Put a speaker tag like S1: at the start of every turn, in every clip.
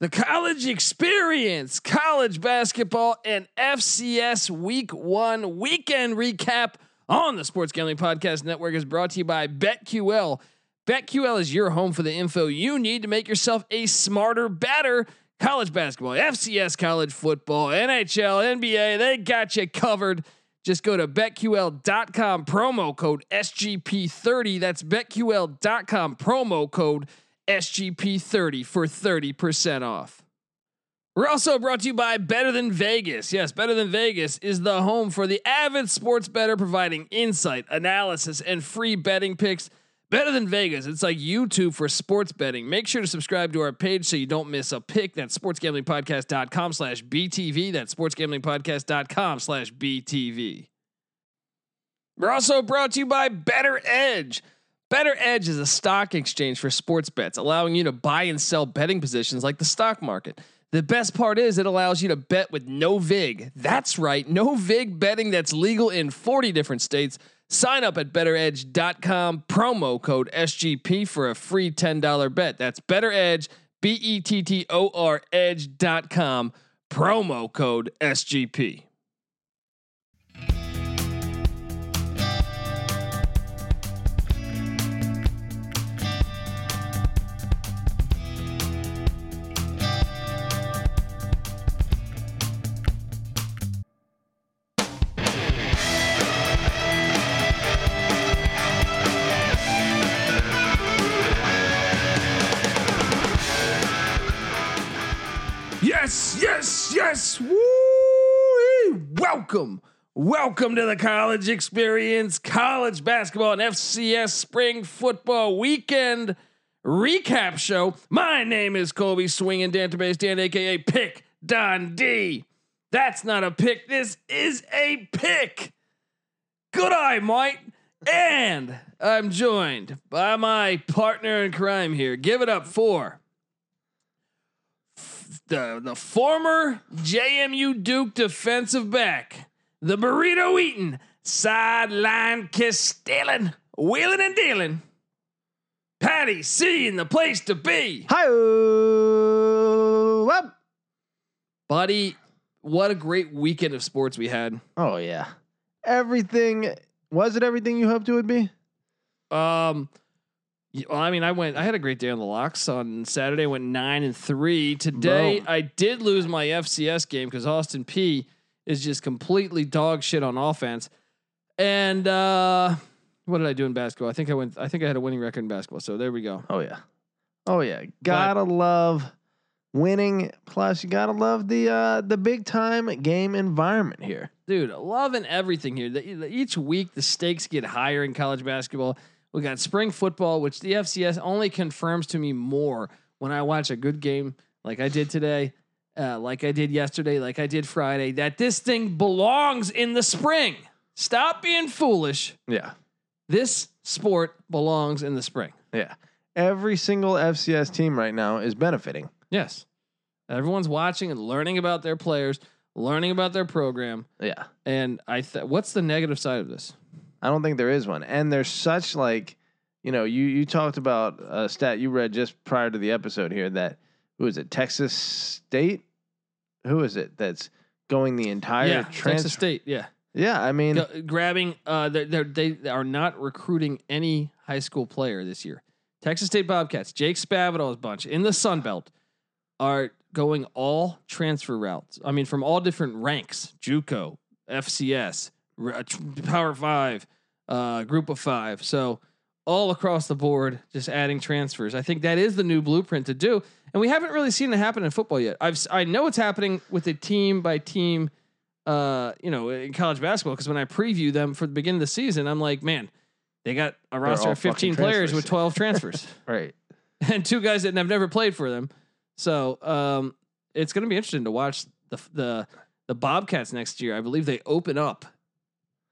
S1: The college experience, college basketball, and FCS week one weekend recap on the Sports Gambling Podcast Network is brought to you by BetQL. BetQL is your home for the info you need to make yourself a smarter, better college basketball, FCS college football, NHL, NBA. They got you covered. Just go to betql.com promo code SGP30. That's betql.com promo code SGP30 for 30% off. We're also brought to you by Better Than Vegas. Yes, Better Than Vegas is the home for the avid sports better, providing insight, analysis, and free betting picks. Better Than Vegas, it's like YouTube for sports betting. Make sure to subscribe to our page so you don't miss a pick. That's sportsgamblingpodcast.com slash BTV. That's sportsgamblingpodcast.com slash BTV. We're also brought to you by Better Edge. Better Edge is a stock exchange for sports bets, allowing you to buy and sell betting positions like the stock market. The best part is it allows you to bet with no VIG. That's right, no VIG betting that's legal in 40 different states. Sign up at betteredge.com, promo code SGP for a free $10 bet. That's betteredge, B E T T O R edge.com, promo code SGP. Yes, yes, yes. Woo! Welcome. Welcome to the college experience, college basketball and FCS spring football weekend recap show. My name is Colby Swinging Dantabase Dan, aka Pick Don D. That's not a pick. This is a pick. Good eye, Mike. And I'm joined by my partner in crime here. Give it up for the the former JMU Duke defensive back, the burrito eating, sideline kiss stealing, wheeling and dealing. Patty C in the place to be.
S2: Hi, up.
S1: Buddy, what a great weekend of sports we had.
S2: Oh yeah, everything was it everything you hoped it would be?
S1: Um y- well, I mean, I went. I had a great day on the locks on Saturday. Went nine and three today.
S2: Bro.
S1: I did lose my FCS game because Austin P is just completely dog shit on offense. And uh, what did I do in basketball? I think I went. I think I had a winning record in basketball. So there we go.
S2: Oh yeah, oh yeah. Gotta love winning. Plus, you gotta love the uh, the big time game environment here.
S1: dude, loving everything here. The, the- each week, the stakes get higher in college basketball. We got spring football, which the FCS only confirms to me more when I watch a good game like I did today, uh, like I did yesterday, like I did Friday, that this thing belongs in the spring. Stop being foolish.
S2: Yeah,
S1: This sport belongs in the spring.
S2: yeah. Every single FCS team right now is benefiting.
S1: Yes. Everyone's watching and learning about their players, learning about their program.
S2: Yeah,
S1: And I th- what's the negative side of this?
S2: I don't think there is one. And there's such like, you know, you you talked about a stat you read just prior to the episode here that who is it? Texas State. Who is it that's going the entire
S1: yeah,
S2: transfer?
S1: Texas State. Yeah.
S2: Yeah, I mean,
S1: Go- grabbing uh they're, they're, they are not recruiting any high school player this year texas state bobcats jake spavital's bunch in the sun belt are going all transfer routes i mean from all different ranks juco fcs r- uh, tr- power five uh group of five so all across the board just adding transfers i think that is the new blueprint to do and we haven't really seen it happen in football yet i've s- i know it's happening with a team by team uh, you know, in college basketball, because when I preview them for the beginning of the season, I'm like, man, they got a roster
S2: all
S1: of 15
S2: fucking
S1: players
S2: transfers.
S1: with 12 transfers
S2: right.
S1: and two guys that have never played for them. So um, it's going to be interesting to watch the the the Bobcats next year. I believe they open up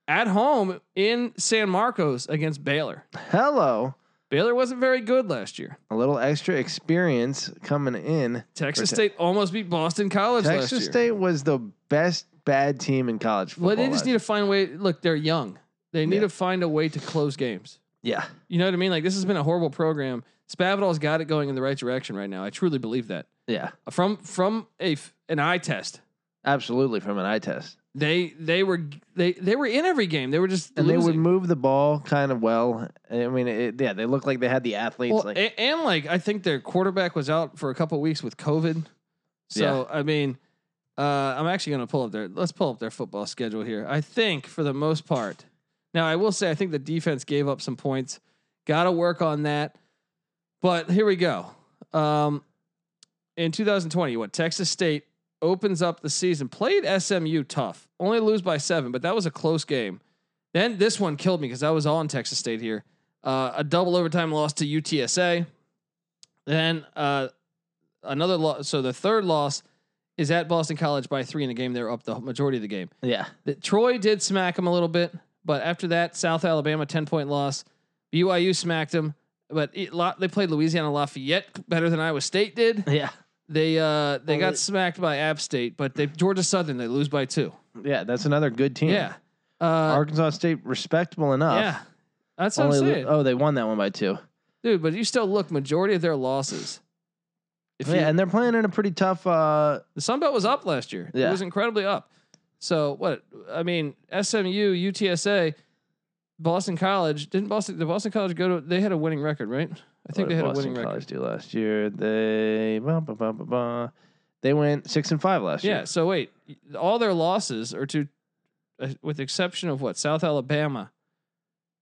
S1: at home in San Marcos against Baylor.
S2: Hello,
S1: Baylor wasn't very good last year.
S2: a little extra experience coming in.
S1: Texas
S2: Or Te-
S1: State almost beat Boston College last year.
S2: Texas State was the best bad team in college football.
S1: well, they just
S2: last
S1: need to find a way. Look, they're young. They need
S2: Yeah.
S1: to find a way to close games.
S2: Yeah.
S1: You know what I mean? Like this has been a horrible program. Spavital's got it going in the right direction right now. I truly believe that.
S2: Yeah.
S1: From from a f- an eye test,
S2: Absolutely from an eye test.
S1: they they were they they were in every game. They were just
S2: And they would
S1: losing.
S2: move the ball kind of well. I mean, it, yeah, they looked like they had the athletes.
S1: well,
S2: like,
S1: a- and like I think their quarterback was out for a couple weeks with COVID. So I mean, uh, I'm actually going to pull up their let's pull up their football schedule here. I think for the most part, now I will say I think the defense gave up some points. Got to work on that. But here we go. Um, in 2020, what Texas State opens up the season played SMU tough, only lose by seven, but that was a close game. Then this one killed me because I was on Texas State here. Uh, a double overtime loss to UTSA. Then uh, another loss. So the third loss is at Boston College by three in a game. They're up the majority of the game.
S2: yeah.
S1: That Troy did smack him a little bit, but after that, South Alabama ten point loss. BYU smacked him, but it, lot- they played Louisiana Lafayette better than Iowa State did.
S2: Yeah.
S1: They uh, they
S2: Well,
S1: got
S2: they-
S1: smacked by App State, but they Georgia Southern they lose by two.
S2: Yeah. That's another good team.
S1: Yeah, uh,
S2: Arkansas State, respectable enough.
S1: yeah, that's what I'm
S2: Only lo-
S1: saying,
S2: oh, they won that one by two.
S1: dude. But you still look majority of their losses. If
S2: yeah, and they're playing in a pretty tough. Uh,
S1: The Sun Belt was up last year. It
S2: Yeah.
S1: was incredibly up. So what? I mean, SMU, UTSA, Boston College. Didn't Boston? Did Boston College go to? They had a winning record, right? I think
S2: what
S1: they
S2: did
S1: had
S2: Boston
S1: a winning
S2: College
S1: record.
S2: do last year. They bah, bah, bah, bah, bah. they went six and five last
S1: Yeah.
S2: year.
S1: So wait, all their losses are to, uh, with the exception of what South Alabama,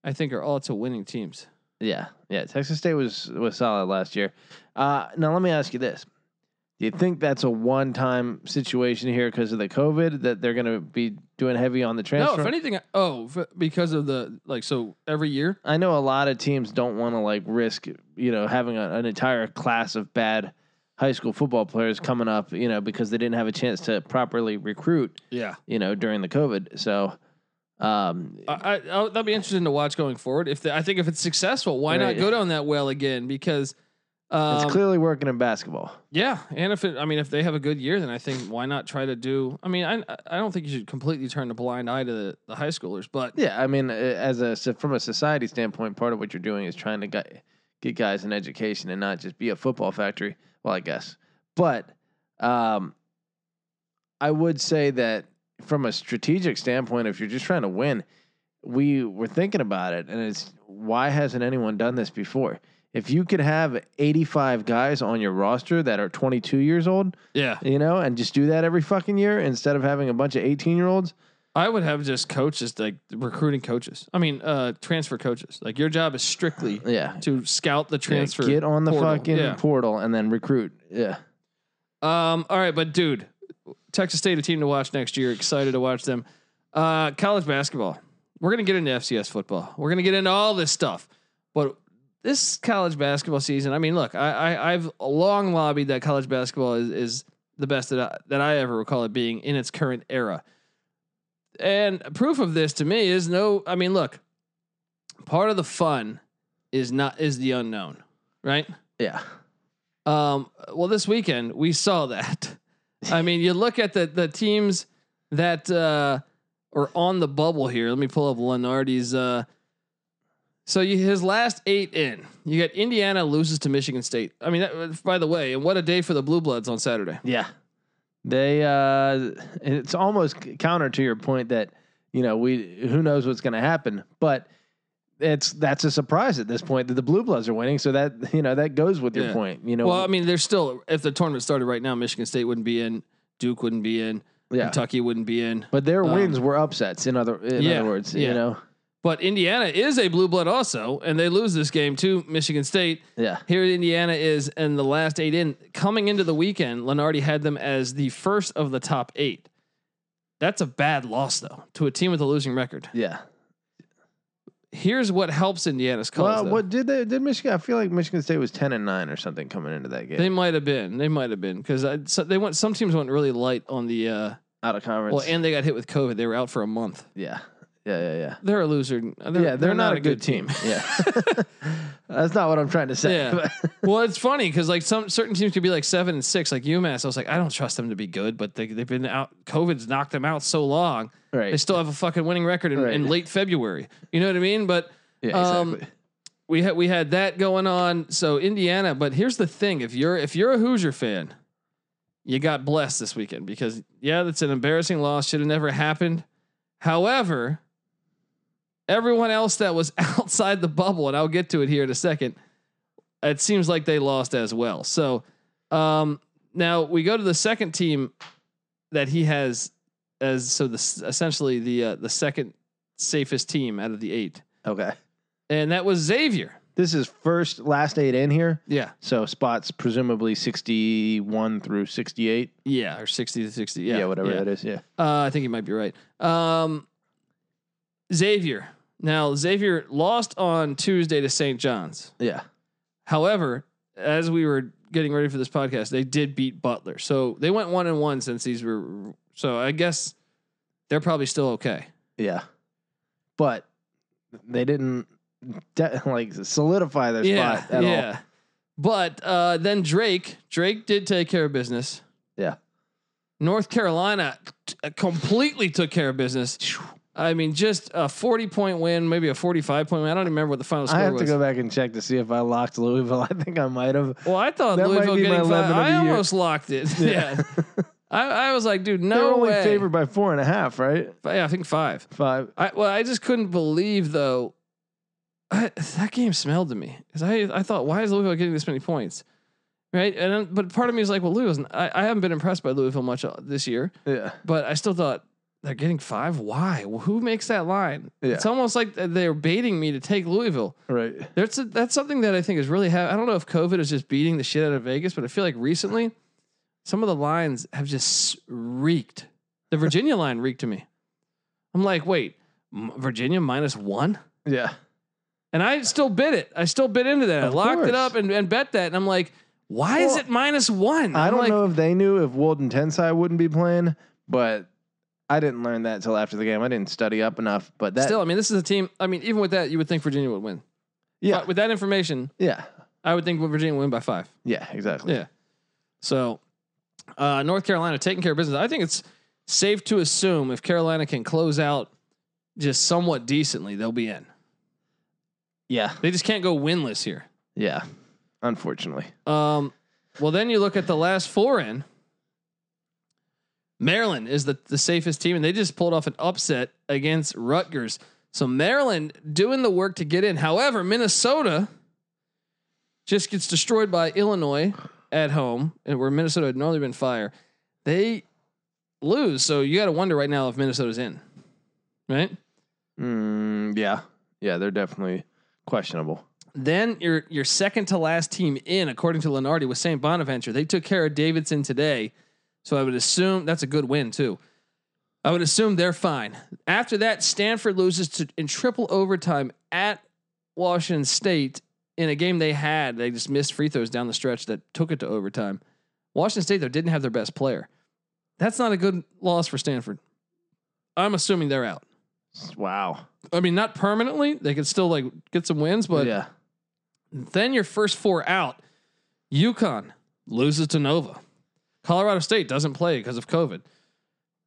S1: I think are all to winning teams.
S2: Yeah, yeah. Texas State was was solid last year. Uh, now let me ask you this: Do you think that's a one time situation here because of the COVID that they're going to be doing heavy on the transfer?
S1: No, if anything, I- oh, f- because of the like, so every year.
S2: I know a lot of teams don't want to like risk, you know, having a, an entire class of bad high school football players coming up, you know, because they didn't have a chance to properly recruit,
S1: Yeah.
S2: you know, during the COVID. So, um,
S1: I, I, I that'd be interesting to watch going forward. If the, I think if it's successful, why not
S2: Right.
S1: go down that well again? Because um,
S2: it's clearly working in basketball.
S1: yeah, and if it, I mean if they have a good year, then I think why not try to do? I mean, I I don't think you should completely turn a blind eye to the, the high schoolers, but
S2: Yeah, I mean, uh, as a so from a society standpoint, part of what you're doing is trying to get, get guys an education and not just be a football factory. Well, I guess, but um, I would say that from a strategic standpoint, if you're just trying to win, we were thinking about it, and it's why hasn't anyone done this before? If you could have 85 guys on your roster that are 22 years old,
S1: yeah,
S2: you know, and just do that every fucking year instead of having a bunch of 18 year olds,
S1: I would have just coaches like recruiting coaches. I mean, uh, transfer coaches. Like your job is strictly
S2: yeah,
S1: to scout the
S2: Yeah,
S1: transfer.
S2: get on the
S1: portal.
S2: fucking
S1: Yeah.
S2: portal and then recruit. Yeah.
S1: Um, all right, but dude, Texas State a team to watch next year. Excited to watch them. Uh, college basketball. We're gonna get into FCS football. We're gonna get into all this stuff. But this college basketball season, I mean, look, I, I I've long lobbied that college basketball is is the best that I, that I ever recall it being in its current era. And proof of this to me is no. I mean, look, part of the fun is not is the unknown, right?
S2: Yeah.
S1: Um, well, this weekend we saw that. I mean, you look at the the teams that uh, are on the bubble here. Let me pull up Lenardi's. Uh, so you, his last eight in, you got Indiana loses to Michigan State. I mean, that, by the way, and what a day for the Blue Bloods on Saturday.
S2: Yeah. They uh it's almost c- counter to your point that, you know, we who knows what's gonna happen, but it's that's a surprise at this point that the blue bloods are winning. So that you know, that goes with your
S1: Yeah.
S2: point. You know,
S1: Well, I mean, there's still if the tournament started right now, Michigan State wouldn't be in, Duke wouldn't be in,
S2: yeah.
S1: Kentucky wouldn't be in.
S2: But their
S1: um,
S2: wins were upsets in other in
S1: Yeah,
S2: other words,
S1: yeah.
S2: you know.
S1: But Indiana is a blue blood also, and they lose this game to Michigan State.
S2: Yeah.
S1: Here Indiana is in the last eight in coming into the weekend. Lenardi had them as the first of the top eight. That's a bad loss though to a team with a losing record.
S2: Yeah.
S1: Here's what helps Indiana's cause.
S2: Well,
S1: though.
S2: what did they did Michigan I feel like Michigan State was ten and nine or something coming into that game.
S1: they might have been, they might have been because so they went. Some teams went really light on the. Uh,
S2: out of conference.
S1: well, and they got hit with COVID. They were out for a month.
S2: yeah. Yeah, yeah, yeah.
S1: They're a loser. They're,
S2: yeah, they're, not, a good team. Yeah, that's not what I'm trying to say.
S1: Yeah.
S2: but-
S1: well, it's funny because like some certain teams could be like seven and six, like UMass. I was like, I don't trust them to be good, but they they've been out. COVID's knocked them out so long.
S2: right.
S1: They still have a fucking winning record in, in
S2: Right.
S1: late February. You know what I mean? But
S2: yeah,
S1: um,
S2: exactly.
S1: we had we had that going on. So Indiana, but here's the thing: if you're if you're a Hoosier fan, you got blessed this weekend because yeah, that's an embarrassing loss. Should have never happened. However, everyone else that was outside the bubble, and I'll get to it here in a second. It seems like they lost as well. So um, now we go to the second team that he has as so the essentially the uh, the second safest team out of the eight,
S2: Okay.
S1: and that was Xavier.
S2: This is first, last eight in here.
S1: Yeah,
S2: So spots presumably 61 through 68.
S1: yeah, or sixty to sixty. Yeah,
S2: Yeah, whatever that is. Yeah.
S1: Uh, I think you might be right. Um, Xavier. Now Xavier lost on Tuesday to St. John's.
S2: Yeah.
S1: However, as we were getting ready for this podcast, they did beat Butler, so they went one and one since these were. So I guess they're probably still okay.
S2: Yeah. But they didn't de- like solidify their spot at all.
S1: But uh, then Drake, Drake did take care of business.
S2: Yeah.
S1: North Carolina t- uh, completely took care of business. I mean, just a forty-point win, maybe a forty-five point win. I don't even remember what the final score
S2: I have
S1: was.
S2: to go back and check to see if I locked Louisville. I think I might have.
S1: well, I thought
S2: That might
S1: Louisville
S2: be my
S1: getting five.
S2: lemon of the
S1: I
S2: year.
S1: almost locked it. Yeah, I, I was like, dude,
S2: they were
S1: no
S2: only
S1: way.
S2: favored by four and a half, right?
S1: But yeah, I think five.
S2: Five.
S1: I well, I just couldn't believe though. I, that game smelled to me because I I thought why is Louisville getting this many points, right? And then, but part of me is like, well, Louisville. I, I haven't been impressed by Louisville much uh, this year,
S2: Yeah.
S1: but I still thought they're getting five. Why? Well, who makes that line?
S2: Yeah.
S1: It's almost like th- they're baiting me to take Louisville.
S2: Right.
S1: That's a, that's something that I think is really. Ha- I don't know if COVID is just beating the shit out of Vegas, but I feel like recently some of the lines have just reeked. The Virginia line reeked to me. I'm like, wait, M- Virginia minus one,
S2: Yeah.
S1: and I still bid it. I still bid into that. I
S2: Of
S1: locked
S2: course.
S1: it up and, and bet that, and I'm like, why is
S2: Well,
S1: it minus one?
S2: I
S1: I'm
S2: don't
S1: like,
S2: know if they knew if Walden Tensai wouldn't be playing, but I didn't learn that till after the game. I didn't study up enough, but that
S1: Still, I mean, this is a team. I mean, even with that, you would think Virginia would win.
S2: yeah,
S1: But with that information,
S2: yeah,
S1: I would think Virginia would win by five.
S2: yeah, exactly.
S1: Yeah. So, uh, North Carolina taking care of business. I think it's safe to assume if Carolina can close out just somewhat decently, they'll be in.
S2: yeah,
S1: They just can't go winless here.
S2: yeah. Unfortunately,
S1: Um, well, then you look at the last four in. Maryland is the, the safest team, and they just pulled off an upset against Rutgers. So Maryland doing the work to get in. However, Minnesota just gets destroyed by Illinois at home, and where Minnesota had normally been fire. They lose, so you got to wonder right now if Minnesota's in, right?
S2: mm, yeah, yeah, they're definitely questionable.
S1: Then your your second to last team in, according to Lenardi, was St. Bonaventure. They took care of Davidson today, so I would assume that's a good win too. I would assume they're fine. After that, Stanford loses to in triple overtime at Washington State in a game they had. They just missed free throws down the stretch that took it to overtime. Washington State though didn't have their best player. That's not a good loss for Stanford. I'm assuming they're out.
S2: Wow,
S1: I mean, not permanently. They could still like get some wins, but
S2: yeah,
S1: then your first four out, UConn loses to Nova. Colorado State doesn't play because of COVID.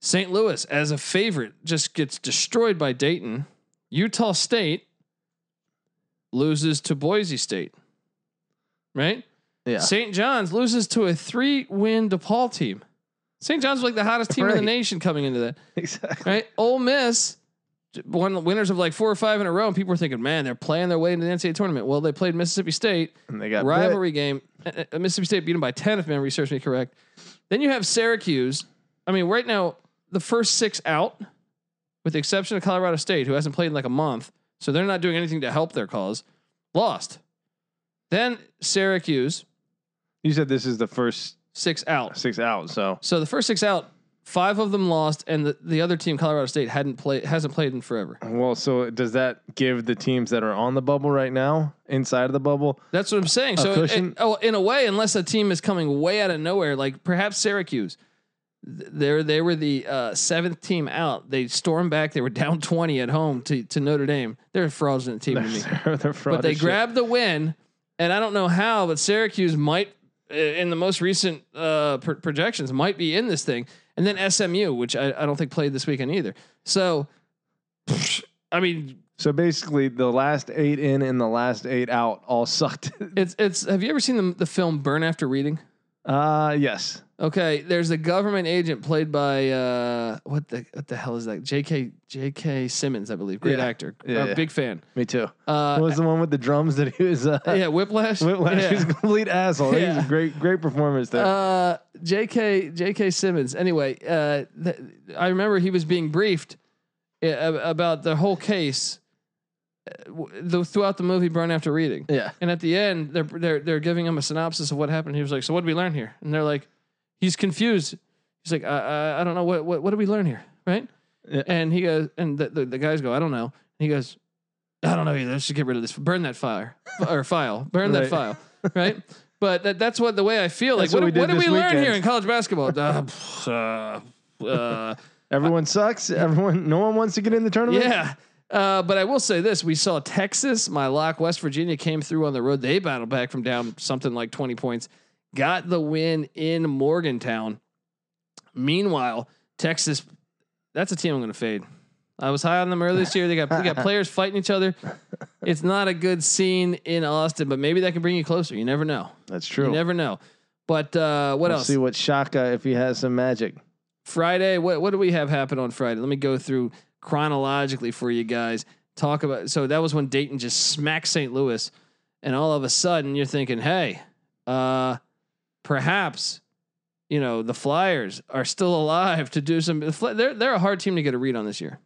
S1: St. Louis, as a favorite, just gets destroyed by Dayton. Utah State loses to Boise State. Right?
S2: yeah,
S1: St. John's loses to a three win DePaul team. St. John's was like the hottest team in
S2: Right.
S1: the nation coming into that.
S2: exactly.
S1: Right? Ole Miss won winners of like four or five in a row, and people were thinking, man, they're playing their way into the NCAA tournament. Well, they played Mississippi State,
S2: And they got
S1: rivalry game. Uh, uh, Mississippi State beat them by 10, if memory serves me correct. Then you have Syracuse. I mean, right now, the first six out, with the exception of Colorado State, who hasn't played in like a month, so they're not doing anything to help their cause, lost. Then Syracuse,
S2: bit. You said this is the first
S1: six out.
S2: six out, so
S1: So the first six out, five of them lost, and the, the other team, Colorado State, hadn't played hasn't played in forever.
S2: well, so does that give the teams that are on the bubble right now, inside of the bubble,
S1: That's what I'm saying. So, it-
S2: cushion?
S1: it- oh, in a way, unless a team is coming way out of nowhere, like perhaps Syracuse, th- they're they were the uh, seventh team out. They stormed back. They were down 20 at home to, to Notre Dame. They're a fraudulent team to me,
S2: they're, they're fraud
S1: but they
S2: as shit.
S1: grabbed the win. And I don't know how, but Syracuse might, uh, in the most recent uh, pr- projections, might be in this thing. And then SMU, which I, I don't think played this weekend either. So I mean,
S2: So basically, the last eight in and the last eight out all sucked.
S1: it's it's. Have you ever seen the the film Burn After Reading?
S2: uh yes.
S1: Okay, there's a government agent played by uh, what the what the hell is that? J.K. J.K. Simmons, I believe. Great
S2: Yeah.
S1: actor,
S2: Yeah,
S1: Uh,
S2: yeah.
S1: big fan.
S2: Me too.
S1: Uh,
S2: What was the one with the drums that he was? Uh,
S1: yeah, Whiplash.
S2: Whiplash.
S1: Yeah.
S2: He's a complete asshole. He was
S1: Yeah.
S2: a great, great performance there.
S1: Uh, J.K. J.K. Simmons. Anyway, uh, th- I remember he was being briefed uh, ab- about the whole case uh, w- the, throughout the movie Burn After Reading,
S2: yeah.
S1: and at the end they're they're they're giving him a synopsis of what happened. He was like, "So what did we learn here?" And they're like, "He's confused." He's like, "I I, I don't know what what what did we learn here, right?"
S2: Yeah.
S1: And he goes, and the, the the guys go, "I don't know." And he goes, "I don't know either. Let's just get rid of this. Burn that fire or file. Burn that
S2: Right.
S1: file, right?" But that, that's what the way I feel. Like,
S2: That's
S1: what,
S2: what we
S1: did- what
S2: did
S1: did we
S2: this
S1: learn here
S2: weekend.
S1: in college basketball? Uh, pff, uh, uh,
S2: Everyone sucks. Everyone. No one wants to get in the tournament.
S1: yeah. Uh, but I will say this: we saw Texas, my lock, West Virginia came through on the road. They battled back from down something like twenty points, got the win in Morgantown. Meanwhile, Texas, that's a team I'm going to fade. I was high on them earlier this year. They got they got players fighting each other. It's not a good scene in Austin, but maybe that can bring you closer. You never know.
S2: that's true.
S1: You never know. But uh, what
S2: we'll
S1: else?
S2: See what Shaka if he has some magic.
S1: Friday. What what do we have happen on Friday? Let me go through chronologically for you guys. Talk about so that was when Dayton just smacked St. Louis, and all of a sudden you're thinking, hey, uh, perhaps you know the Flyers are still alive to do some. the Fly- They're they're a hard team to get a read on this year.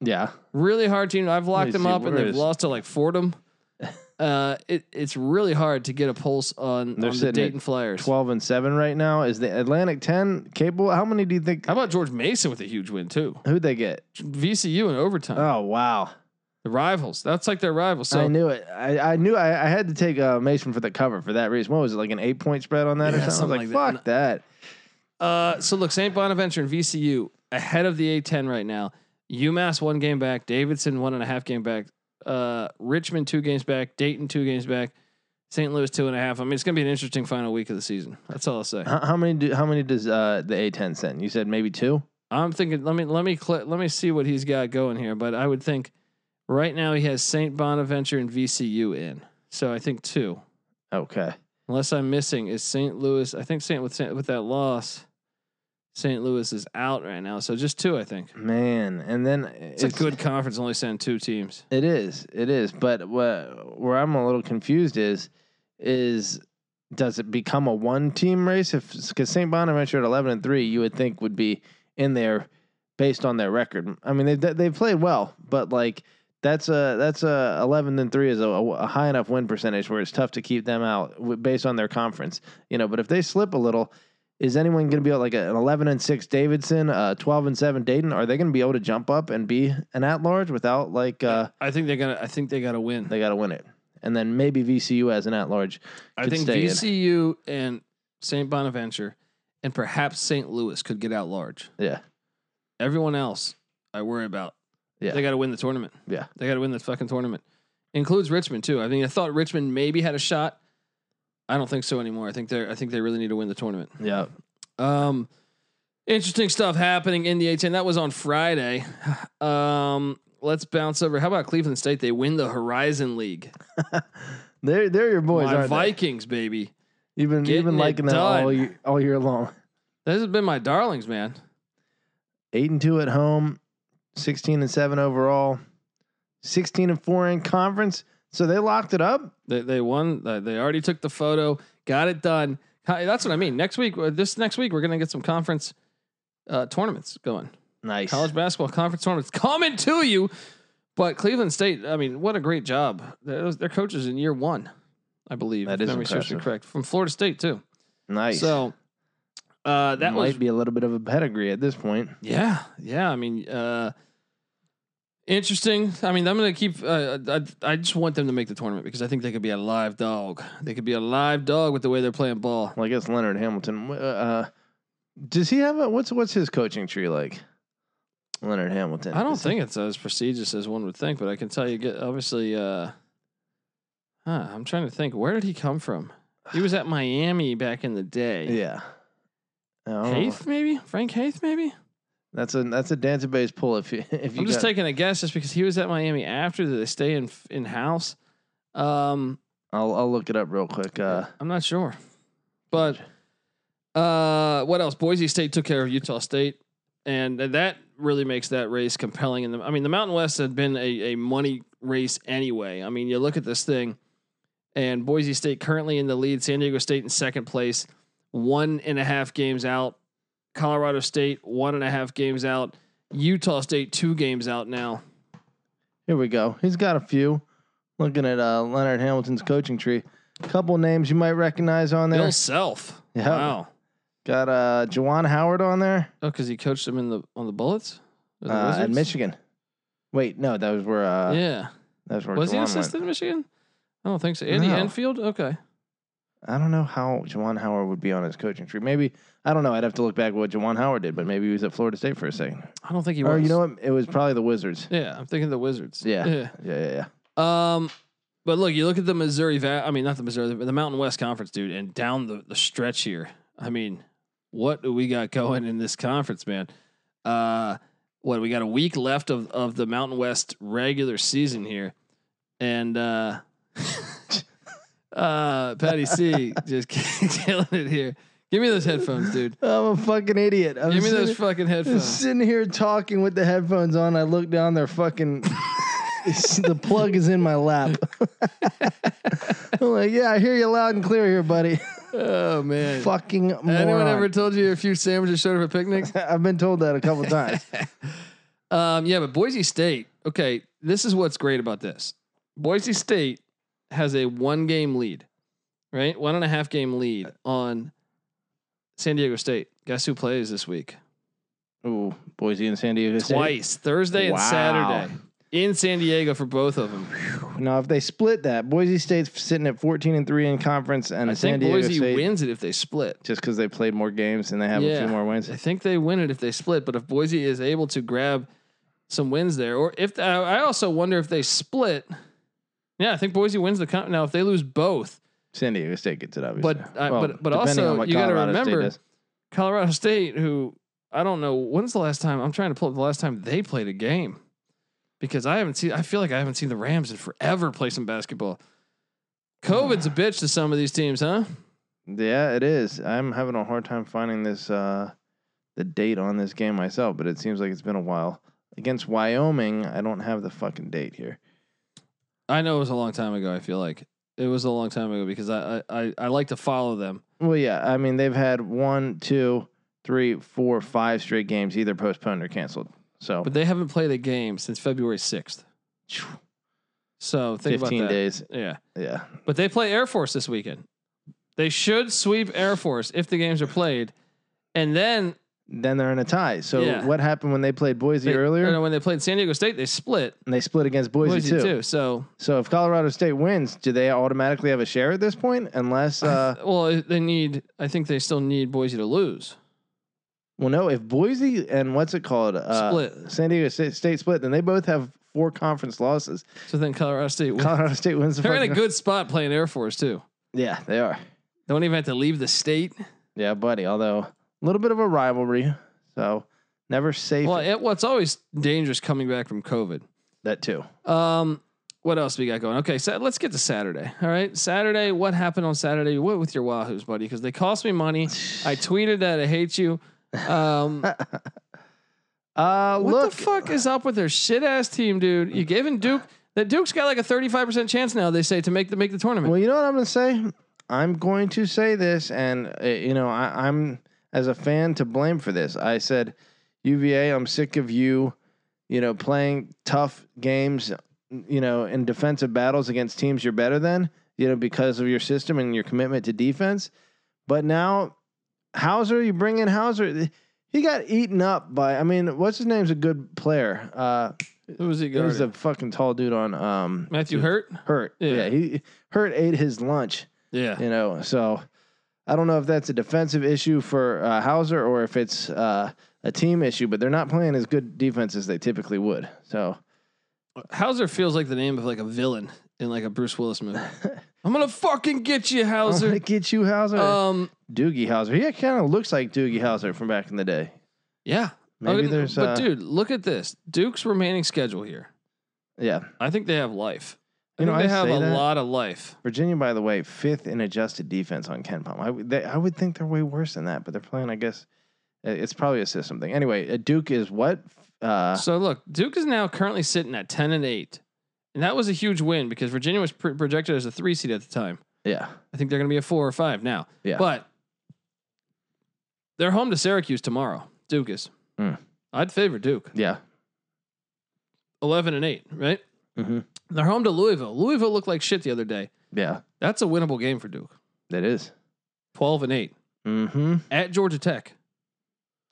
S2: Yeah.
S1: Really hard team. I've locked
S2: me
S1: them
S2: see,
S1: up, and
S2: where
S1: they've
S2: is-
S1: lost to like Fordham. Uh, it it's really hard to get a pulse on,
S2: They're
S1: on the
S2: sitting at
S1: Dayton Flyers.
S2: Twelve and seven right now. Is the Atlantic ten capable? How many do you think?
S1: How about George Mason with a huge win too?
S2: Who'd they get?
S1: VCU in overtime.
S2: Oh wow.
S1: The rivals. That's like their rivals.
S2: I
S1: So
S2: knew it. I, I knew I, I had to take uh, Mason for the cover for that reason. What was it like an eight point spread on that
S1: Yeah,
S2: or something? I
S1: something
S2: was like,
S1: like that.
S2: fuck that.
S1: uh so look, St. Bonaventure and VCU ahead of the A10 right now. UMass one game back, Davidson one and a half game back, uh Richmond two games back, Dayton two games back, St. Louis two and a half. I mean, it's gonna be an interesting final week of the season. That's all I'll say.
S2: How, how many do? How many does uh, the A ten send? You said maybe two.
S1: I'm thinking let me let me cl- let me see what he's got going here, but I would think right now he has St. Bonaventure and VCU in. So I think two.
S2: Okay.
S1: unless I'm missing, is St. Louis. I think St. with St. with that loss, St. Louis is out right now. So just two, I think.
S2: Man, and then
S1: It's, a good conference, only sending two teams.
S2: It is. It is. But what, where I'm a little confused is, is does it become a one team race? If because St. Bonaventure at 11 and three, you would think would be in there based on their record. I mean, they they've played well, but like that's a that's a 11 and three is a, a high enough win percentage where it's tough to keep them out w- based on their conference. You know, but if they slip a little. Is anyone going to be able, like an 11 and 6 Davidson, uh, 12 and 7 Dayton? Are they going to be able to jump up and be an at large without like uh,
S1: I think they're gonna. I think they gotta win.
S2: they got to win it. And then maybe VCU as an at large.
S1: I
S2: could
S1: think
S2: stay in.
S1: VCU and St. Bonaventure, and perhaps St. Louis could get out large.
S2: Yeah.
S1: Everyone else, I worry about.
S2: Yeah.
S1: They gotta win the tournament.
S2: Yeah.
S1: They gotta win the fucking tournament. Includes Richmond too. I mean, I thought Richmond maybe had a shot. I don't think so anymore. I think they're. I think they really need to win the tournament.
S2: Yeah.
S1: Um, interesting stuff happening in the A10. That was on Friday. Um, let's bounce over. How about Cleveland State? They win the Horizon League.
S2: They're they're your boys,
S1: my
S2: aren't they?
S1: Vikings, baby.
S2: You've been you've
S1: getting it
S2: been liking them all
S1: done.
S2: year, all year long.
S1: This has been my darlings, man.
S2: Eight and two at home, sixteen and seven overall, sixteen and four in conference. So they locked it up.
S1: They they won. They they already took the photo. Got it done. Hi, That's what I mean. Next week, uh, this next week, we're gonna get some conference uh, tournaments going.
S2: Nice.
S1: College basketball conference tournaments coming to you. But Cleveland State, I mean, what a great job. Their, their coaches in year one, I believe.
S2: That
S1: if
S2: is
S1: memory serves me
S2: impressive.
S1: correct. From Florida State too.
S2: nice.
S1: So uh, that
S2: that might
S1: was
S2: be a little bit of a pedigree at this point.
S1: yeah, yeah. I mean, uh, interesting. I mean, I'm gonna keep. Uh, I I just want them to make the tournament because I think they could be a live dog. They could be a live dog with the way they're playing ball.
S2: Well, I guess Leonard Hamilton. Uh, does he have a what's what's his coaching tree like? Leonard Hamilton.
S1: I don't
S2: Is he-
S1: think it's as prestigious as one would think, but I can tell you, get obviously. Uh, huh, I'm trying to think. Where did he come from? He was at Miami back in the day.
S2: Yeah. I don't know.
S1: Haith maybe Frank Haith maybe
S2: That's a that's a database pull. If you if you
S1: I'm just
S2: got-
S1: taking a guess, just because he was at Miami after that, they stay in in house. Um,
S2: I'll I'll look it up real quick. Uh,
S1: I'm not sure, but uh, what else? Boise State took care of Utah State, and that really makes that race compelling. In the, I mean, the Mountain West had been a, a money race anyway. I mean, you look at this thing, and Boise State currently in the lead, San Diego State in second place, one and a half games out. Colorado State one and a half games out. Utah State two games out now.
S2: Here we go. He's got a few. Looking at uh, Leonard Hamilton's coaching tree. couple names you might recognize on there.
S1: Bill Self.
S2: Yeah.
S1: Wow.
S2: Got uh, Jawan Howard on there
S1: Oh, because he coached them in the on the Bullets. Or the
S2: uh, at
S1: Wizards?
S2: Michigan. Wait, no, that was where uh,
S1: yeah.
S2: that's where
S1: Was he
S2: Jawan
S1: an
S2: went.
S1: assistant in Michigan? I don't think so. Andy
S2: No.
S1: Enfield. Okay.
S2: I don't know how Jawan Howard would be on his coaching tree. Maybe I don't know. I'd have to look back at what Jawan Howard did, but maybe he was at Florida State for a second.
S1: I don't think he
S2: Or
S1: was.
S2: you know what? It was probably the Wizards.
S1: Yeah, I'm thinking the Wizards.
S2: Yeah. Yeah, yeah, yeah.
S1: Yeah. Um, but look, you look at the Missouri. Va- I mean, not the Missouri, but the Mountain West Conference, dude, and down the, the stretch here. I mean, what do we got going in this conference, man? Uh, what we got a week left of of the Mountain West regular season here, and uh, uh, Patty C just killing it here. Give me those headphones, dude.
S2: I'm a fucking idiot. I'm
S1: Give me
S2: sitting-
S1: those fucking headphones.
S2: Just sitting here talking with the headphones on. I look down, they're fucking. the plug is in my lap. I'm like, yeah, I hear you loud and clear here, buddy.
S1: Oh man.
S2: fucking
S1: Anyone
S2: moron.
S1: ever told you a few sandwiches showed up at picnics?
S2: I've been told that a couple times.
S1: Um, yeah, but Boise State. Okay, this is what's great about this. Boise State has a one game lead, right? One and a half game lead on San Diego State. Guess who plays this week?
S2: Ooh, Boise and San Diego. State.
S1: Twice, Thursday and
S2: Wow.
S1: Saturday, in San Diego for both of them.
S2: Now, if they split that, Boise State's sitting at 14 and three in conference, and
S1: I think
S2: San Diego
S1: Boise
S2: State
S1: wins it if they split.
S2: just because they played more games and they have a
S1: Yeah.
S2: few more wins.
S1: I think they win it if they split, but if Boise is able to grab some wins there, or if I I also wonder if they split. Yeah, I think Boise wins the con- now if they lose both.
S2: San Diego State gets it, obviously.
S1: But I-
S2: Well,
S1: but but
S2: depending on
S1: also
S2: what
S1: you got to
S2: Colorado State
S1: remember
S2: does.
S1: Colorado State, who I don't know when's the last time I'm trying to pull up the last time they played a game because I haven't seen. I feel like I haven't seen the Rams in forever play some basketball. COVID's a bitch to some of these teams, huh?
S2: Yeah, it is. I'm having a hard time finding this uh the date on this game myself, but it seems like it's been a while. Against Wyoming, I don't have the fucking date here.
S1: I know it was a long time ago. I feel like it was a long time ago because I I, I, I like to follow them.
S2: Well, yeah, I mean they've had one, two, three, four, five straight games either postponed or canceled. So
S1: But they haven't played a game since February 6th.
S2: Phew.
S1: So think
S2: fifteen
S1: about that.
S2: days.
S1: Yeah.
S2: Yeah.
S1: But they play Air Force this weekend. They should sweep Air Force if the games are played. And then
S2: Then they're in a tie. So
S1: Yeah.
S2: what happened when they played Boise
S1: they-
S2: earlier?
S1: uh, when they played San Diego State, they split.
S2: and they split against Boise,
S1: Boise
S2: too.
S1: too. So,
S2: So if Colorado State wins, do they automatically have a share at this point? Unless uh
S1: well, they need, I think they still need Boise to lose.
S2: Well, no, if Boise and what's it called? Uh,
S1: Split.
S2: San Diego State, State split, then they both have four conference losses.
S1: So then Colorado State wins.
S2: Colorado State wins the
S1: They're in a
S2: fucking-
S1: good spot playing Air Force too.
S2: Yeah, they are.
S1: Don't even have to leave the state.
S2: Yeah, buddy. Although a little bit of a rivalry. So never safe.
S1: Well, it, what's always dangerous coming back from COVID.
S2: that too.
S1: Um, what else we got going? Okay, so let's get to Saturday. All right, Saturday. What happened on Saturday? What with your Wahoos, buddy? Because they cost me money. I tweeted that I hate you. Um,
S2: Uh,
S1: what
S2: look.
S1: the fuck is up with their shit ass team, dude? You gave in Duke. That Duke's got like a thirty five percent chance now. They say to make the make the tournament.
S2: Well, you know what I'm going to say? I'm going to say this, and, uh, you know, I, I'm, as a fan, to blame for this. I said, UVA, I'm sick of you, you know, playing tough games, you know, in defensive battles against teams you're better than, you know, because of your system and your commitment to defense. But now, Hauser, you bring in Hauser. He got eaten up by, I mean, what's his name's a good player? Uh,
S1: Who was he
S2: it was
S1: guarding?
S2: a fucking tall dude on um,
S1: Matthew Hurt.
S2: Hurt.
S1: Yeah.
S2: yeah, he Hurt ate his lunch
S1: Yeah.
S2: you know so i don't know if that's a defensive issue for uh, hauser or if it's uh, a team issue but they're not playing as good defense as they typically would so
S1: Hauser feels like the name of like a villain in like a Bruce Willis movie. I'm gonna fucking get you, Hauser.
S2: to get you hauser
S1: Um,
S2: doogie hauser he kind of looks like doogie hauser from back in the day
S1: yeah. Look
S2: Maybe
S1: at-
S2: there's
S1: but
S2: uh,
S1: dude, look at this. Duke's remaining schedule here.
S2: yeah.
S1: I think they have life. I
S2: You know,
S1: think they
S2: I
S1: have
S2: say
S1: a
S2: that-
S1: lot of life.
S2: Virginia, by the way, fifth in adjusted defense on Ken Palm. I, would- they, I would think they're way worse than that, but they're playing. I guess uh, it's probably a system thing. Anyway, uh, Duke is what? Uh,
S1: so look, Duke is now currently sitting at ten and eight, and that was a huge win because Virginia was pr- projected as a three seed at the time.
S2: yeah,
S1: I think they're going to be a four or five now.
S2: Yeah.
S1: But they're home to Syracuse tomorrow. Duke is.
S2: Mm.
S1: I'd favor Duke.
S2: yeah.
S1: Eleven and eight, right?
S2: Mm-hmm.
S1: They're home to Louisville. Louisville looked like shit the other day.
S2: Yeah,
S1: That's a winnable game for Duke.
S2: that is.
S1: Twelve and eight
S2: Mm-hmm.
S1: at Georgia Tech.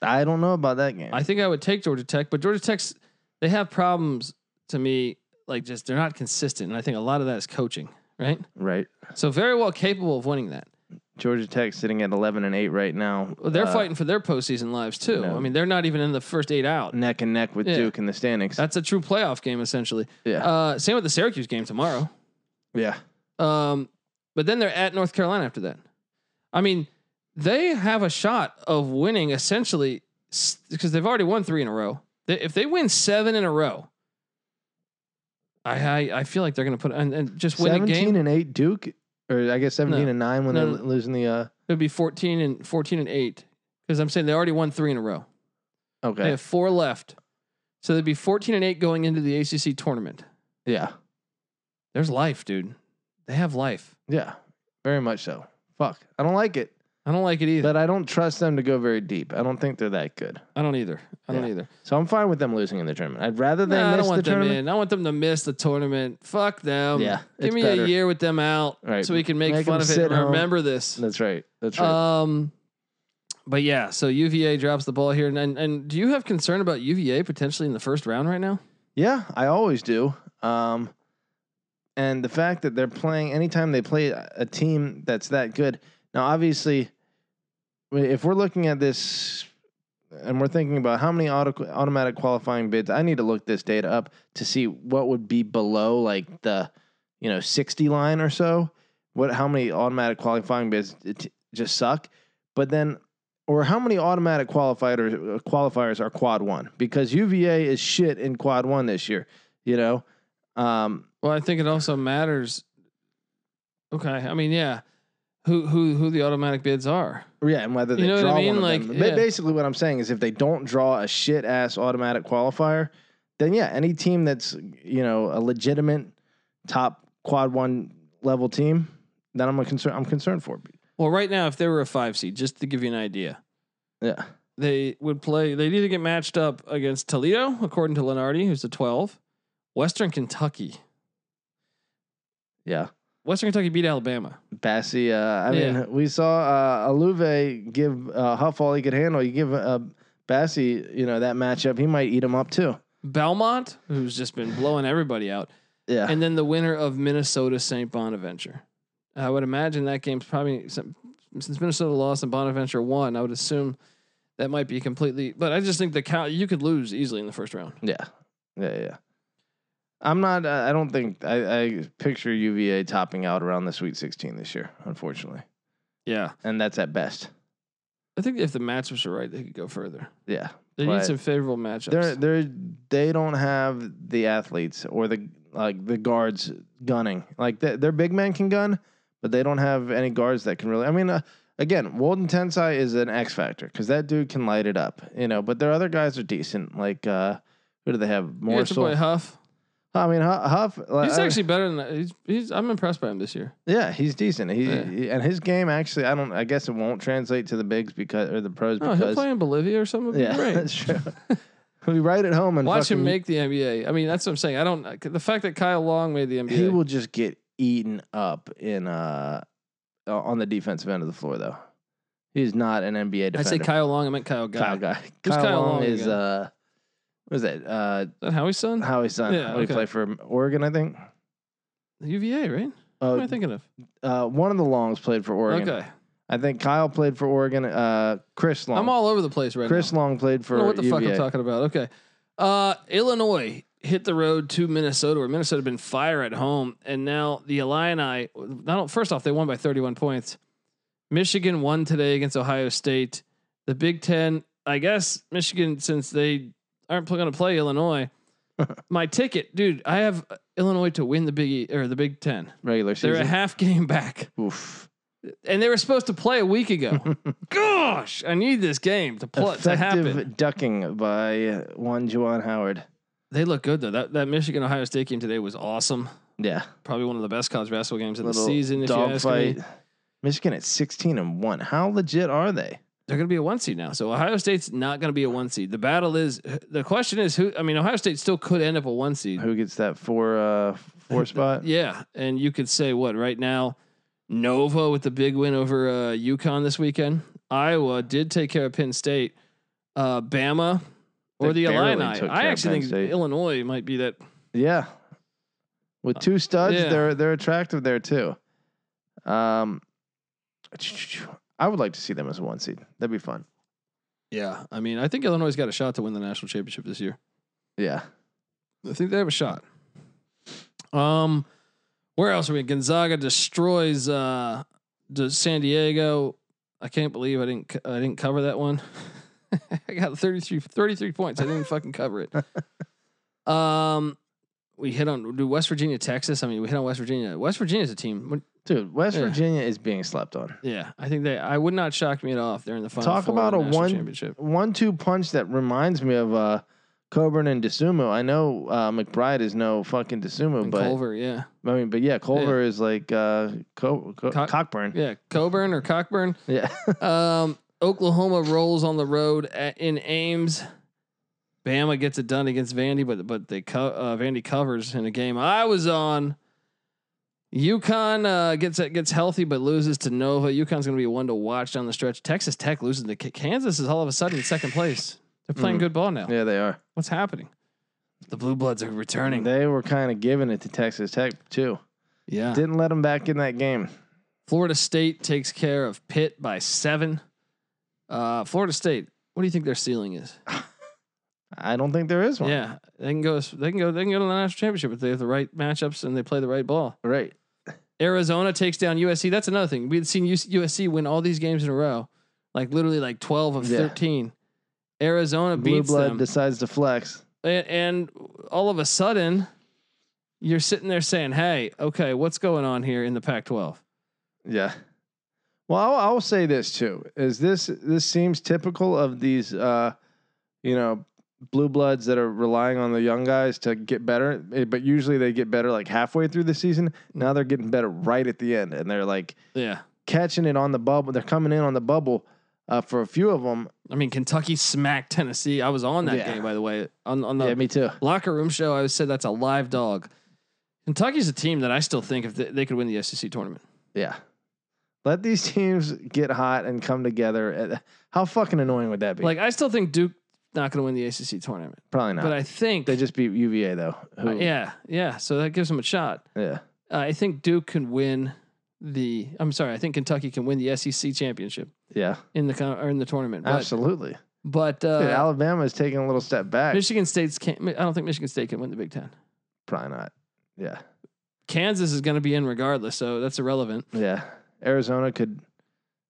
S2: I don't know about that game.
S1: I think I would take Georgia Tech, but Georgia Tech's they have problems to me. Like just they're not consistent, and I think a lot of that is coaching, right?
S2: right.
S1: So very well capable of winning that.
S2: Georgia Tech sitting at 11 and 8 right now.
S1: Well, they're
S2: uh,
S1: fighting for their postseason lives too.
S2: no.
S1: I mean, they're not even in the first eight out.
S2: neck and neck with
S1: Yeah.
S2: Duke in the standings.
S1: That's a true playoff game essentially.
S2: yeah.
S1: Uh, same with the Syracuse game tomorrow.
S2: yeah.
S1: Um, but then they're at North Carolina after that. I mean, they have a shot of winning essentially because they've already won three in a row. They, if they win seven in a row, I I, I feel like they're going to put and, and just win the
S2: 17
S1: game.
S2: and 8 Duke or I guess 17
S1: No.
S2: and 9 when
S1: No,
S2: they're
S1: no.
S2: losing the uh
S1: It'd be fourteen and fourteen and eight because I'm saying they already won three in a row.
S2: Okay.
S1: They have four left, so they'd be fourteen and eight going into the ACC tournament.
S2: yeah.
S1: There's life, dude. They have life.
S2: Yeah. Very much so. Fuck. I don't like it,
S1: I don't like it either.
S2: but I don't trust them to go very deep. I don't think they're that good.
S1: I don't either. I don't
S2: Yeah.
S1: either.
S2: So I'm fine with them losing in the tournament. I'd rather they
S1: Nah, I
S2: miss
S1: don't want
S2: the
S1: them
S2: tournament.
S1: in. I want them to miss the tournament. Fuck them.
S2: Yeah,
S1: Give
S2: it's
S1: me a
S2: better.
S1: year with them out
S2: Right.
S1: so we can make,
S2: Make
S1: fun
S2: them
S1: of it
S2: sit
S1: and
S2: home.
S1: remember this.
S2: That's right. That's right.
S1: Um but yeah, so UVA drops the ball here and, and and do you have concern about UVA potentially in the first round right now?
S2: Yeah, I always do. Um, and the fact that they're playing anytime they play a a team that's that good. Now, obviously, I mean, if we're looking at this and we're thinking about how many auto, automatic qualifying bids, I need to look this data up to see what would be below like the you know sixty line or so. What how many automatic qualifying bids it just suck? But then or how many automatic qualifiers qualifiers are quad one? Because UVA is shit in quad one this year. You know, um,
S1: Well, I think it also matters Okay. I mean, yeah. Who who who the automatic bids are.
S2: yeah, and whether
S1: You
S2: they
S1: know what I
S2: draw
S1: mean?
S2: one
S1: Like,
S2: of them. Ba-
S1: yeah.
S2: Basically, what I'm saying is, if they don't draw a shit ass automatic qualifier, then yeah, any team that's you know a legitimate top quad one level team, then I'm a concern. I'm concerned for.
S1: Well, right now if they were a 5 seed, just to give you an idea.
S2: Yeah,
S1: they would play. They'd either get matched up against Toledo, according to Lenardi, who's the 12, Western Kentucky.
S2: yeah.
S1: Western Kentucky beat Alabama.
S2: Bassie, uh, I
S1: Yeah.
S2: mean, we saw uh, Aluve give uh, Huff all he could handle. You give uh, Bassie, you know, that matchup, he might eat him up too.
S1: Belmont, who's just been blowing everybody out,
S2: Yeah.
S1: and then the winner of Minnesota St. Bonaventure. I would imagine that game's probably some- since Minnesota lost and Bonaventure won. I would assume that might be completely. But I just think the cow you could lose easily in the first round.
S2: yeah. Yeah. Yeah. I'm not, uh, I don't think, I, I picture UVA topping out around the Sweet 16 this year, unfortunately.
S1: Yeah,
S2: And that's at best.
S1: I think if the matchups are right, they could go further.
S2: Yeah.
S1: They need
S2: But
S1: some favorable matchups.
S2: They're, they're, they don't have the athletes or the, like, the guards gunning. Like, th- their big men can gun, but they don't have any guards that can really, I mean, uh, again, Walden Tensai is an X factor because that dude can light it up, you know, but their other guys are decent. Like, uh, who do they have?
S1: you get your boy
S2: Morsel.
S1: Huff.
S2: I mean, Hu- Huff. like,
S1: He's
S2: I-
S1: actually better than that. He's, he's. I'm impressed by him this year.
S2: Yeah, he's decent. He,
S1: Yeah.
S2: he- and his game actually, I don't. I guess it won't translate to the bigs because or the pros
S1: Oh, he'll
S2: because
S1: play in Bolivia or something.
S2: yeah,
S1: Yeah, great.
S2: that's true. He'll be right at home and
S1: Watch him
S2: fucking-
S1: make the NBA. I mean, that's what I'm saying. I don't. The fact that Kyle Long made the NBA.
S2: He will just get eaten up in uh uh, on the defensive end of the floor though. He's not an NBA defender.
S1: I say Kyle Long. I meant Kyle Guy.
S2: Kyle
S1: Is
S2: guy.
S1: Who's
S2: Kyle,
S1: Kyle
S2: Long,
S1: Long
S2: is
S1: again?
S2: uh, what is that? Uh,
S1: that Howie's son?
S2: Howie's son.
S1: Yeah,
S2: Yeah, He
S1: okay.
S2: played for Oregon, I think.
S1: UVA, right? What am I
S2: Oh,
S1: thinking of?
S2: uh, one of the Longs played for Oregon.
S1: Okay,
S2: I think Kyle played for Oregon. Uh, Chris Long.
S1: I'm all over the place right
S2: Chris
S1: now.
S2: Long played for
S1: I don't know what the fuck I'm
S2: UVA.
S1: talking about. Okay, uh, Illinois hit the road to Minnesota, where Minnesota had been fire at home, and now the Illini. Not first off, they won by 31 points. Michigan won today against Ohio State. The Big Ten I guess Michigan, since they aren't going to play Illinois, my ticket, dude, I have Illinois to win the Big E, or the Big Ten.
S2: Regular
S1: They're
S2: season.
S1: a half game back,
S2: Oof.
S1: and they were supposed to play a week ago. Gosh, I need this game to play to happen.
S2: Effective ducking by uh, one Juwan Howard.
S1: They look good though. That that Michigan Ohio State game today was awesome.
S2: Yeah.
S1: Probably one of the best college basketball games of the
S2: Little
S1: season. If you ask me,
S2: Dogfight. Michigan at 16 and 1. How legit are they?
S1: they're going to be a one seed now. So Ohio State's not going to be a one seed. The battle is the question is who. I mean, Ohio State still could end up a one seed.
S2: Who gets that four uh four spot?
S1: Yeah, and you could say what right now, Nova with the big win over uh, UConn this weekend. Iowa did take care of Penn State. Uh, Bama or
S2: They
S1: the
S2: barely
S1: Illini.
S2: took
S1: I
S2: care of
S1: actually
S2: Penn
S1: think
S2: State.
S1: Illinois might be that.
S2: Yeah. With two studs,
S1: yeah.
S2: they're they're attractive there too. Um I would like to see them as a one seed. That'd be fun.
S1: Yeah, I mean, I think Illinois got a shot to win the national championship this year.
S2: Yeah.
S1: I think they have a shot. Um, where else are we? Gonzaga destroys uh, de- San Diego. I can't believe I didn't co- I didn't cover that one. I got 33, 33 points. I didn't fucking cover it. Um, we hit on do West Virginia, Texas. I mean, we hit on West Virginia. West Virginia's a team. When-
S2: Dude, West
S1: Yeah.
S2: Virginia is being slept on.
S1: Yeah, I think they. I would not shock me at all if they're in the final.
S2: Talk
S1: four of
S2: about
S1: the
S2: a
S1: national
S2: one-
S1: championship.
S2: One two punch that reminds me of uh Coburn and DeSumo. I know uh, McBride is no fucking DeSumo,
S1: And
S2: but
S1: Culver, yeah,
S2: I mean, but yeah, Culver is like uh, Co- Co-
S1: Cock-
S2: Cockburn.
S1: yeah, Coburn or Cockburn.
S2: Yeah,
S1: Um, Oklahoma rolls on the road at, in Ames. Bama gets it done against Vandy, but but they co- uh, Vandy covers in a game I was on. UConn uh, gets gets healthy but loses to Nova. UConn's going to be one to watch down the stretch. Texas Tech loses to K- Kansas is all of a sudden in second place. They're playing
S2: Mm.
S1: good ball now.
S2: yeah, they are.
S1: What's happening? The Blue Bloods are returning.
S2: They were kind of giving it to Texas Tech too.
S1: yeah.
S2: Didn't let them back in that game.
S1: Florida State takes care of Pitt by seven. Uh, Florida State, what do you think their ceiling is?
S2: I don't think there is one.
S1: Yeah, they can go. They can go. They can go to the national championship if they have the right matchups and they play the right ball.
S2: Right.
S1: Arizona takes down USC. That's another thing. We've seen US- USC win all these games in a row, like literally like twelve of
S2: Yeah.
S1: thirteen. Arizona
S2: Blue
S1: beats
S2: blood
S1: them,
S2: decides to flex.
S1: and, and all of a sudden, you're sitting there saying, "Hey, okay, what's going on here in the Pac-12?"
S2: Yeah. Well, I'll, I'll say this too: is this this seems typical of these, uh, you know, blue bloods that are relying on the young guys to get better, eh, but usually they get better like halfway through the season. Now they're getting better right at the end, and they're like
S1: Yeah,
S2: catching it on the bubble. They're coming in on the bubble uh, for a few of them.
S1: I mean Kentucky smacked Tennessee. I was on that
S2: Yeah.
S1: game by the way on on the
S2: Yeah, me too.
S1: locker room show. I always said that's a live dog. Kentucky's a team that I still think if they, they could win the SEC tournament.
S2: Yeah. Let these teams get hot and come together. Eh, How fucking annoying would that be?
S1: Like I still think Duke not going to win the ACC tournament,
S2: Probably not.
S1: but I think
S2: they just beat UVA though. Who,
S1: yeah, yeah. So that gives them a shot.
S2: yeah.
S1: Uh, I think Duke can win the. I'm sorry, I think Kentucky can win the SEC championship
S2: Yeah.
S1: in the con- or in the tournament. But,
S2: Absolutely.
S1: but
S2: Dude,
S1: uh,
S2: Alabama is taking a little step back.
S1: Michigan State's can't. I don't think Michigan State can win the Big Ten.
S2: Probably not. Yeah.
S1: Kansas is going to be in regardless, so that's irrelevant.
S2: Yeah. Arizona could,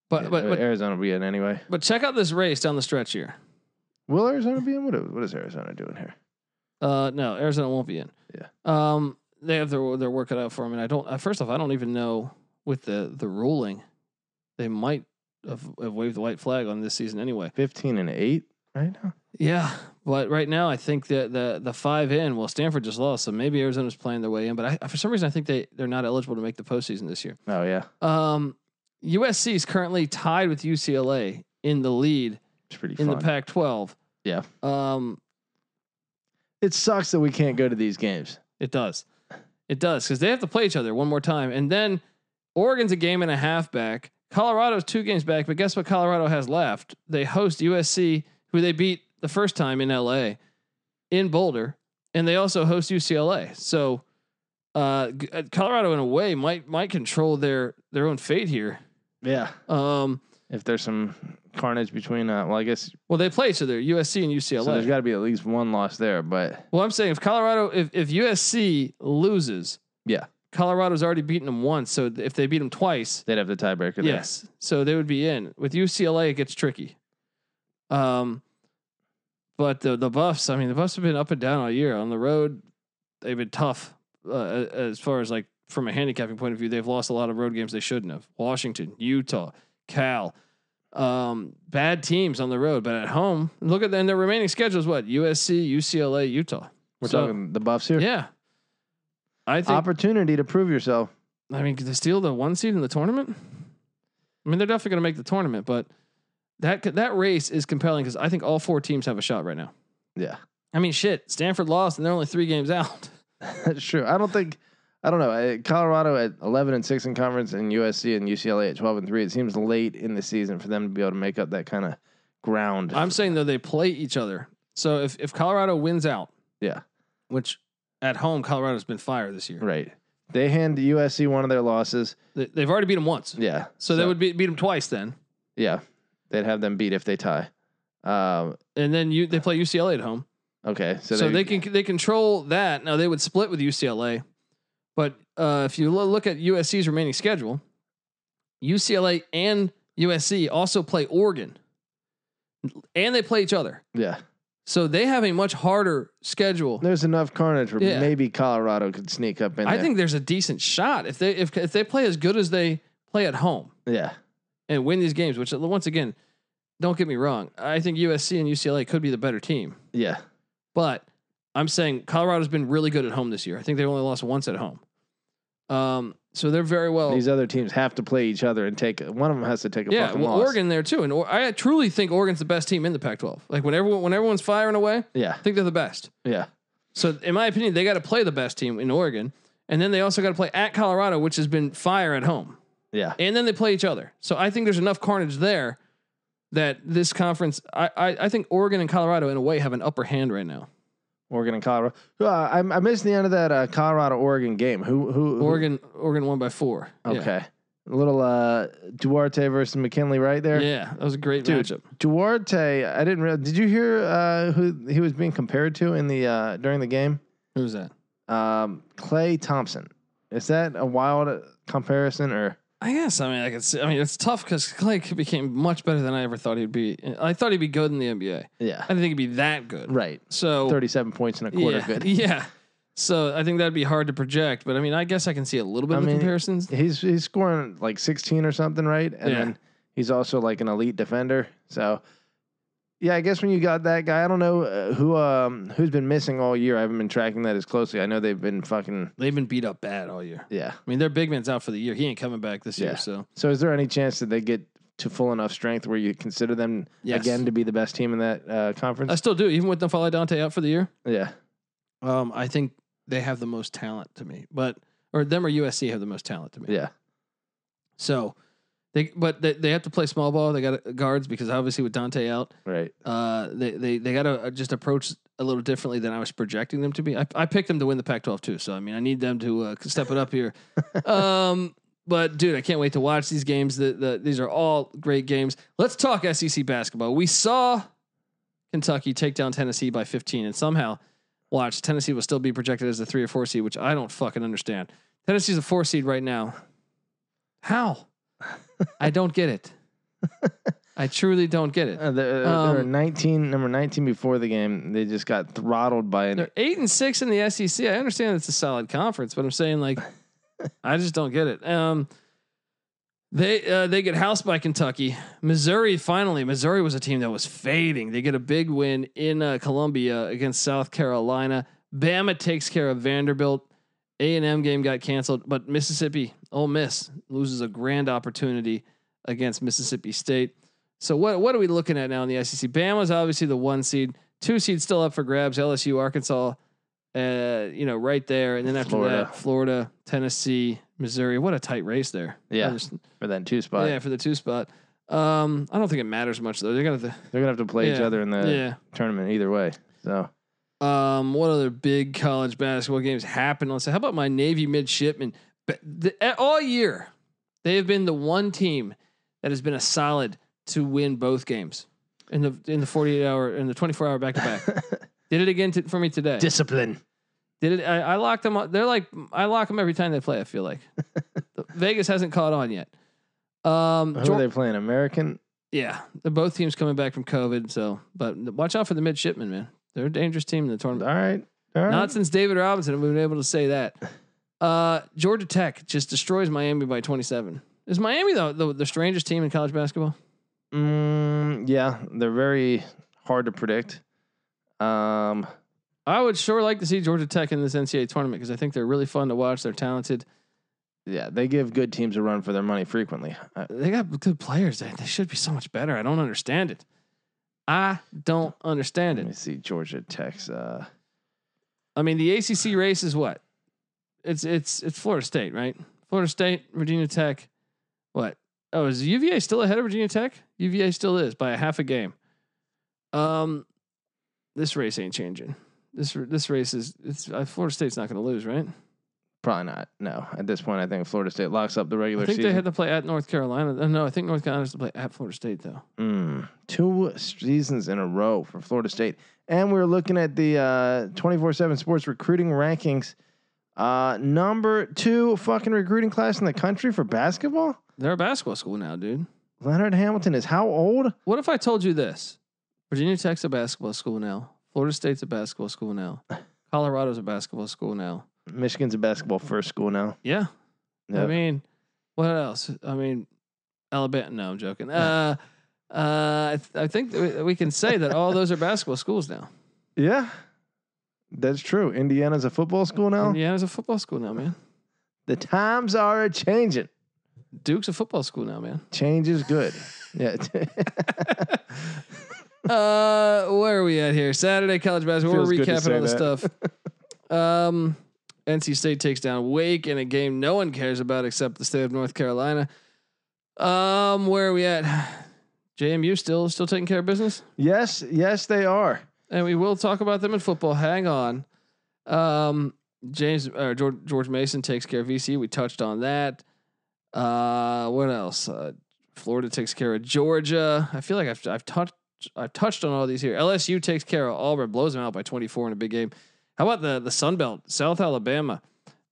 S1: But but but,
S2: Arizona be in anyway.
S1: but check out this race down the stretch here.
S2: Will Arizona be in? What, what is Arizona doing here?
S1: Uh, no, Arizona won't be in.
S2: Yeah.
S1: Um, they have their their work cut out for them, and I don't. Uh, first off, I don't even know with the the ruling, they might have, have waved the white flag on this season anyway.
S2: 15 and 8 right now?
S1: Yeah, but right now I think that the the five in. Well, Stanford just lost, so maybe Arizona's playing their way in. But I, for some reason, I think they they're not eligible to make the postseason this year.
S2: Oh, yeah.
S1: Um, USC is currently tied with UCLA in the lead
S2: It's pretty
S1: in
S2: fun.
S1: the Pac-12.
S2: Yeah.
S1: Um,
S2: it sucks that we can't go to these games.
S1: It does. It does because they have to play each other one more time, and then Oregon's a game and a half back. Colorado's two games back, but guess what? Colorado has left. They host USC, who they beat the first time in LA, in Boulder, and they also host UCLA. So, uh, g- uh, Colorado in a way might might control their their own fate here.
S2: Yeah.
S1: Um,
S2: If there's some carnage between, uh, well, I guess
S1: well, they play each other, USC and
S2: so
S1: UCLA.
S2: there's got to be at least one loss there, but
S1: Well, I'm saying if Colorado, if, if USC loses,
S2: Yeah.
S1: Colorado's already beaten them once. So th- if they beat them twice,
S2: they'd have the tiebreaker there.
S1: yes, so they would be in. With UCLA, it gets tricky. Um, but the the Buffs, I mean, the Buffs have been up and down all year on the road. They've been tough uh, as far as like from a handicapping point of view. They've lost a lot of road games they shouldn't have. Washington, Utah, Cal, um, bad teams on the road, but at home, look at then their remaining schedule is what USC, UCLA, Utah.
S2: We're
S1: So-
S2: talking the buffs here.
S1: Yeah, I think.
S2: Opportunity to prove yourself.
S1: I mean, could they steal the one seed in the tournament? I mean, they're definitely going to make the tournament, but that that race is compelling because I think all four teams have a shot right now.
S2: Yeah,
S1: I mean, shit, Stanford lost and they're only three games out.
S2: that's true. I don't think. I don't know. Uh, Colorado at eleven and six in conference, and USC and UCLA at twelve and three. It seems late in the season for them to be able to make up that kind of ground.
S1: I'm saying though they play each other. So if if Colorado wins out,
S2: Yeah.
S1: which at home Colorado's been fire this year.
S2: right. They hand USC one of their losses.
S1: They, they've already beat them once,
S2: Yeah.
S1: so, they would be, beat them twice then,
S2: Yeah, they'd have them beat if they tie. Um,
S1: and then you they play UCLA at home.
S2: okay, so,
S1: So, they, can they control that. Now they would split with UCLA, but uh, if you lo- look at USC's remaining schedule, UCLA and USC also play Oregon, and they play each other.
S2: yeah.
S1: So they have a much harder schedule.
S2: There's enough carnage where
S1: Yeah.
S2: maybe Colorado could sneak up in.
S1: I
S2: there.
S1: think there's a decent shot if they if if they play as good as they play at home
S2: yeah,
S1: and win these games. Which once again, don't get me wrong, I think USC and UCLA could be the better team.
S2: yeah,
S1: But I'm saying Colorado's been really good at home this year. I think they only lost once at home. Um, so they're very well.
S2: These other teams have to play each other and take one of them has to take a
S1: yeah,
S2: fucking
S1: well,
S2: loss.
S1: Oregon there too, and or- I truly think Oregon's the best team in the Pac-12. Like when everyone when everyone's firing away, I
S2: Yeah,
S1: think they're the best.
S2: yeah,
S1: So in my opinion, they got to play the best team in Oregon, and then they also got to play at Colorado, which has been fire at home.
S2: yeah.
S1: and then they play each other. So I think there's enough carnage there that this conference, I, I, I think Oregon and Colorado in a way have an upper hand right now.
S2: Oregon and Colorado. Uh, I, I missed the end of that uh, Colorado Oregon game. Who who? who-
S1: Oregon, Oregon won by four. Yeah.
S2: Okay, a little uh, Duarte versus McKinley right
S1: Yeah,
S2: there.
S1: that was a great
S2: Dude.
S1: matchup.
S2: Duarte, I didn't. Real, did you hear uh, who he was being compared to in the uh, during the game?
S1: Who was that?
S2: Um, Clay Thompson. Is that a wild uh, comparison or?
S1: I guess. I mean, I could. See, I mean, it's tough because Clay became much better than I ever thought he'd be. I thought he'd be good in the NBA. I
S2: Yeah.
S1: didn't think he'd be that good.
S2: Right.
S1: So
S2: Thirty-seven points in a quarter.
S1: Oh. yeah,
S2: Good.
S1: yeah. So I think that'd be hard to project, but I mean, I guess I can see a little bit
S2: I
S1: of the
S2: mean,
S1: comparisons.
S2: He's he's scoring like sixteen or something, right? And
S1: Yeah.
S2: then he's also like an elite defender. So, yeah, I guess when you got that guy, I don't know uh, who um who's been missing all year. I haven't been tracking that as closely. I know they've been fucking
S1: They've been beat up bad all year.
S2: yeah.
S1: I mean, their big man's out for the year. He ain't coming back this
S2: Yeah.
S1: year. So
S2: So, is there any chance that they get to full enough strength where you consider them
S1: Yes.
S2: again to be the best team in that uh, conference?
S1: I still do, even with Nafale Dante out for the year.
S2: yeah,
S1: Um, I think they have the most talent to me, but or them or USC have the most talent to me.
S2: yeah,
S1: So they, but they, they have to play small ball. They got guards because obviously with Dante out,
S2: right.
S1: uh, they they they got to just approach a little differently than I was projecting them to be. I, I picked them to win the Pac-12 too, so I mean I need them to uh, step it up here. um, but dude, I can't wait to watch these games. The, the these are all great games. Let's talk SEC basketball. We saw Kentucky take down Tennessee by 15, and somehow watch Tennessee will still be projected as a three or four seed, which I don't fucking understand. Tennessee's a four seed right now. How? I don't get it. I truly don't get it.
S2: Uh, they're, they're
S1: Um,
S2: 19, number 19 before the game. They just got throttled by an.
S1: They're eight and six in the SEC. I understand it's a solid conference, but I'm saying like, I just don't get it. Um, they uh, they get housed by Kentucky, Missouri. Finally, Missouri was a team that was fading. They get a big win in uh, Columbia against South Carolina. Bama takes care of Vanderbilt. A and M game got canceled, but Mississippi Ole Miss loses a grand opportunity against Mississippi State. So what what are we looking at now in the SEC? Bama's obviously the one seed, two seed still up for grabs. LSU, Arkansas, uh, you know, right there, and then after
S2: Florida.
S1: that, Florida, Tennessee, Missouri. What a tight race there.
S2: Yeah.
S1: I just-
S2: for that two spot.
S1: yeah, for the two spot. Um, I don't think it matters much though. They're gonna have
S2: They're gonna have to play each
S1: Yeah.
S2: other in
S1: to,
S2: the
S1: yeah.
S2: tournament either way. So
S1: Um, what other big college basketball games happened? Let's say, how about my Navy midshipmen? But the, a- all year, they have been the one team that has been a solid to win both games in the in the forty eight hour in the twenty four hour back to back. Did it again t- for me today.
S2: discipline.
S1: Did it? I, I locked them up. They're like I lock them every time they play. I feel like Vegas hasn't caught on yet. Um,
S2: Who
S1: Jor-
S2: are they playing? American?
S1: Yeah, they're both teams coming back from COVID. So, but watch out for the midshipmen, man. They're a dangerous team in the
S2: All
S1: tournament.
S2: right. All right.
S1: Not since David Robinson have we been able to say that. Uh, Georgia Tech just destroys Miami by 27. Is Miami the, the, the strangest team in college basketball?
S2: Mm, yeah, they're very hard to predict. Um,
S1: I would sure like to see Georgia Tech in this NCAA tournament because I think they're really fun to watch. They're talented.
S2: yeah, they give good teams a run for their money frequently. Uh, I,
S1: They got good players. They, they should be so much better. I don't understand it. I don't understand
S2: let me
S1: it.
S2: see Georgia Tech's. Uh,
S1: I mean, the ACC race is what? It's it's it's Florida State, right? Florida State, Virginia Tech. What? Oh, is UVA still ahead of Virginia Tech? UVA still is by a half a game. Um, this race ain't changing. This this race is it's uh, Florida State's not going to lose, right?
S2: probably not. No, at this point, I think Florida State locks up the regular
S1: I think
S2: season.
S1: they had to play at North Carolina. Uh, No, I think North Carolina has to play at Florida State though.
S2: Mm, two seasons in a row for Florida State. And we are looking at the 24 7 sports recruiting rankings. Uh, number two fucking recruiting class in the country for basketball.
S1: They're a basketball school now, dude.
S2: Leonard Hamilton is how old?
S1: What if I told you this? Virginia Tech's a basketball school now. Florida State's a basketball school now. Colorado's a basketball school now.
S2: Michigan's a basketball first school now.
S1: Yeah. I
S2: Yep.
S1: mean, what else? I mean, Alabama. No, I'm joking. Uh, uh, I, th- I think that we- we can say that all those are basketball schools now.
S2: yeah, that's true. Indiana's a football school now.
S1: Indiana's a football school now, man.
S2: The times are a changing.
S1: Duke's a football school now, man.
S2: Change is good. yeah.
S1: Uh, where are we at here? Saturday college basketball.
S2: Feels
S1: We're
S2: good to
S1: recapping all this
S2: say
S1: stuff. Um, NC State takes down Wake in a game no one cares about except the state of North Carolina. Um, where are we at? JMU still still taking care of business.
S2: yes, yes, they are.
S1: and we will talk about them in football. Hang on. Um, James or George, George Mason takes care of VC. We touched on that. Uh, what else? Uh, Florida takes care of Georgia. I feel like I've I've touched I've touched on all these here. LSU takes care of Auburn, blows them out by 24 in a big game. How about the the Sun Belt? South Alabama,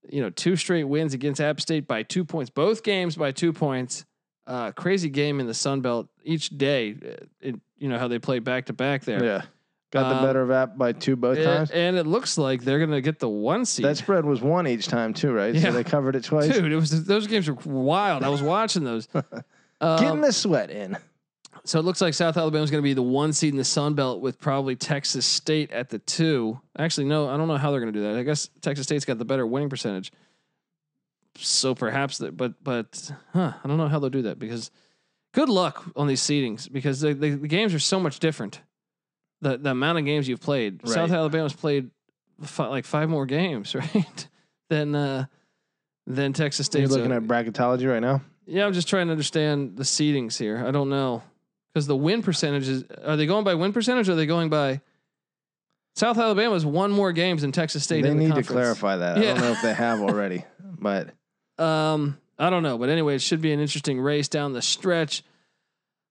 S1: you know, two straight wins against App State by two points. Both games by two points. Uh, crazy game in the Sun Belt each day. Uh, It, you know how they play back to back there.
S2: Yeah. Got the
S1: Um,
S2: better of app by two both
S1: It-
S2: times.
S1: and it looks like they're going to get the one seed.
S2: That spread was one each time too, right?
S1: Yeah.
S2: So they covered it twice.
S1: Dude, it was those games were wild. I was watching those.
S2: Getting
S1: Um,
S2: the sweat in.
S1: so it looks like South Alabama's going to be the one seed in the Sun Belt with probably Texas State at the two. Actually, no, I don't know how they're going to do that. I guess Texas State's got the better winning percentage. So perhaps that, but but huh, I don't know how they'll do that because good luck on these seedings because the, the, the games are so much different. The the amount of games you've played,
S2: Right.
S1: South Alabama's played fi- like five more games, right? than uh, than Texas uh, State.
S2: You're looking at bracketology right now.
S1: Yeah, I'm just trying to understand the seedings here. I don't know because the win percentages are they going by win percentage? Or are they going by South Alabama's won more games than Texas State?
S2: they
S1: in the
S2: need to
S1: conference.
S2: clarify that. I
S1: Yeah.
S2: don't know if they have already, but
S1: Um, I don't know, but anyway, it should be an interesting race down the stretch.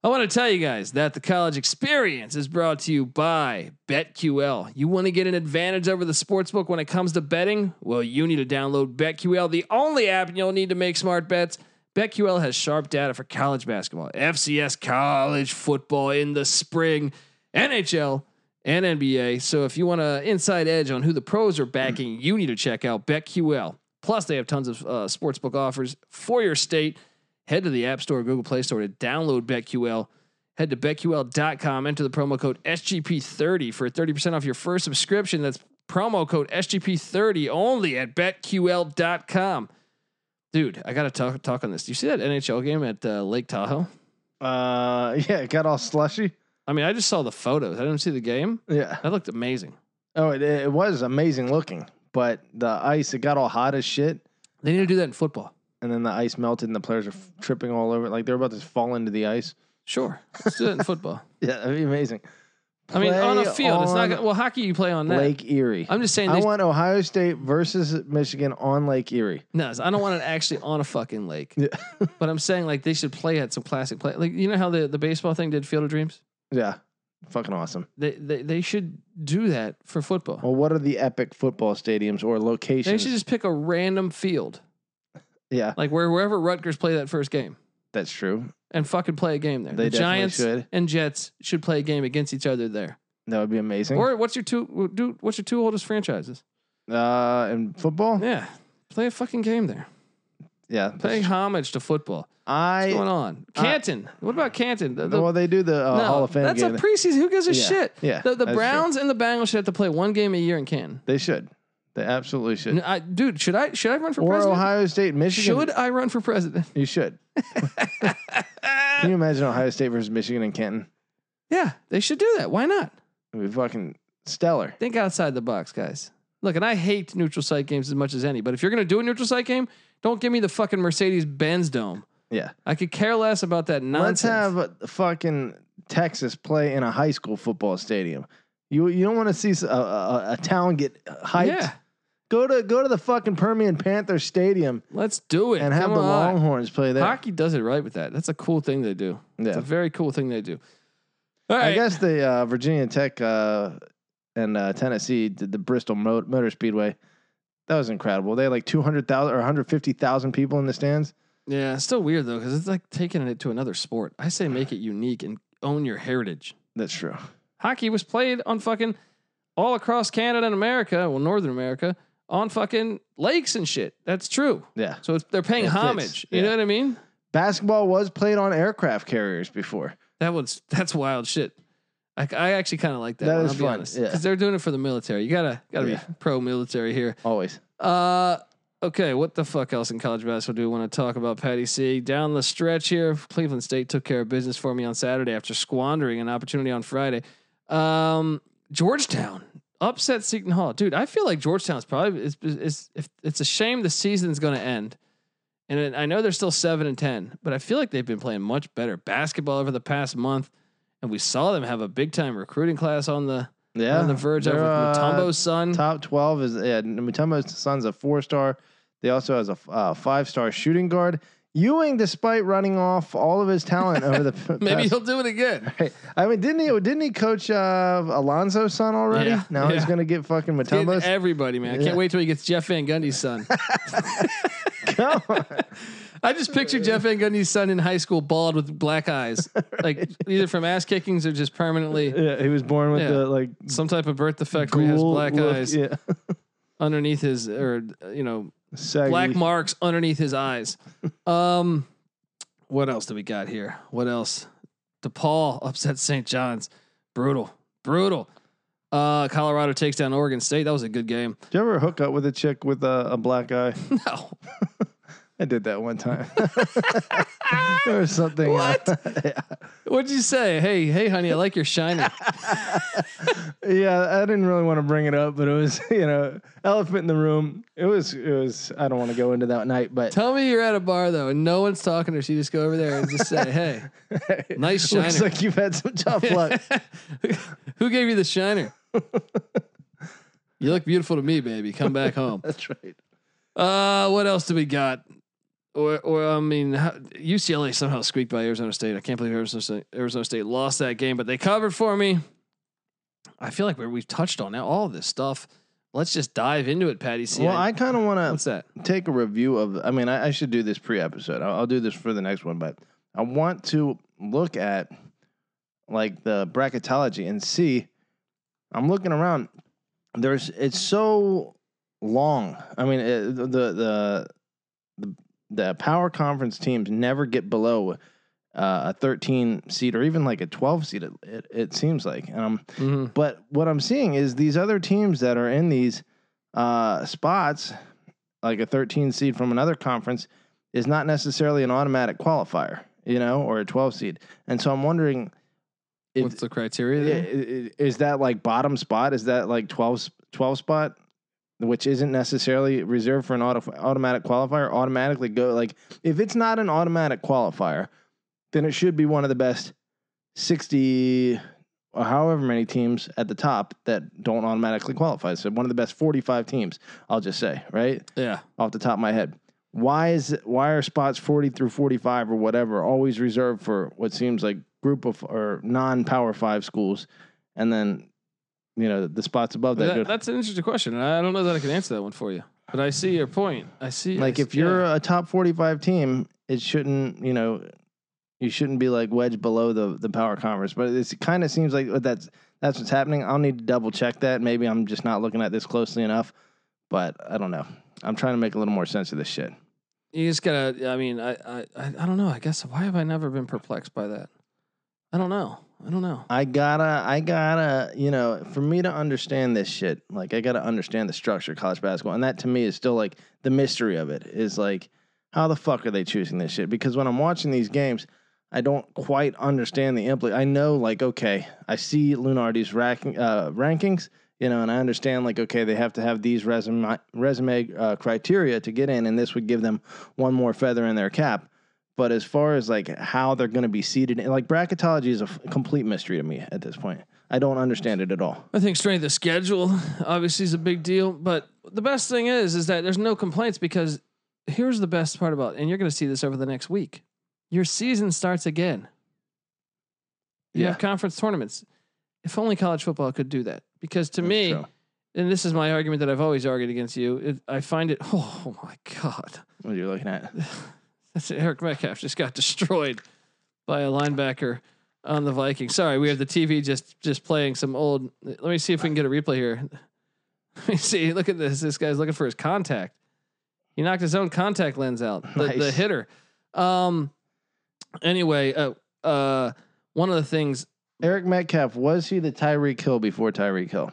S1: I want to tell you guys that the college experience is brought to you by BetQL. You want to get an advantage over the sportsbook when it comes to betting? Well, you need to download BetQL, the only app you'll need to make smart bets. BetQL has sharp data for college basketball, FCS college football in the spring, NHL, and NBA. So if you want an inside edge on who the pros are backing, you need to check out BetQL. Plus, they have tons of uh, sportsbook offers for your state. Head to the App Store, or Google Play Store to download BetQL. Head to betql.com, enter the promo code SGP30 for 30% off your first subscription. That's promo code SGP30 only at betql.com. Dude, I got to talk talk on this. Do you see that NHL game at uh, Lake Tahoe?
S2: uh, yeah, it got all slushy.
S1: I mean, I just saw the photos. I didn't see the game.
S2: Yeah.
S1: That looked amazing.
S2: Oh, it, it was amazing looking, but the ice it got all hot as shit,
S1: They need to do that in football.
S2: and then the ice melted, and the players were f- tripping all over. it. Like they're about to fall into the ice.
S1: Sure. Let's do that in football.
S2: Yeah, that'd be amazing.
S1: I mean, on a
S2: Play
S1: field. it's not
S2: on
S1: gonna, well, hockey you play on that.
S2: Lake Erie. i
S1: I'm just saying they
S2: want Ohio State versus Michigan on Lake Erie.
S1: No, I don't want it actually on a fucking lake.
S2: Yeah.
S1: but I'm saying like they should play at some classic play. Like you know how the, the baseball thing did Field of Dreams?
S2: Yeah, fucking awesome.
S1: They they, they should do that for football.
S2: Well, what are the epic football stadiums or locations?
S1: They should just pick a random field,
S2: yeah,
S1: like where wherever Rutgers play that first game.
S2: That's true.
S1: and fucking play a game there.
S2: They
S1: the
S2: definitely
S1: Giants
S2: should.
S1: and Jets should play a game against each other there.
S2: That would be amazing.
S1: Or what's your two do what's your two oldest franchises?
S2: uh, in football,
S1: Yeah. Play a fucking game there.
S2: yeah.
S1: Pay homage to football. What's
S2: I
S1: going on?
S2: I-
S1: Canton. what about Canton? The- the-
S2: well, they do the uh,
S1: no,
S2: Hall of Fame
S1: that's
S2: game.
S1: a preseason. Who gives a
S2: Yeah,
S1: shit?
S2: yeah,
S1: The, the
S2: that's true.
S1: Browns and the Bengals should have to play one game a year in Canton.
S2: they should. They absolutely should.
S1: N- I, dude, should I should I run for
S2: or
S1: president?
S2: Ohio State, Michigan.
S1: should I run for president?
S2: You should. Can you imagine Ohio State versus Michigan and Canton?
S1: Yeah, they should do that. Why not?
S2: It'd be fucking stellar.
S1: Think outside the box, guys. Look, and I hate neutral site games as much as any, but if you're going to do a neutral site game, don't give me the fucking Mercedes Benz Dome.
S2: Yeah.
S1: I could care less about that nonsense.
S2: Let's have a fucking Texas play in a high school football stadium. You you don't want to see s- a, a, a town get hyped.
S1: Yeah,
S2: Go to go to the fucking Permian Panther Stadium
S1: let's do it.
S2: and have
S1: Come
S2: the
S1: on.
S2: Longhorns play there.
S1: Hockey does it right with that. That's a cool thing they do. It's
S2: Yeah.
S1: a very cool thing they do. All right.
S2: I guess the uh, Virginia Tech uh, and uh, Tennessee did the Bristol Mo- Motor Speedway. That was incredible. They had like 200,000 or 150,000 people in the stands.
S1: Yeah, it's still weird though, because it's like taking it to another sport. I say make it unique and own your heritage.
S2: That's true.
S1: Hockey was played on fucking all across Canada and America, well, Northern America, on fucking lakes and shit. That's true.
S2: Yeah.
S1: So it's, they're paying
S2: It fits,
S1: homage. You
S2: yeah.
S1: know what I mean?
S2: Basketball was played on aircraft carriers before.
S1: That was that's wild shit. I, I actually kind of like that.
S2: That
S1: one,
S2: is
S1: I'll be
S2: fun,
S1: honest,
S2: yeah.
S1: because they're doing it for the military. You gotta gotta
S2: Yeah.
S1: be pro military here.
S2: Always.
S1: Uh, okay, what the fuck else in college basketball do we want to talk about, Patty C? Down the stretch here, Cleveland State took care of business for me on Saturday after squandering an opportunity on Friday. Um, Georgetown upset Seton Hall, dude. I feel like Georgetown's probably it's it's if it's a shame the season's going to end. And I I know they're still seven and ten, but I feel like they've been playing much better basketball over the past month, and we saw them have a big time recruiting class on the
S2: Yeah.
S1: on the verge of
S2: They're,
S1: with
S2: uh,
S1: Mutombo's son.
S2: Top 12 is yeah, Mutombo's son's a four star. They also has a f- uh, five star shooting guard. Ewing, despite running off all of his talent over the p-
S1: Maybe
S2: past-
S1: he'll do it again.
S2: Hey, I mean, didn't he? Didn't he coach uh, Alonso's son already?
S1: Yeah,
S2: Now he's
S1: yeah.
S2: gonna get fucking
S1: Getting
S2: Matumbo's.
S1: everybody, man. I
S2: Yeah.
S1: can't wait till he gets Jeff Van Gundy's son.
S2: Come on.
S1: I just pictured Jeff Van Gundy's son in high school, bald with black eyes, like either from ass kickings or just permanently
S2: yeah, he was born with
S1: Yeah.
S2: the like
S1: some type of birth defect where he has
S2: ghoul
S1: black
S2: look.
S1: eyes
S2: Yeah,
S1: underneath his, or you know,
S2: saggy.
S1: black marks underneath his eyes. Um, what else do we got here? What else? DePaul upset St. John's. Brutal, brutal. Uh, Colorado takes down Oregon State. That was a good game.
S2: Did you ever hook up with a chick with a, a black eye?
S1: No,
S2: I did that one time. there was something.
S1: What?
S2: uh, yeah.
S1: what'd you say? Hey, hey, honey, I like your shiny.
S2: Yeah, I didn't really want to bring it up, but it was you know elephant in the room. It was it was. I don't want to go into that night, but
S1: Tell me you're at a bar though, and no one's talking to her. So you just go over there and just say, "Hey, nice shiner."
S2: looks like you've had some tough luck.
S1: Who gave you the shiner? you look beautiful to me, baby. Come back home.
S2: That's right.
S1: Uh, what else do we got? Or, or I mean, how, UCLA somehow squeaked by Arizona State. I can't believe Arizona State, Arizona State lost that game, but they covered for me. I feel like we- we've touched on now all this stuff. Let's just dive into it, Patty. C.
S2: Well, I kind of want to
S1: what's that?
S2: take a review of. I mean, I, I should do this pre episode. I'll, I'll do this for the next one, but I want to look at like the bracketology and see. I'm looking around. There's it's so long. I mean, it, the, the the the power conference teams never get below uh, a 13 seed or even like a 12 seed. It, it, it seems like, and I'm
S1: hmm
S2: but what I'm seeing is these other teams that are in these uh, spots, like a 13 seed from another conference, is not necessarily an automatic qualifier, you know, or a 12 seed. And so I'm wondering, if-
S1: What's the criteria?
S2: i-
S1: There?
S2: i- is that like bottom spot? Is that like 12, 12 spot, which isn't necessarily reserved for an auto, automatic qualifier? Automatically go like if it's not an automatic qualifier, then it should be one of the best sixty or however many teams at the top that don't automatically qualify. So one of the best forty-five teams, I'll just say, right
S1: yeah.
S2: off the top of my head. Why is it, why are spots 40 through 45 or whatever always reserved for what seems like group of or non-power 5 schools and then you know the spots above that,
S1: That-
S2: go-
S1: that's an interesting question. and I don't know that I can answer that one for you, but I see your point. I see.
S2: like
S1: I
S2: if uh,
S1: see-
S2: you're a top 45 team it shouldn't you know You shouldn't be like wedged below the the power conference, but it kind of seems like that's that's what's happening. I'll need to double check that. Maybe I'm just not looking at this closely enough, but I don't know. I'm trying to make a little more sense of this shit.
S1: You just gotta. I mean, I, I, I I don't know. I guess why have I never been perplexed by that? I don't know. I don't know.
S2: I gotta, I gotta, you know, for me to understand this shit, like I gotta understand the structure of college basketball, and that to me is still like the mystery of it is like, how the fuck are they choosing this shit? Because when I'm watching these games, I don't quite understand the impl. I know, like, okay, I see Lunardi's ranking, uh, rankings, you know, and I understand, like, okay, they have to have these resume resume uh, criteria to get in, and this would give them one more feather in their cap. But as far as like how they're going to be seated, and, like bracketology is a f- complete mystery to me at this point. I don't understand it at all.
S1: I think strength of schedule obviously is a big deal, but the best thing is is that there's no complaints because here's the best part about, and you're going to see this over the next week. Your season starts again. You
S2: Yeah.
S1: have conference tournaments. If only college football could do that, because to
S2: That's
S1: me,
S2: true.
S1: and this is my argument that I've always argued against you. It, I find it. Oh my god,
S2: what you're looking at,
S1: that's Eric Metcalf just got destroyed by a linebacker on the Vikings. Sorry, we have the TV just just playing some old. Let me see if we can get a replay here. Let me see. Look at this. This guy's looking for his contact. He knocked his own contact lens out. The, the
S2: Nice.
S1: hitter. Um. Anyway, uh, uh, one of the things
S2: Eric Metcalf was he the Tyreek Hill before Tyreek Hill?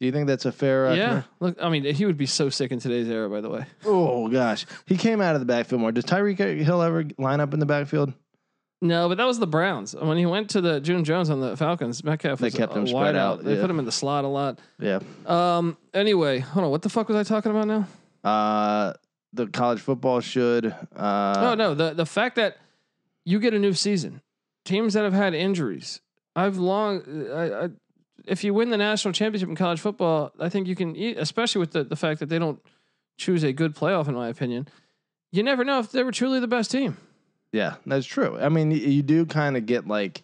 S2: Do you think that's a fair? Uh,
S1: yeah. Look, I mean, he would be so sick in today's era. By the way,
S2: Oh gosh, he came out of the backfield more. Does Tyreek Hill ever line up in the backfield?
S1: no, but that was the Browns. When he went to the June Jones on the Falcons, Metcalf
S2: They
S1: was
S2: kept
S1: a
S2: him spread
S1: wide
S2: out,
S1: They
S2: yeah.
S1: put him in the slot a lot.
S2: Yeah.
S1: Um. Anyway, hold on. What the fuck was I talking about now?
S2: Uh, the college football should. Uh,
S1: oh no. The the fact that you get a new season, teams that have had injuries. I've long. I, I, if you win the national championship in college football, I think you can. e- Especially with the the fact that they don't choose a good playoff, in my opinion. You never know if they were truly the best team.
S2: Yeah, that's true. I mean, y- you do kind of get like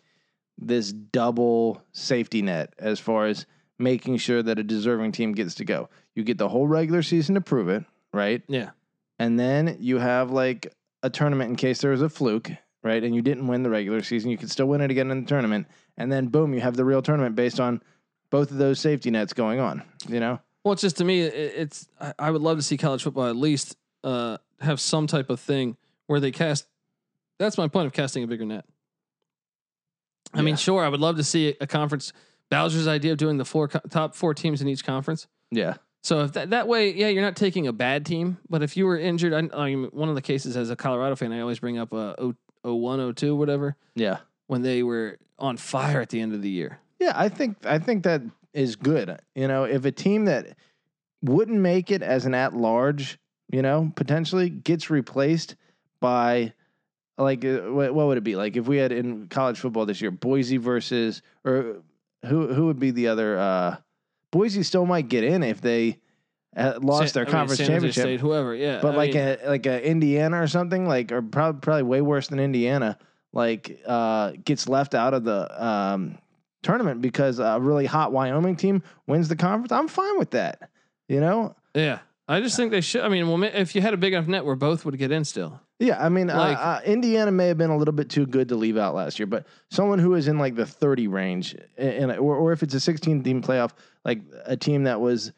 S2: this double safety net as far as making sure that a deserving team gets to go. You get the whole regular season to prove it, right?
S1: Yeah.
S2: And then you have like a tournament in case there was a fluke, right? And you didn't win the regular season, you could still win it again in the tournament. And then boom, you have the real tournament based on both of those safety nets going on, you know?
S1: Well, it's just to me, i it's I, I would love to see college football at least uh, have some type of thing where they cast. That's my point of casting a bigger net. I
S2: Yeah.
S1: mean, sure, I would love to see a conference. Bowser's idea of doing the four co- top four teams in each conference.
S2: Yeah.
S1: So if that, that way, yeah, you're not taking a bad team. But if you were injured, I, I mean, one of the cases as a Colorado fan, I always bring up uh, 01, 02, whatever,
S2: Yeah.
S1: when they were on fire at the end of the year.
S2: Yeah, I think I think that is good. You know, if a team that wouldn't make it as an at large, you know, potentially gets replaced by like uh, wh- what would it be? Like if we had in college football this year, Boise versus or who who would be the other uh Boise still might get in if they uh, lost
S1: San-
S2: their
S1: I mean,
S2: conference
S1: San Jose
S2: championship.
S1: State, whoever, yeah.
S2: But
S1: I
S2: like
S1: mean,
S2: a like a Indiana or something like or probably probably way worse than Indiana like uh gets left out of the um tournament because a really hot Wyoming team wins the conference. I'm fine with that. You know?
S1: Yeah. I just think they should. I mean, well, ma- if you had a big enough net where both would get in still.
S2: Yeah, I mean,
S1: Like-
S2: uh, uh, Indiana may have been a little bit too good to leave out last year, but someone who is in like the 30 range, and or, or if it's a 16 team playoff, like a team that was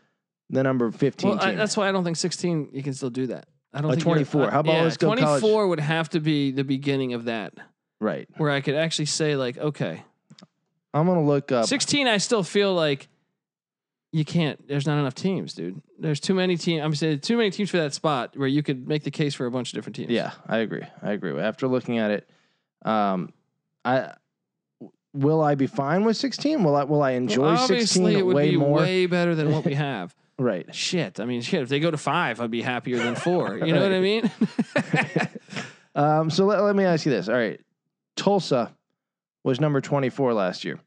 S2: the number 15
S1: Well, I,
S2: team.
S1: that's why I don't think 16, you can still do that. I don't
S2: Or
S1: think you're- uh,
S2: 24. How about
S1: yeah,
S2: let's go college?
S1: 24 would have to be the beginning of that
S2: right.
S1: where I could actually say, like, okay,
S2: I'm gonna look up.
S1: 16, I still feel like you can't, there's not enough teams, dude. There's too many teams. I'm saying too many teams for that spot where you could make the case for a bunch of different teams.
S2: Yeah, I agree. I agree. After looking at it, um, I will I be fine with sixteen? Will I will I
S1: Well,
S2: enjoy
S1: obviously,
S2: sixteen
S1: it would
S2: way
S1: be
S2: more?
S1: way better than what we have.
S2: right.
S1: shit. I mean, shit. If they go to five, I'd be happier than four. You know what I mean?
S2: Um, so let, let me ask you this. All right, Tulsa was number twenty four last year.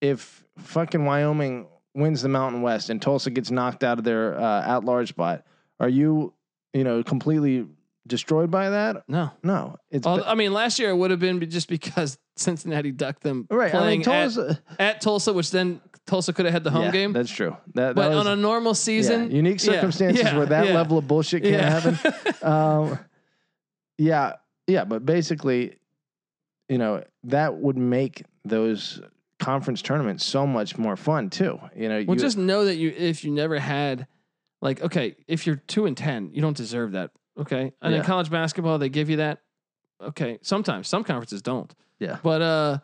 S2: If fucking Wyoming wins the Mountain West and Tulsa gets knocked out of their uh, at large spot, are you you know completely destroyed by that?
S1: no.
S2: No, it's
S1: Although, I mean, last year it would have been just because Cincinnati ducked them
S2: right. I
S1: playing
S2: mean, Tulsa.
S1: at, at Tulsa, which then Tulsa could have had the home
S2: Yeah,
S1: game.
S2: That's true. That, that
S1: but on
S2: was-
S1: a normal season,
S2: Yeah, unique
S1: yeah,
S2: circumstances
S1: yeah,
S2: where that
S1: yeah,
S2: level of bullshit can
S1: yeah.
S2: happen. Um, yeah, yeah, but basically, you know, that would make those conference tournaments so much more fun too. You know,
S1: Well,
S2: you,
S1: just know that you if you never had like okay, if you're two and ten, you don't deserve that. Okay, and in
S2: Yeah.
S1: college basketball, they give you that. Okay, sometimes some conferences don't.
S2: Yeah.
S1: but uh,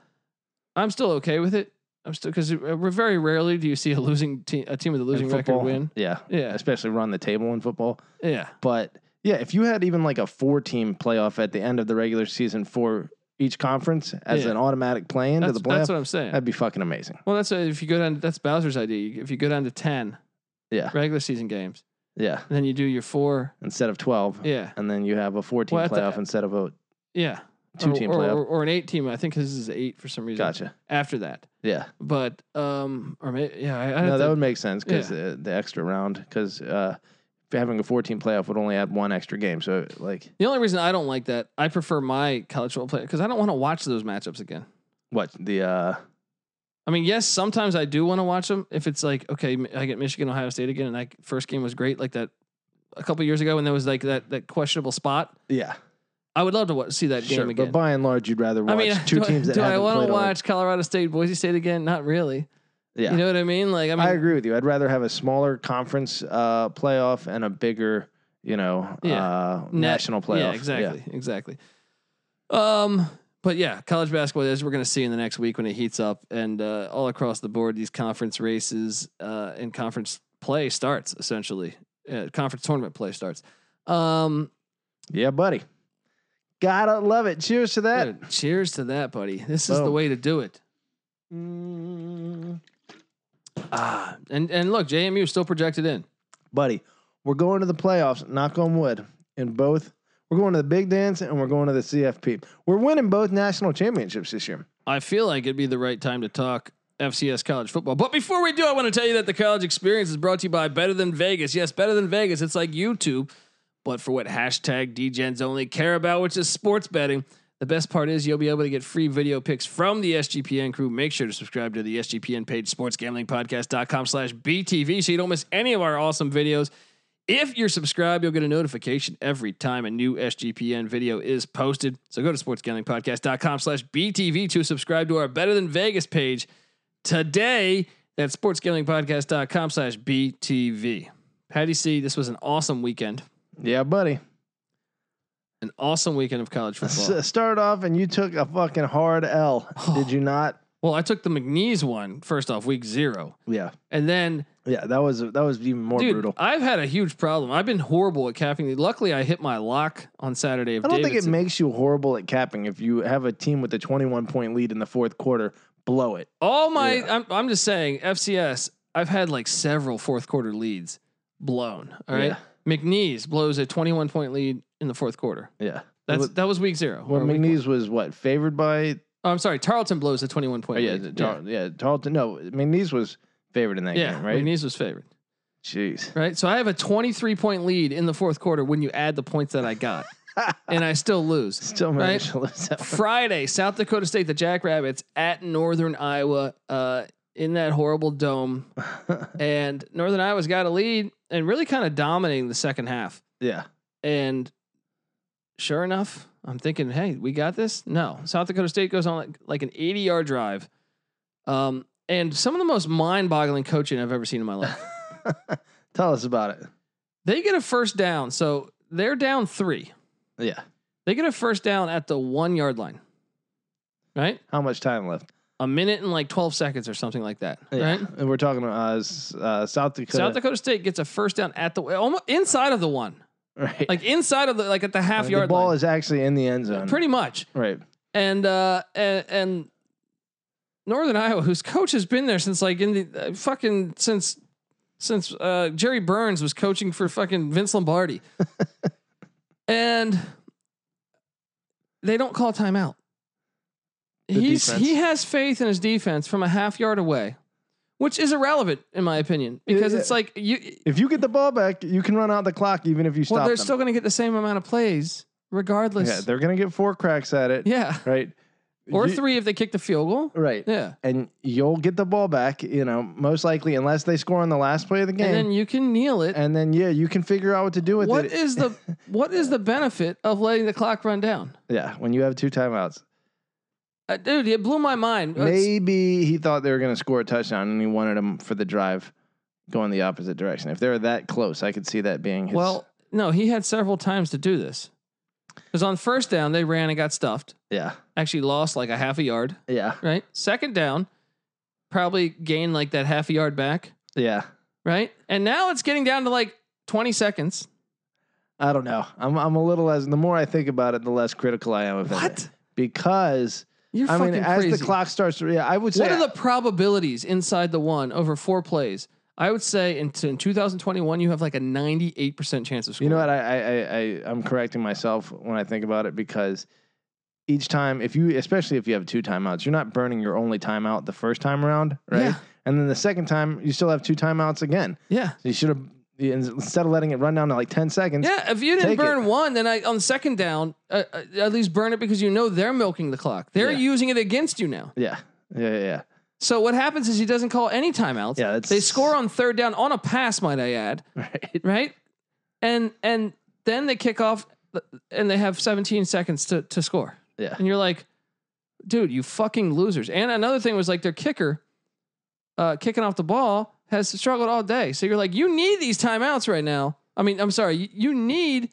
S1: I'm still okay with it. I'm still because very rarely do you see a losing team, a team with a
S2: in
S1: losing record
S2: football,
S1: win.
S2: Yeah.
S1: Yeah,
S2: Especially run the table in football.
S1: yeah,
S2: But yeah, if you had even like a four team playoff at the end of the regular season for each conference as
S1: Yeah.
S2: an automatic play into
S1: that's,
S2: the
S1: that's
S2: playoff,
S1: what I'm saying.
S2: that'd be fucking amazing.
S1: well, that's uh, if you go down. That's Bowser's idea. If you go down to ten
S2: Yeah.
S1: regular season games,
S2: Yeah.
S1: and then you do your four.
S2: Instead of 12.
S1: Yeah,
S2: And then you have a four team
S1: Well, at the-
S2: playoff instead of a
S1: yeah,
S2: two
S1: Or-
S2: team
S1: or,
S2: playoff.
S1: or, or an eight team. I think his is eight for some reason.
S2: gotcha.
S1: After that.
S2: Yeah.
S1: but um or maybe yeah I, I
S2: No,
S1: have
S2: that
S1: to,
S2: would make sense because the, the extra round, because uh, having a four team playoff would only add one extra game. So, like,
S1: the only reason I don't like that I prefer my college football player because I don't want to watch those matchups again.
S2: what? The, uh,
S1: I mean, yes, sometimes I do want to watch them if it's like okay, M- I get Michigan Ohio State again, and that first game was great, like that a couple years ago when there was like that that questionable spot.
S2: yeah.
S1: I would love to wa- see that game
S2: sure.
S1: again.
S2: But by and large, you'd rather
S1: I
S2: watch
S1: mean,
S2: two
S1: do, I,
S2: teams that
S1: do I
S2: haven't
S1: want
S2: played
S1: to
S2: all-
S1: watch Colorado State Boise State again? Not really.
S2: Yeah.
S1: You know what I mean? Like I mean,
S2: I agree with you. I'd rather have a smaller conference uh, playoff and a bigger, you know,
S1: Yeah.
S2: uh,
S1: Net-
S2: national playoff.
S1: Yeah, exactly, exactly. Um, but yeah, college basketball, as we're going to see in the next week when it heats up, and uh, all across the board, these conference races uh, and conference play starts essentially. Uh, conference tournament play starts. Um,
S2: Yeah. Yeah, buddy. Gotta love it. Cheers to that.
S1: dude, cheers to that, buddy. This is the
S2: Boom.
S1: way to do it.
S2: Mm,
S1: Ah, and and look, JMU is still projected in.
S2: buddy, we're going to the playoffs, knock on wood, in both. We're going to the big dance and we're going to the CFP. We're winning both national championships this year.
S1: I feel like it'd be the right time to talk FCS college football. But before we do, I want to tell you that the college experience is brought to you by Better Than Vegas. Yes, Better Than Vegas. It's like YouTube, but for what hashtag DGens only care about, which is sports betting. The best part is you'll be able to get free video picks from the SGPN crew. Make sure to subscribe to the SGPN page, sportsgamblingpodcast.com slash BTV, so you don't miss any of our awesome videos. If you're subscribed, you'll get a notification every time a new SGPN video is posted. So go to sportsgamblingpodcast.com slash BTV to subscribe to our Better Than Vegas page today. That's sportsgamblingpodcast.com slash BTV. Patty C, this was an awesome weekend.
S2: Yeah, buddy.
S1: An awesome weekend of college football.
S2: S- start off and you took a fucking hard L. Did you not?
S1: Well, I took the McNeese one first off, week zero.
S2: Yeah.
S1: And then,
S2: Yeah, that was that was even more
S1: dude,
S2: brutal.
S1: I've had a huge problem. I've been horrible at capping. Luckily, I hit my lock on Saturday of
S2: I don't think
S1: Davidson.
S2: it makes you horrible at capping if you have a team with a 21 point lead in the fourth quarter, blow it.
S1: All my,
S2: Yeah.
S1: I'm, I'm just saying, FCS, I've had like several fourth quarter leads blown. All right.
S2: Yeah.
S1: McNeese blows a 21 point lead in the fourth quarter.
S2: Yeah.
S1: That's
S2: What-
S1: that was week zero.
S2: Well,
S1: or week one.
S2: McNeese was what favored by?
S1: oh, I'm sorry. Tarleton blows a 21
S2: Oh,
S1: point
S2: yeah,
S1: lead.
S2: Tar- yeah. Tarleton. No, McNeese was favored in that
S1: yeah.
S2: game, right?
S1: McNeese was favored.
S2: Jeez.
S1: Right. So I have a 23 point lead in the fourth quarter when you add the points that I got, and I still lose.
S2: Still managed to lose that. one.
S1: Friday, South Dakota State, the Jackrabbits at Northern Iowa uh, in that horrible dome. and Northern Iowa's got a lead and really kind of dominating the second half.
S2: yeah.
S1: And sure enough, I'm thinking, hey, we got this. No, South Dakota State goes on like, like an 80 yard drive. Um, and some of the most mind boggling coaching I've ever seen in my life.
S2: Tell us about it.
S1: they get a first down. So they're down three.
S2: Yeah.
S1: They get a first down at the one yard line, right?
S2: How much time left?
S1: a minute and like 12 seconds or something like that.
S2: Yeah.
S1: Right?
S2: And we're talking uh, s- uh, South Dakota.
S1: South Dakota State gets a first down at the almost inside of the one,
S2: Right.
S1: like inside of the like at the half
S2: the
S1: yard
S2: ball
S1: line,
S2: is actually in the end zone.
S1: pretty much.
S2: right.
S1: And uh and, and Northern Iowa, whose coach has been there since like in the uh, fucking since since uh Jerry Burns was coaching for fucking Vince Lombardi, and they don't call timeout.
S2: The
S1: He's
S2: defense.
S1: he has faith in his defense from a half yard away, which is irrelevant in my opinion because
S2: Yeah.
S1: it's like you
S2: If you get the ball back, you can run out the clock even if you stop
S1: well they're
S2: them.
S1: still going to get the same amount of plays regardless.
S2: yeah, they're gonna get four cracks at it.
S1: yeah.
S2: Right.
S1: Or
S2: You-
S1: three if they kick the field goal.
S2: Right.
S1: Yeah.
S2: and you'll get the ball back, you know, most likely unless they score on the last play of the game.
S1: And then you can kneel it.
S2: yeah, you can figure out what to do with
S1: What
S2: it.
S1: is the what is the benefit of letting the clock run down?
S2: yeah, when you have two timeouts.
S1: Uh, dude, it blew my mind. Uh, It's-
S2: Maybe he thought they were going to score a touchdown and he wanted them for the drive going the opposite direction. If they were that close, I could see that being his.
S1: well, no, he had several times to do this. Because on first down, they ran and got stuffed.
S2: yeah.
S1: Actually, lost like a half a yard.
S2: Yeah.
S1: Right. Second down, probably gained like that half a yard back.
S2: Yeah.
S1: Right. And now it's getting down to like 20 seconds.
S2: I don't know. I'm, I'm a little less, the more I think about it, the less critical I am of it.
S1: What?
S2: Because,
S1: You're
S2: I
S1: fucking
S2: mean, as
S1: crazy.
S2: the clock starts to, yeah, I would say.
S1: what are the probabilities inside the one over four plays? I would say in, in 2021, you have like a 98% chance of
S2: You
S1: scoring.
S2: know what? I, I I I I'm correcting myself when I think about it because each time, if you, especially if you have two timeouts, you're not burning your only timeout the first time around, right?
S1: Yeah.
S2: And then the second time, you still have two timeouts again.
S1: Yeah.
S2: So you should have instead of letting it run down to like ten seconds.
S1: Yeah, if you didn't
S2: Take it.
S1: burn one, then I, on the second down, uh, uh, at least burn it because you know they're milking the clock. They're
S2: Yeah.
S1: using it against you now.
S2: Yeah. Yeah. Yeah. yeah.
S1: So what happens is he doesn't call any timeouts.
S2: Yeah, that's-
S1: they score on third down on a pass, might I add,
S2: Right.
S1: right? And and then they kick off, uh, and they have 17 seconds to to score.
S2: Yeah.
S1: And you're like, dude, you fucking losers. And another thing was like their kicker, uh, kicking off the ball has struggled all day. So you're like, you need these timeouts right now. I mean, I'm sorry, you, you need,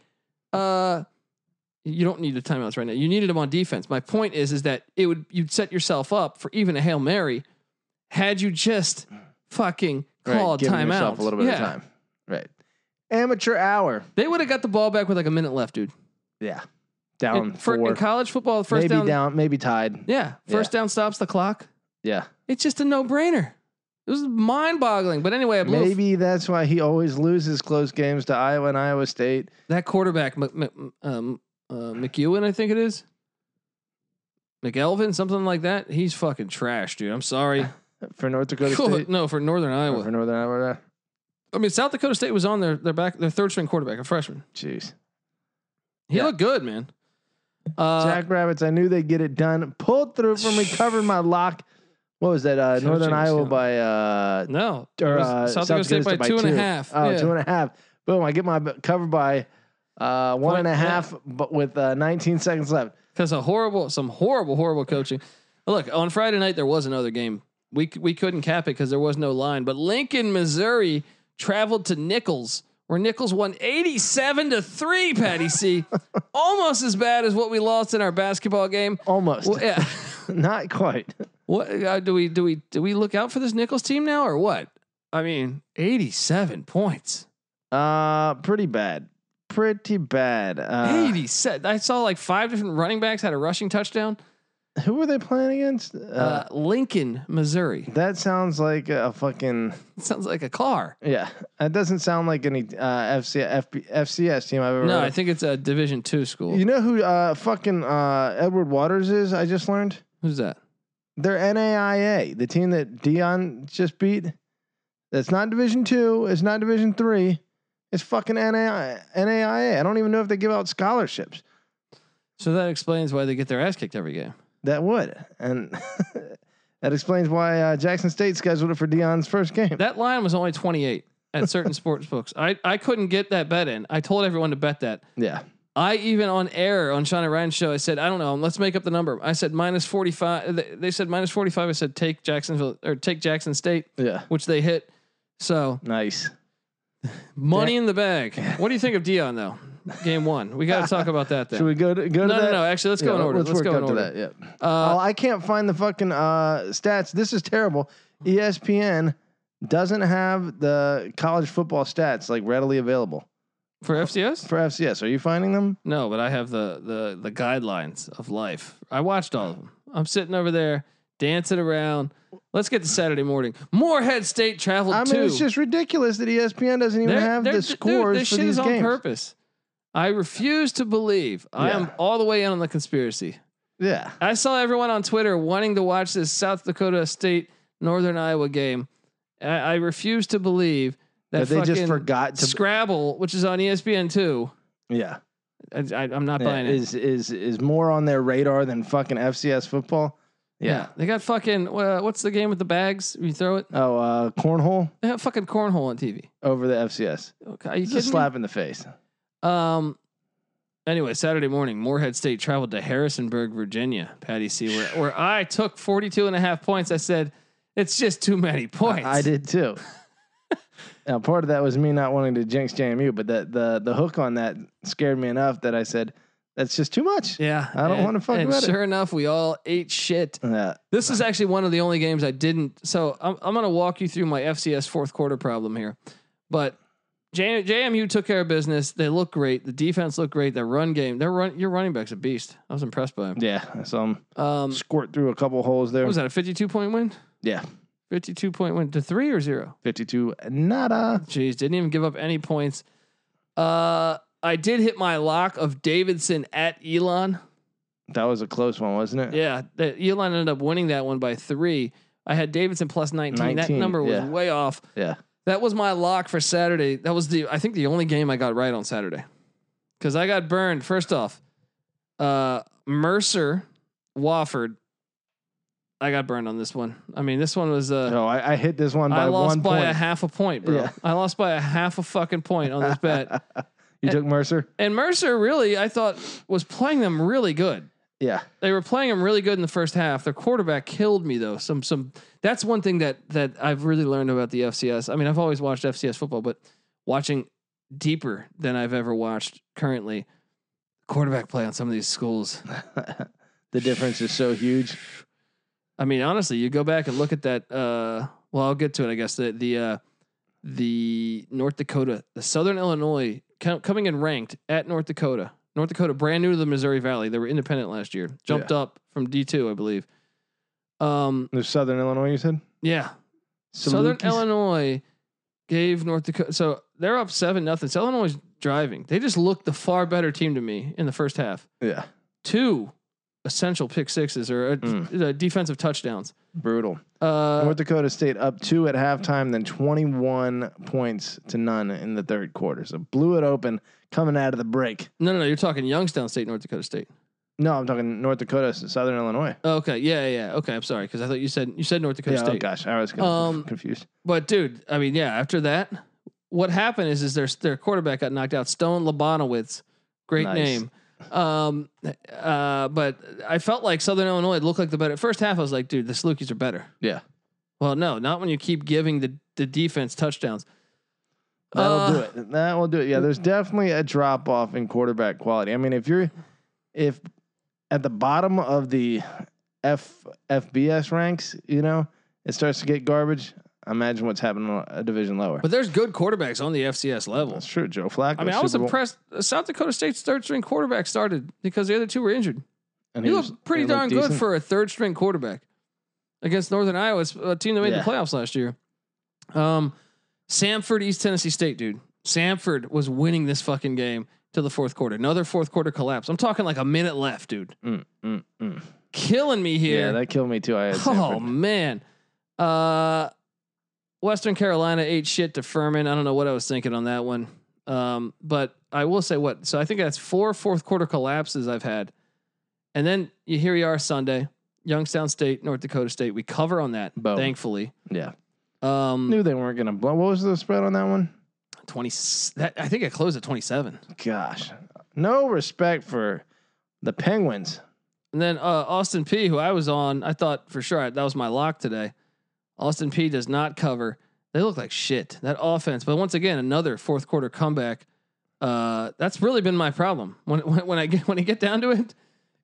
S1: uh, you don't need the timeouts right now. You needed them on defense. My point is, is that it would you'd set yourself up for even a hail mary, had you just fucking
S2: Right,
S1: called
S2: giving
S1: timeout.
S2: yourself a little bit of time. Right. Amateur hour.
S1: They would have got the ball back with like a minute left, dude.
S2: Yeah. Down
S1: in, for,
S2: four.
S1: in college football, the first
S2: maybe
S1: down,
S2: down. Maybe tied.
S1: yeah, first down stops the clock.
S2: Yeah.
S1: It's just a no brainer. It was mind boggling. But anyway, I blew a f-
S2: Maybe that's why he always loses close games to Iowa and Iowa State.
S1: that quarterback, Mc- Mc- um, uh, McEwen, I think it is. McElvin, something like that. He's fucking trash, dude. I'm sorry.
S2: for North Dakota
S1: Cool.
S2: State.
S1: No, for Northern
S2: Or For
S1: Iowa.
S2: Northern Iowa.
S1: I mean, South Dakota State was on their their back their third string quarterback, a freshman.
S2: Jeez.
S1: He
S2: Yeah.
S1: looked good, man. Uh,
S2: Jackrabbits, I knew they'd get it done. Pulled through from me, covered my lock. What was that? Uh,
S1: Coaching
S2: Northern Iowa
S1: skill.
S2: by uh,
S1: no,
S2: or,
S1: It was
S2: uh,
S1: South Dakota State by two and a half.
S2: Oh,
S1: Yeah.
S2: two and a half. Boom, I get my b- cover by uh, one
S1: Point-
S2: and a half, but with uh, 19 seconds left.
S1: because a horrible, some horrible, horrible coaching. Look, on Friday night there was another game. We c- we couldn't cap it because there was no line. But Lincoln, Missouri, traveled to Nichols, where Nichols won eighty-seven to three. Patty C, almost as bad as what we lost in our basketball game.
S2: Almost.
S1: Well, yeah.
S2: Not quite.
S1: What uh, do we do? We do we look out for this Nichols team now or what? I mean, eighty-seven points.
S2: Uh, pretty bad. Pretty bad. Uh,
S1: Eighty-seven. I saw like five different running backs had a rushing touchdown.
S2: Who were they playing against? Uh,
S1: Uh, Lincoln, Missouri.
S2: that sounds like a fucking.
S1: Sounds like a car.
S2: Yeah, that doesn't sound like any uh, FC, FB, FCS team I've ever.
S1: No,
S2: heard
S1: I
S2: of.
S1: think it's a Division Two school.
S2: you know who uh, fucking uh, Edward Waters is? I just learned
S1: Who's that?
S2: they're NAIA, the team that Dion just beat. That's not Division Two. It's not Division Three. It's fucking NAIA. NAIA. I don't even know if they give out scholarships.
S1: So that explains why they get their ass kicked every game.
S2: That would, and that explains why uh, Jackson State scheduled it for Dion's first game.
S1: That line was only 28 at certain sports books. I, I couldn't get that bet in. I told everyone to bet that.
S2: Yeah,
S1: I even on air on Sean and Ryan's show, I said, I don't know, let's make up the number. I said minus 45. They, they said minus 45. I said take Jacksonville or take Jackson State,
S2: yeah.
S1: which they hit. So
S2: Nice.
S1: money in the bag. What do you think of Dion though? Game one. We got to talk about that
S2: Should
S1: then.
S2: we go to go to
S1: No,
S2: that?
S1: no, no. Actually, let's go
S2: Yeah,
S1: in order. Let's,
S2: Let's, work
S1: go in
S2: up
S1: order.
S2: to that. Yeah.
S1: Uh,
S2: oh, I can't find the fucking uh, stats. This is terrible. E ESPN doesn't have the college football stats like readily available
S1: for FCS?
S2: for FCS. Are you finding them?
S1: No, but I have the the the guidelines of life. I watched all of them. I'm sitting over there dancing around. Let's get to Saturday morning. Moorhead State traveled
S2: I mean,
S1: to.
S2: it's just ridiculous that E ESPN doesn't even
S1: They're-
S2: have
S1: they're-
S2: the
S1: dude,
S2: scores
S1: this
S2: for
S1: shit
S2: these
S1: is on
S2: games.
S1: purpose. I refuse to believe. I am
S2: Yeah.
S1: all the way in on the conspiracy.
S2: Yeah,
S1: I saw everyone on Twitter wanting to watch this South Dakota State Northern Iowa game. I, I refuse to believe that
S2: that they just
S1: fucking
S2: forgot to.
S1: Scrabble, which is on E ESPN too.
S2: yeah,
S1: I, I, I'm not
S2: yeah.
S1: buying it.
S2: is is is more on their radar than fucking FCS football. Yeah.
S1: They got fucking uh, what's the game with the bags? You throw it.
S2: Oh, uh, cornhole
S1: They have fucking cornhole on TV.
S2: over the FCS.
S1: Okay, are you
S2: It's a
S1: kidding me?
S2: slap in the face.
S1: Um, Anyway, Saturday morning, Moorhead State traveled to Harrisonburg, Virginia, Patty C, where, where I took 42 and a half points. I said, it's just too many points.
S2: I did too. now, part of that was me not wanting to jinx JMU, but the, the the hook on that scared me enough that I said, "That's just too much."
S1: Yeah.
S2: I don't
S1: and-
S2: wanna fuck
S1: and
S2: about it.
S1: Sure enough, we all ate shit.
S2: Uh,
S1: This is actually one of the only games I didn't. So I'm, I'm going to walk you through my FCS fourth quarter problem here. But J, JMU took care of business. They look great. The defense looked great. Their run game, their run, your running back's a beast. I was impressed by him.
S2: yeah, I saw him
S1: Um,
S2: squirt through a couple holes there.
S1: what was that? A 52 point win?
S2: Yeah,
S1: 52 point win to three or zero?
S2: fifty-two. Nada.
S1: Jeez, didn't even give up any points. Uh, I did hit my lock of Davidson at Elon.
S2: That was a close one, wasn't it?
S1: Yeah, that Elon ended up winning that one by three. I had Davidson plus 19. That
S2: 19,
S1: number was
S2: yeah.
S1: way off.
S2: Yeah.
S1: That was my lock for Saturday. That was the I think the only game I got right on Saturday. Cuz I got burned first off. Uh Mercer Wofford I got burned on this one. I mean, this one was uh
S2: No, I, I hit this one by
S1: I lost
S2: one
S1: by a
S2: point.
S1: half a point, bro.
S2: Yeah.
S1: I lost by a half a fucking point on this bet.
S2: you took Mercer.
S1: And Mercer really, I thought, was playing them really good.
S2: Yeah.
S1: They were playing them really good in the first half. Their quarterback killed me though. Some some that's one thing that that I've really learned about the FCS. I mean, I've always watched FCS football, but watching deeper than I've ever watched currently quarterback play on some of these schools.
S2: the difference is so huge.
S1: I mean, honestly, you go back and look at that. Uh, well, I'll get to it, I guess. The the uh, the North Dakota, the Southern Illinois com- coming in ranked at North Dakota. North Dakota, brand new to the Missouri Valley. They were independent last year. Jumped up from D two, I believe. Um,
S2: The Southern Illinois, you said.
S1: yeah, Southern
S2: Salukis?
S1: Illinois gave North Dakota. So they're up seven nothing. Southern Illinois is driving. They just looked the far better team to me in the first half
S2: Yeah.
S1: two essential pick sixes or uh,
S2: Mm.
S1: uh, defensive touchdowns.
S2: Brutal.
S1: Uh,
S2: North Dakota State up two at halftime, then 21 points to none in the third quarter. So blew it open coming out of the break.
S1: no, no, no. You're talking Youngstown State, North Dakota State.
S2: No, I'm talking North Dakota, Southern Illinois.
S1: Okay, yeah, yeah. Okay, I'm sorry because I thought you said you said North Dakota
S2: yeah, oh
S1: State.
S2: gosh, I was kinda
S1: Um,
S2: confused.
S1: But dude, I mean, yeah. After that, what happened is is their their quarterback got knocked out. Stone Labanowitz, great
S2: Nice.
S1: name. Um, uh, but I felt like Southern Illinois looked like the better first half. I was like, dude, the Salukis are better.
S2: Yeah,
S1: Well, no, not when you keep giving the the defense touchdowns.
S2: that'll
S1: Uh,
S2: do it. That will do it. Yeah, there's definitely a drop off in quarterback quality. I mean, if you're if at the bottom of the F FBS ranks, you know, it starts to get garbage. Imagine what's happening a division lower.
S1: But there's good quarterbacks on the FCS level.
S2: That's true. Joe Flacco.
S1: I mean, I was
S2: Super Bowl-
S1: impressed. Uh, South Dakota State's third string quarterback started because the other two were injured.
S2: and
S1: He
S2: was-
S1: looked pretty
S2: he looked
S1: darn good
S2: decent.
S1: for a third string quarterback against Northern Iowa, it's a team that made
S2: Yeah.
S1: the playoffs last year. Um, Samford, East Tennessee State, dude. Samford was winning this fucking game till the fourth quarter. Another fourth quarter collapse. I'm talking like a minute left, dude.
S2: Mm, mm, mm.
S1: Killing me here.
S2: Yeah, that killed me too. I had
S1: Oh
S2: Sanford.
S1: man. Uh Western Carolina ate shit to Furman. I don't know what I was thinking on that one. Um, but I will say what. So I think that's four fourth quarter collapses I've had. And then you here we are Sunday, Youngstown State, North Dakota State. We cover on that,
S2: Boom.
S1: thankfully.
S2: yeah.
S1: Um
S2: Knew they weren't gonna blow. What was the spread on that one?
S1: 20 that, I think it closed at 27.
S2: Gosh, no respect for the Penguins.
S1: And then uh, Austin P, who I was on, I thought for sure that was my lock today. Austin P does not cover. They look like shit. That offense, but once again, another fourth quarter comeback. Uh, that's really been my problem. When when, when I get when I get down to it,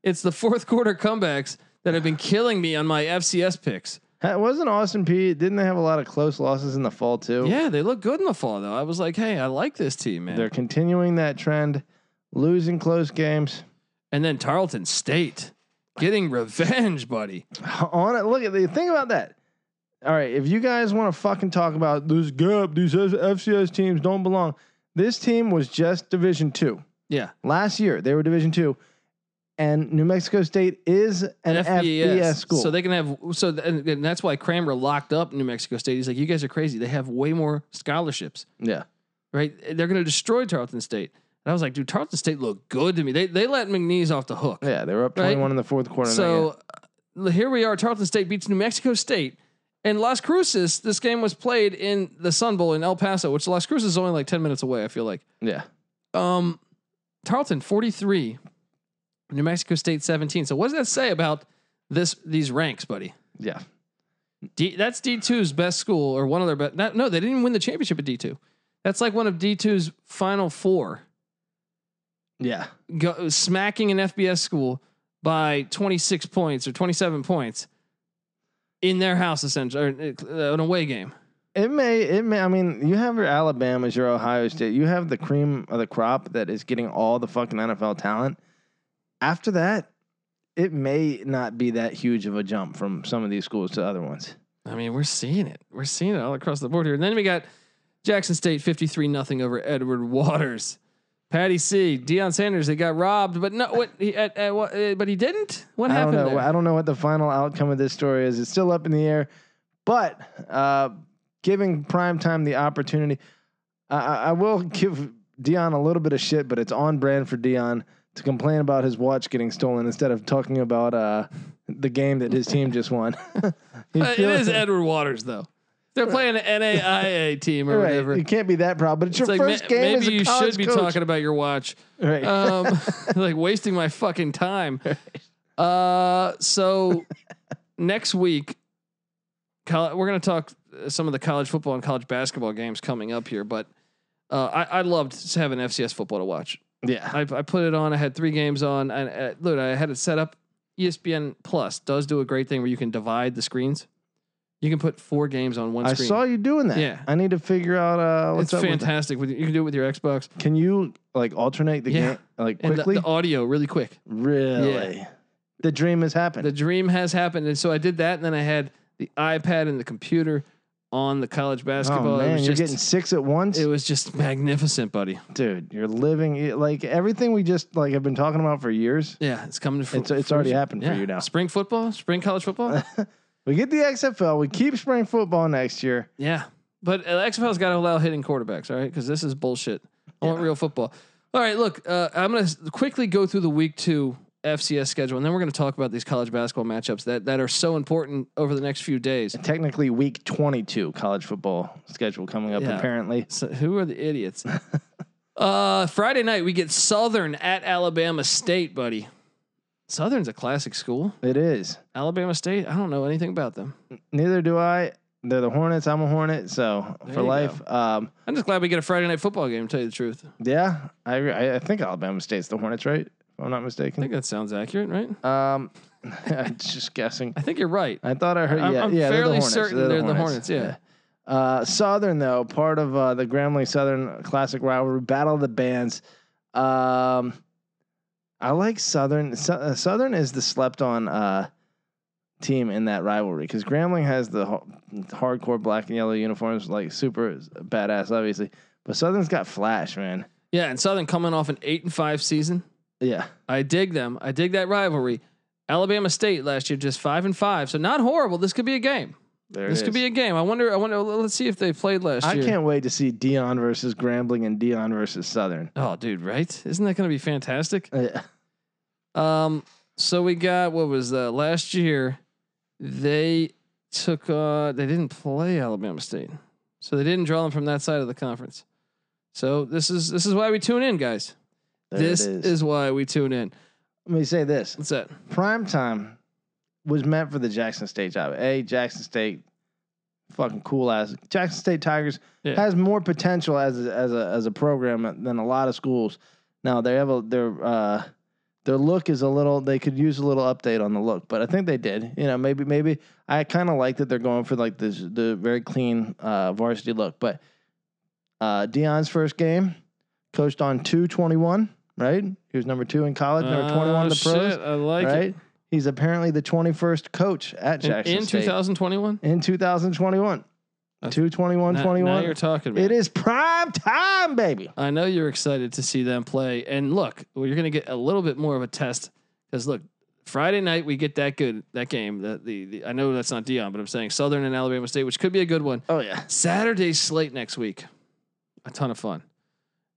S1: it's the fourth quarter comebacks that have been killing me on my FCS picks.
S2: Ha- Wasn't Austin P? Didn't they have a lot of close losses in the fall too?
S1: Yeah, they look good in the fall though. I was like, hey, I like this team, man.
S2: They're continuing that trend, losing close games.
S1: and then Tarleton State getting revenge, buddy.
S2: On it. Look at the think about that. All right, if you guys want to fucking talk about this gap, these FCS teams don't belong. This team was just Division Two.
S1: Yeah,
S2: last year they were division two and new mexico state is an, fbs, school
S1: So they can have so th- and, and that's why Cramer locked up New Mexico State. He's like, you guys are crazy. They have way more scholarships,
S2: yeah
S1: right? They're going to destroy Tarleton State. And I was like, dude, Tarleton State looked good to me. They they let McNeese off the hook.
S2: yeah they were up
S1: Right.
S2: 21 in the fourth quarter in that game.
S1: So uh, here we are. Tarleton State beats New Mexico State. And Las Cruces, this game was played in the Sun Bowl in El Paso, which Las Cruces is only like 10 minutes away, I feel like.
S2: yeah
S1: Um, Tarleton 43, New Mexico State 17. So what does that say about this these ranks, buddy?
S2: Yeah.
S1: D, that's D2's best school or one of their best. Not, no, they didn't even win the championship at D2. That's like one of D2's final four,
S2: Yeah.
S1: go, smacking an FBS school by 26 points or 27 points in their house, essentially, or uh, an away game.
S2: It may, it may. I mean, you have your Alabamas, your Ohio State. You have the cream of the crop that is getting all the fucking NFL talent. After that, it may not be that huge of a jump from some of these schools to other ones.
S1: I mean, we're seeing it. We're seeing it all across the board here. And then we got Jackson State 53 nothing over Edward Waters. Patty C, Deion Sanders, they got robbed, but no, what he at, at what, uh, but he didn't. What
S2: I don't
S1: happened?
S2: know.
S1: there?
S2: I don't know what the final outcome of this story is. It's still up in the air, but uh, giving primetime the opportunity, I- I, I will give Dion a little bit of shit, but it's on brand for Dion to complain about his watch getting stolen instead of talking about uh, the game that his team just won. You
S1: Uh, it
S2: feel-
S1: is Edward Waters though. They're playing an NAIA team or
S2: Right,
S1: whatever.
S2: It can't be that proud, but it's,
S1: It's
S2: your
S1: like ma-
S2: first game as
S1: maybe
S2: a
S1: you
S2: college
S1: should be
S2: coach.
S1: talking about your watch.
S2: Right.
S1: Um, like wasting my fucking time. Uh, so next week, col- we're gonna talk uh, some of the college football and college basketball games coming up here. But uh, I, I loved having FCS football to watch.
S2: yeah.
S1: I, I put it on. I had three games on, and uh, look, I had it set up. E ESPN Plus does do a great thing where you can divide the screens. You can put four games on one
S2: I
S1: screen.
S2: saw you doing that.
S1: Yeah.
S2: I need to figure out uh, what's
S1: it's
S2: up. With
S1: fantastic. With, you can do it with your Xbox
S2: Can you like alternate the
S1: Yeah.
S2: game like
S1: and the,
S2: quickly?
S1: the audio really quick.
S2: Really? The dream has happened.
S1: The dream has happened, and so I did that, and then I had the iPad and the computer on the college basketball.
S2: oh
S1: it
S2: man,
S1: was
S2: you're
S1: just
S2: getting six at once,
S1: it was just magnificent, buddy.
S2: dude. You're living it- like everything we just like have been talking about for years.
S1: Yeah, it's coming to fr-
S2: It's it's already happened for
S1: Yeah.
S2: you now.
S1: Spring football, spring college football.
S2: We get the XFL. We keep spring football next year.
S1: Yeah, but uh, XFL's got to allow hitting quarterbacks, all right? Because this is bullshit. I want real football. All right, look, uh, I'm gonna s- quickly go through the week two FCS schedule, and then we're gonna talk about these college basketball matchups that that are so important over the next few days.
S2: Technically, week 22 college football schedule coming up.
S1: Yeah.
S2: Apparently,
S1: So who are the idiots? uh, Friday night we get Southern at Alabama State, buddy. Southern's a classic school.
S2: it is.
S1: Alabama State, I don't know anything about them.
S2: Neither do I. They're the Hornets. I'm a Hornet. So
S1: There
S2: for
S1: you
S2: life, um,
S1: I'm just glad we get a Friday night football game. To tell you the truth, I
S2: yeah. I I I think Alabama State's the Hornets, right? If I'm not
S1: think
S2: mistaken.
S1: that sounds accurate, right?
S2: Um, I'm just guessing.
S1: I think you're right.
S2: I thought I heard.
S1: I'm-
S2: yeah,
S1: I'm
S2: yeah, they're the
S1: fairly
S2: Hornets.
S1: certain they're the Hornets, yeah.
S2: Uh, Southern though, part of uh, the Grambling Southern Classic rivalry, Battle of the Bands. Um, I like Southern. Sou- uh, Southern is the slept on uh, team in that rivalry because Grambling has the ho- hardcore black and yellow uniforms, like super badass, obviously. But Southern's got flash, man.
S1: Yeah, and Southern coming off an eight and five season.
S2: Yeah,
S1: I dig them. I dig that rivalry. Alabama State last year just five and five, so not horrible. This could be a game.
S2: there
S1: This
S2: it
S1: could
S2: is.
S1: be a game. I wonder. I wonder. Let's see if they played last
S2: I
S1: year.
S2: can't wait to see Dion versus Grambling and Dion versus Southern.
S1: Oh, dude, right? Isn't that going to be fantastic?
S2: Yeah.
S1: Um, so we got what was that last year? They took uh they didn't play Alabama State. So they didn't draw them from that side of the conference. So this is this is why we tune in, guys.
S2: There it
S1: this is. why we tune in.
S2: Let me say this:
S1: What's that?
S2: prime time was meant for the Jackson State job. A Jackson State, fucking cool ass Jackson State Tigers
S1: Yeah.
S2: has more potential as a, as a as a program than a lot of schools. Now they have a their uh, their look is a little. They could use a little update on the look, but I think they did. You know, maybe maybe I kind of like that they're going for like this the very clean uh, varsity look. But uh, Dion's first game, coached on two twenty one. Right, he was number two in college, number twenty one in the
S1: Oh,
S2: pros
S1: shit, I like
S2: right?
S1: it.
S2: He's apparently the 21st coach at
S1: In,
S2: Jackson
S1: in
S2: State
S1: 2021?
S2: in 2021.
S1: That's-
S2: 221
S1: Now, now
S2: 21.
S1: you're talking man.
S2: It is prime time, baby.
S1: I know you're excited to see them play. And look, well, you're going to get a little bit more of a test because look, Friday night we get that good that game. The, the, the I know that's not Dion, but I'm saying Southern and Alabama State, which could be a good one.
S2: Oh, yeah.
S1: Saturday's slate next week, a ton of fun.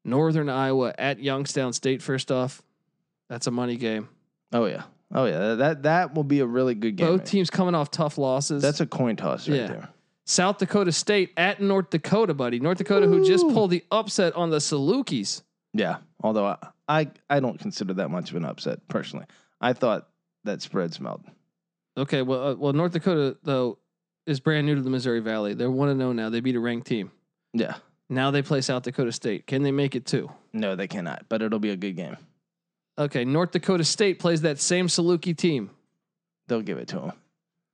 S1: Northern Iowa at Youngstown State. First off, that's a money game.
S2: Oh, yeah. Oh, yeah. That that will be a really good game.
S1: Both teams coming off tough losses.
S2: That's a coin toss right
S1: Yeah.
S2: there.
S1: South Dakota State at North Dakota, buddy. North Dakota, who just
S2: Ooh.
S1: pulled the upset on the Salukis.
S2: Yeah, although I, I I don't consider that much of an upset personally. I thought that spread smelled.
S1: Okay, well, uh, well, North Dakota though is brand new to the Missouri Valley. They're one and zero now. They beat a ranked team.
S2: Yeah.
S1: Now they play South Dakota State. Can they make it two?
S2: No, they cannot, but it'll be a good game.
S1: Okay, North Dakota State plays that same Saluki team.
S2: They'll give it to them.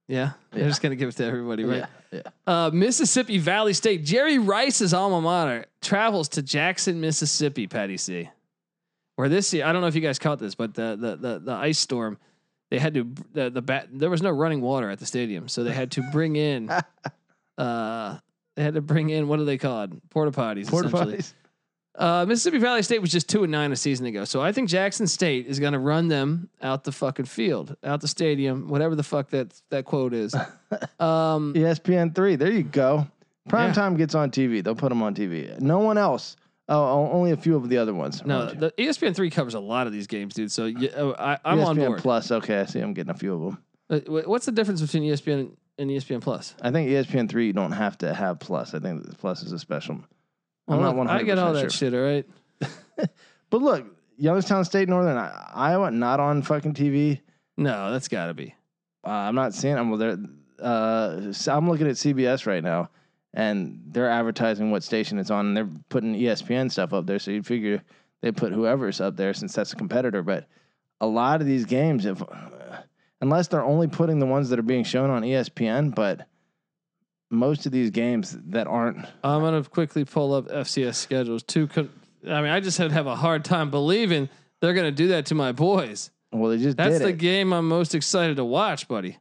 S1: Yeah, they're
S2: Yeah.
S1: just gonna give it to everybody, right?
S2: Yeah. Yeah.
S1: Uh, Mississippi Valley State. Jerry Rice's alma mater travels to Jackson, Mississippi. Patty C. Where this year, I don't know if you guys caught this, but the the the, the ice storm, they had to the the bat. There was no running water at the stadium, so they had to bring in. uh, they had to bring in what are they called? Porta potties.
S2: Porta
S1: essentially.
S2: potties.
S1: Uh, Mississippi Valley State was just two and nine a season ago, so I think Jackson State is going to run them out the fucking field, out the stadium, whatever the fuck that that quote is. Um,
S2: E ESPN three. There you go. Prime
S1: Yeah.
S2: time gets on TV. They'll put them on TV. No one else. Oh, o- only a few of the other ones. are
S1: No,
S2: on TV.
S1: the E ESPN three covers a lot of these games, dude. So y- uh, I, I'm on
S2: ESPN
S1: board.
S2: Plus. Okay, I see. I'm getting a few of them.
S1: Uh, wh- What's the difference between E ESPN and ESPN Plus?
S2: I think E ESPN three. You don't have to have Plus. I think that Plus is a special. I'm not
S1: look,
S2: 100
S1: I get all that shit. All right.
S2: But look, Youngstown State, Northern I- Iowa, not on fucking TV.
S1: No, that's got to be.
S2: Uh, I'm not seeing. I'm well, they're, uh, so I'm looking at CBS right now, and they're advertising what station it's on, and they're putting E ESPN stuff up there. So you figure they put whoever's up there since that's a competitor. But a lot of these games, if unless they're only putting the ones that are being shown on E ESPN, but most of these games that aren't
S1: I'm gonna quickly pull up FCS schedules. Two. Co- I mean, I just have have a hard time believing they're gonna do that to my boys.
S2: well, they just
S1: That's
S2: did
S1: the
S2: it.
S1: game I'm most excited to watch, buddy.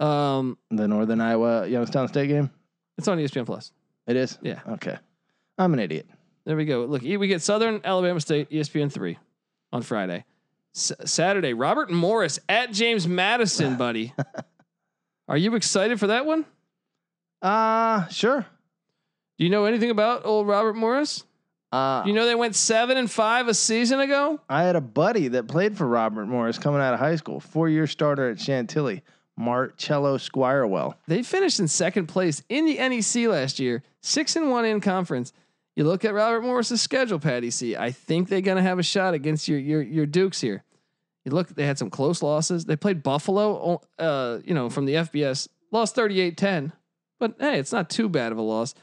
S1: Um,
S2: the Northern Iowa Youngstown State game.
S1: it's on E ESPN Plus.
S2: It is.
S1: Yeah.
S2: Okay. I'm an idiot.
S1: There we go. Look, e, we get Southern Alabama State, E ESPN three, on Friday. S- Saturday, Robert Morris at James Madison, buddy. Are you excited for that one?
S2: Uh sure.
S1: Do you know anything about old Robert Morris?
S2: Uh,
S1: Do you know they went seven and five a season ago?
S2: I had a buddy that played for Robert Morris coming out of high school, four year starter at Chantilly, Marcello Squirewell.
S1: They finished in second place in the NEC last year, six and one in conference. You look at Robert Morris's schedule, Patty C. I think they're gonna have a shot against your your your Dukes here. You look, they had some close losses. They played Buffalo, uh, you know, from the FBS, lost 38-10. But hey, it's not too bad of a loss.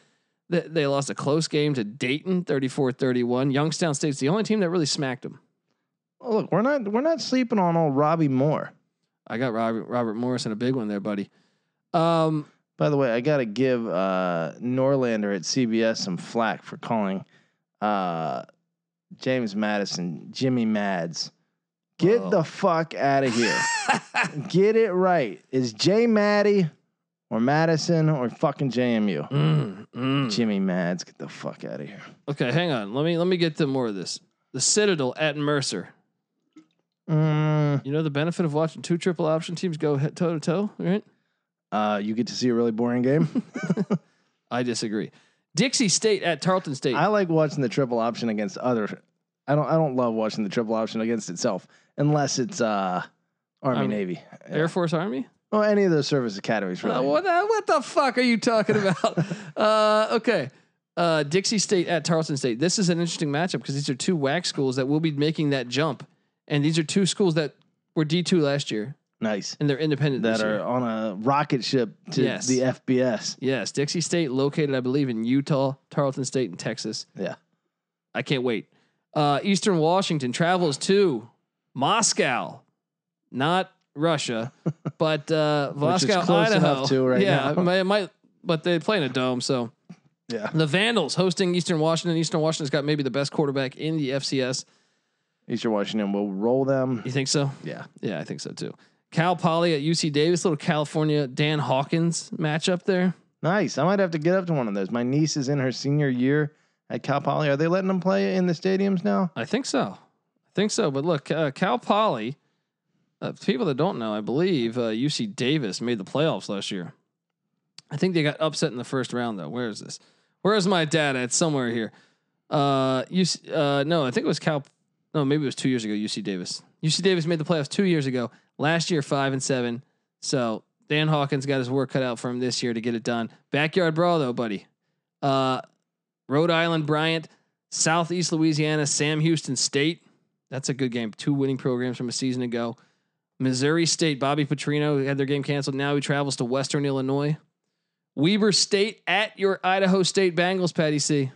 S1: They, they lost a close game to Dayton, 34-31. Youngstown State's the only team that really smacked them.
S2: Oh, look, we're not we're not sleeping on old Robbie Moore.
S1: I got Robert Robert Morris in a big one there, buddy. Um,
S2: By the way, I gotta give uh, Norlander at CBS some flack for calling uh, James Madison Jimmy Mads. Get
S1: Well.
S2: the fuck out of here. Get it right. Is J Maddie or Madison or fucking JMU?
S1: mm, mm.
S2: Jimmy Mads, get the fuck out of here.
S1: Okay, hang on. Let me let me get to more of this. The Citadel at Mercer.
S2: Mm,
S1: You know the benefit of watching two triple option teams go head toe to toe, right?
S2: uh, you get to see a really boring game.
S1: I disagree. Dixie State at Tarleton State.
S2: I like watching the triple option against other. I don't. I don't love watching the triple option against itself unless it's uh, Army
S1: Army.
S2: Navy. Yeah.
S1: Air Force Army.
S2: Well, any of those service academies really.
S1: Uh, what the, what the fuck are you talking about? uh, okay. Uh, Dixie State at Tarleton State. This is an interesting matchup because these are two WAC schools that will be making that jump, and these are two schools that were D two last year
S2: nice
S1: and they're independent.
S2: that
S1: this year.
S2: are on a rocket ship to
S1: Yes.
S2: the FBS.
S1: Yes, Dixie State, located, I believe, in Utah, Tarleton State, and Texas.
S2: Yeah.
S1: I can't wait. Uh, Eastern Washington travels to Moscow, not Russia, but uh,
S2: Which is
S1: Moscow,
S2: close
S1: Idaho.
S2: enough to right
S1: yeah,
S2: now.
S1: it might- it might, but they play in a dome, so
S2: Yeah.
S1: the Vandals hosting Eastern Washington. Eastern Washington's got maybe the best quarterback in the FCS.
S2: Eastern Washington will roll them.
S1: You think so?
S2: Yeah.
S1: Yeah, I think so too. Cal Poly at UC Davis, little California Dan Hawkins matchup there.
S2: Nice. I might have to get up to one of those. My niece is in her senior year at Cal Poly. Are they letting them play in the stadiums now?
S1: I think so. I think so. But look, uh, Cal Poly, uh, people that don't know, I believe uh, UC Davis made the playoffs last year. I think they got upset in the first round, though. Where is this? Where is my data? It's somewhere here. Uh, UC, uh, no, I think it was Cal. No, maybe it was two years ago. UC Davis. UC Davis made the playoffs two years ago. Last year, five and seven. So Dan Hawkins got his work cut out for him this year to get it done. Backyard brawl, though, buddy. Uh, Rhode Island Bryant Southeast Louisiana, Sam Houston State. That's a good game. Two winning programs from a season ago. Missouri State, Bobby Petrino had their game canceled. Now he travels to Western Illinois. Weber State at your Idaho State Bengals, Patty C.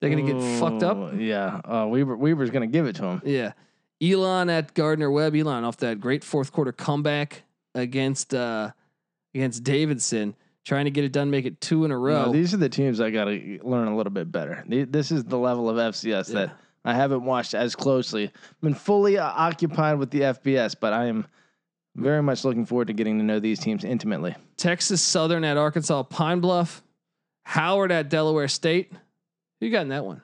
S1: They're going to get fucked up.
S2: Ooh, Yeah, uh, Weaver Weaver's gonna give it to him.
S1: Yeah. Elon at Gardner Webb. Elon off that great fourth quarter comeback against uh against Davidson, trying to get it done, make it two in a
S2: You know,
S1: row.
S2: these are the teams I gotta e, learn a little bit better. The- This is the level of FCS
S1: Yeah.
S2: that I haven't watched as closely. been fully uh, occupied with the FBS, but I am very much looking forward to getting to know these teams intimately.
S1: Texas Southern at Arkansas Pine Bluff. Howard at Delaware State. Who you got in that one?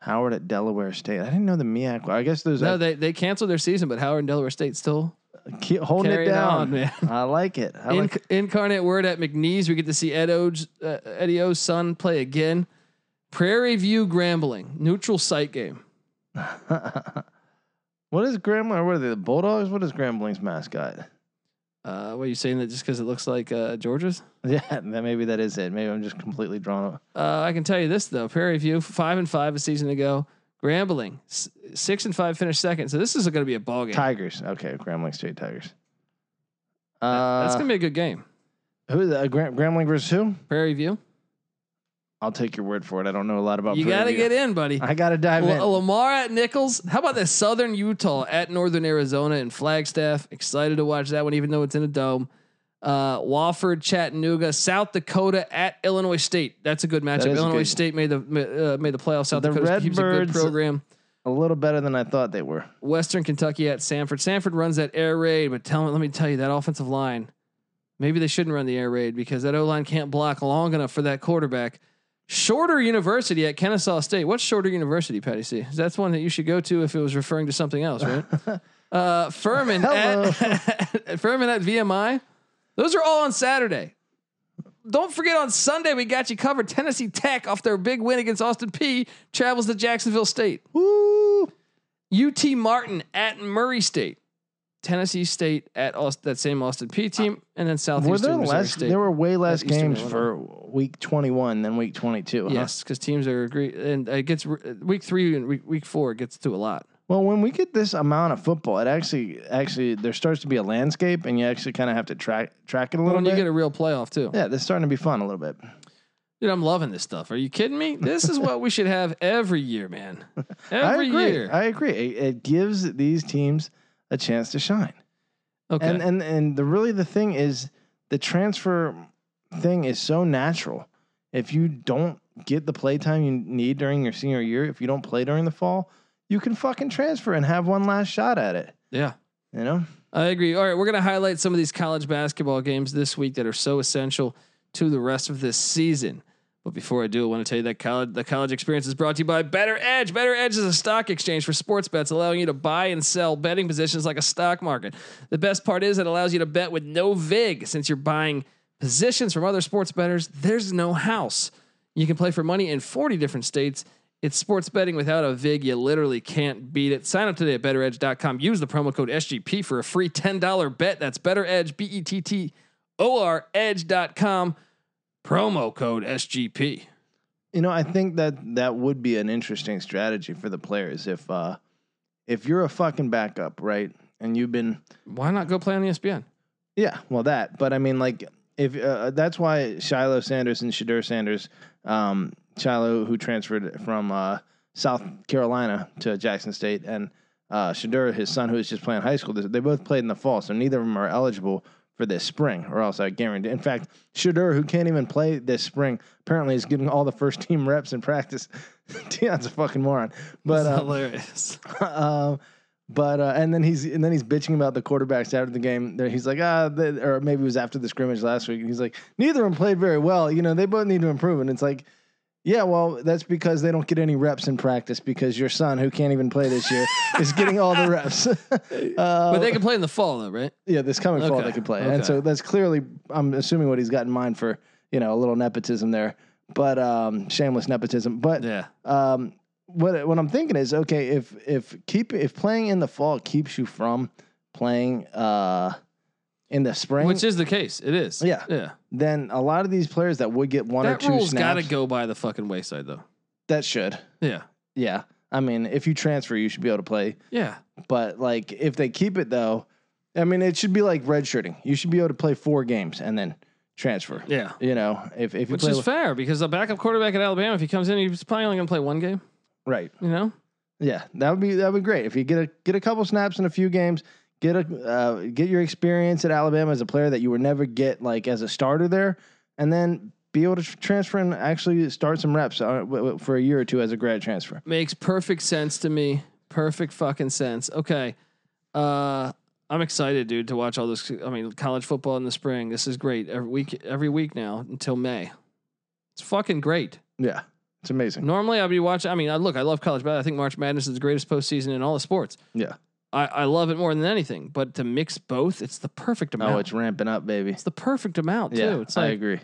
S1: Howard.
S2: Howard at Delaware State. I didn't know the MIAC. I guess there's
S1: No,
S2: a
S1: they they canceled their season, but Howard and Delaware State still
S2: keep holding it
S1: carrying
S2: down.
S1: on, man.
S2: I like it. I like
S1: Inc- incarnate word at McNeese. We get to see Ed Oge's, uh, Eddie O's son play again. Prairie View Grambling, neutral site game.
S2: what is Grambling? What are they? The Bulldogs? What is Grambling's mascot?
S1: Uh, what are you saying that just because it looks like uh, Georgia's?
S2: Yeah, that maybe that is it. Maybe I'm just completely drawn up.
S1: Uh, I can tell you this though: Prairie View five and five a season ago. Grambling s- six and five finished second. So this is going to be a ball game.
S2: Tigers. Okay, Grambling State Tigers.
S1: That-
S2: Uh,
S1: That's going to be a good game.
S2: who is that? Gram- Grambling versus who?
S1: Prairie View,
S2: I'll take your word for it. I don't know a lot about.
S1: you
S2: Prairie
S1: got to
S2: View.
S1: get in, oh. buddy.
S2: I gotta dive in.
S1: L- Lamar at Nichols. How about this? Southern Utah at Northern Arizona and Flagstaff. Excited to watch that one, even though it's in a dome. Uh, Wofford, Chattanooga, South Dakota at Illinois State. That's a good matchup.
S2: is a
S1: Illinois
S2: good-
S1: State made the ma- uh, made the playoffs. South
S2: The
S1: Dakota keeps a good
S2: Redbirds-
S1: program.
S2: A little better than I thought they were.
S1: Western Kentucky at Sanford. Sanford runs that air raid, but tell me, let me tell you, that offensive line, maybe they shouldn't run the air raid because that O line can't block long enough for that quarterback. Shorter University at Kennesaw State. What's Shorter University, Patty C? That's one that you should go to if it was referring to something else, right? uh, Furman at Furman at VMI. Those are all on Saturday. Don't forget on Sunday we got you covered. Tennessee Tech off their big win against Austin P travels to Jacksonville State.
S2: Woo!
S1: UT Martin at Murray State, Tennessee State at Aust- that same Austin P team, and then
S2: Were there
S1: Southeastern Missouri
S2: less?
S1: State.
S2: There were way less
S1: Eastern
S2: games for week 21 than week 22. huh?
S1: yes, because teams are agree, and it gets re- week three and week, week four gets to a lot.
S2: Well, when we get this amount of football, it actually actually there starts to be a landscape, and you actually kind of have to track track it a little
S1: When you
S2: bit.
S1: get a real playoff too,
S2: yeah, this is starting to be fun a little bit.
S1: dude, I'm loving this stuff. Are you kidding me? This is what we should have every year, man. Every
S2: I agree.
S1: year.
S2: I agree. It, it gives these teams a chance to shine.
S1: okay.
S2: And and and the really the thing is the transfer thing is so natural. If you don't get the play time you need during your senior year, if you don't play during the fall, you can fucking transfer and have one last shot at it.
S1: yeah.
S2: You know?
S1: I agree. All right, we're going to highlight some of these college basketball games this week that are so essential to the rest of this season. But before I do, I want to tell you that college, the college experience is brought to you by Better Edge. Better Edge is a stock exchange for sports bets, allowing you to buy and sell betting positions like a stock market. The best part is it allows you to bet with no VIG. Since you're buying positions from other sports bettors, there's no house. You can play for money in 40 different states. It's sports betting without a VIG. You literally can't beat it. Sign up today at betteredge.com. Use the promo code SGP for a free $10 bet. That's betteredge, B E T T O R edge.com. Promo code SGP.
S2: You know, I think that that would be an interesting strategy for the players if uh if you're a fucking backup, right? And you've been
S1: Why not go play on E ESPN?
S2: Yeah, well, that. But I mean, like, if uh, that's why Shiloh Sanders and Shadur Sanders, um, Shiloh who transferred from uh, South Carolina to Jackson State, and uh, Shadur, his son, who is just playing high school, they they both played in the fall, so neither of them are eligible for this spring, or else I guarantee. In fact, Shadur, who can't even play this spring, apparently is getting all the first team reps in practice. Dion's a fucking moron, but
S1: That's
S2: uh,
S1: hilarious.
S2: um, but uh, and then he's and then he's bitching about the quarterbacks after the game. There He's like, ah, the, or maybe it was after the scrimmage last week. And he's like, neither of them played very well. You know, they both need to improve. And it's like, yeah, well, that's because they don't get any reps in practice because your son, who can't even play this year, is getting all the reps. uh,
S1: But they can play in the fall, though, right?
S2: yeah, this coming fall
S1: Okay,
S2: they can play.
S1: okay.
S2: And so that's clearly, I'm assuming what he's got in mind for you know a little nepotism there, but um, shameless nepotism. But
S1: Yeah.
S2: um, what what I'm thinking is okay if if keep if playing in the fall keeps you from playing uh in the spring,
S1: Which is the case. It is.
S2: Yeah.
S1: Yeah.
S2: then a lot of these players that would get one
S1: That
S2: or two
S1: rule's got to
S2: snaps,
S1: go by the fucking wayside, though.
S2: That should.
S1: Yeah.
S2: Yeah. I mean, if you transfer, you should be able to play.
S1: Yeah.
S2: But like, if they keep it though, I mean, it should be like redshirting. You should be able to play four games and then transfer.
S1: Yeah.
S2: You know, if if you
S1: Which
S2: play
S1: is fair because the backup quarterback at Alabama, if he comes in, he's probably only going to play one game,
S2: right,
S1: you know?
S2: yeah, that would be that would be great if you get a get a couple snaps in a few games. Get a uh, get your experience at Alabama as a player that you would never get like as a starter there, and then be able to tr- transfer and actually start some reps uh, w- w- for a year or two as a grad transfer.
S1: Makes perfect sense to me. Perfect fucking sense. Okay. Uh, I'm excited, dude, to watch all this. I mean, college football in the spring. This is great. Every week, every week now until May. It's fucking great.
S2: Yeah, it's amazing.
S1: Normally, I'd be watching. I mean, I look, I love college, but I think March Madness is the greatest postseason in all the sports.
S2: Yeah.
S1: I, I love it more than anything. But to mix both, it's the perfect amount.
S2: Oh, it's ramping up, baby.
S1: it's the perfect amount
S2: yeah,
S1: too. It's
S2: I
S1: like
S2: agree.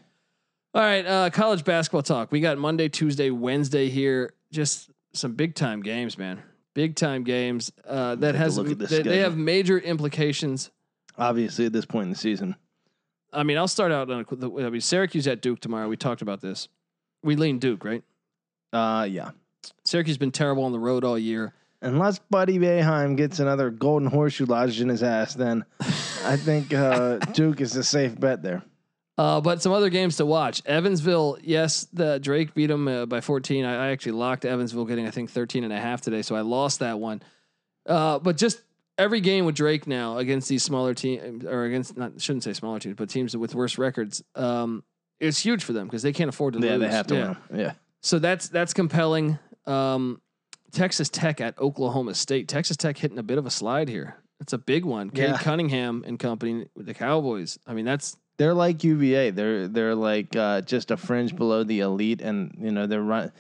S1: all right, uh, college basketball talk. We got Monday, Tuesday, Wednesday here. Just some big time games, man. Big time games. Uh, that
S2: Take a
S1: has
S2: look at the
S1: they, they
S2: schedule.
S1: have major implications.
S2: Obviously, at this point in the season,
S1: I mean, I'll start out on. a- the- I mean, Syracuse at Duke tomorrow. We talked about this. We lean Duke, right?
S2: uh, yeah.
S1: Syracuse has been terrible on the road all year.
S2: Unless Buddy Bayheim gets another golden horseshoe lodged in his ass, then I think uh, Duke is a safe bet there.
S1: Uh, but some other games to watch. Evansville, yes, the Drake beat them uh, by 14. I, I actually locked Evansville getting, I think, 13 and a half today, so I lost that one. Uh, but just every game with Drake now against these smaller teams, or against, not shouldn't say smaller teams, but teams with worse records, um, it's huge for them because they can't afford to
S2: Yeah,
S1: lose.
S2: they have to win. Yeah.
S1: So that's that's compelling. Um, Texas Tech at Oklahoma State. Texas Tech hitting a bit of a slide here. It's a big one. Cade
S2: Yeah.
S1: Cunningham and company with the Cowboys. I mean, that's
S2: They're like UVA. They're they're like uh, just a fringe below the elite, and you know they're run.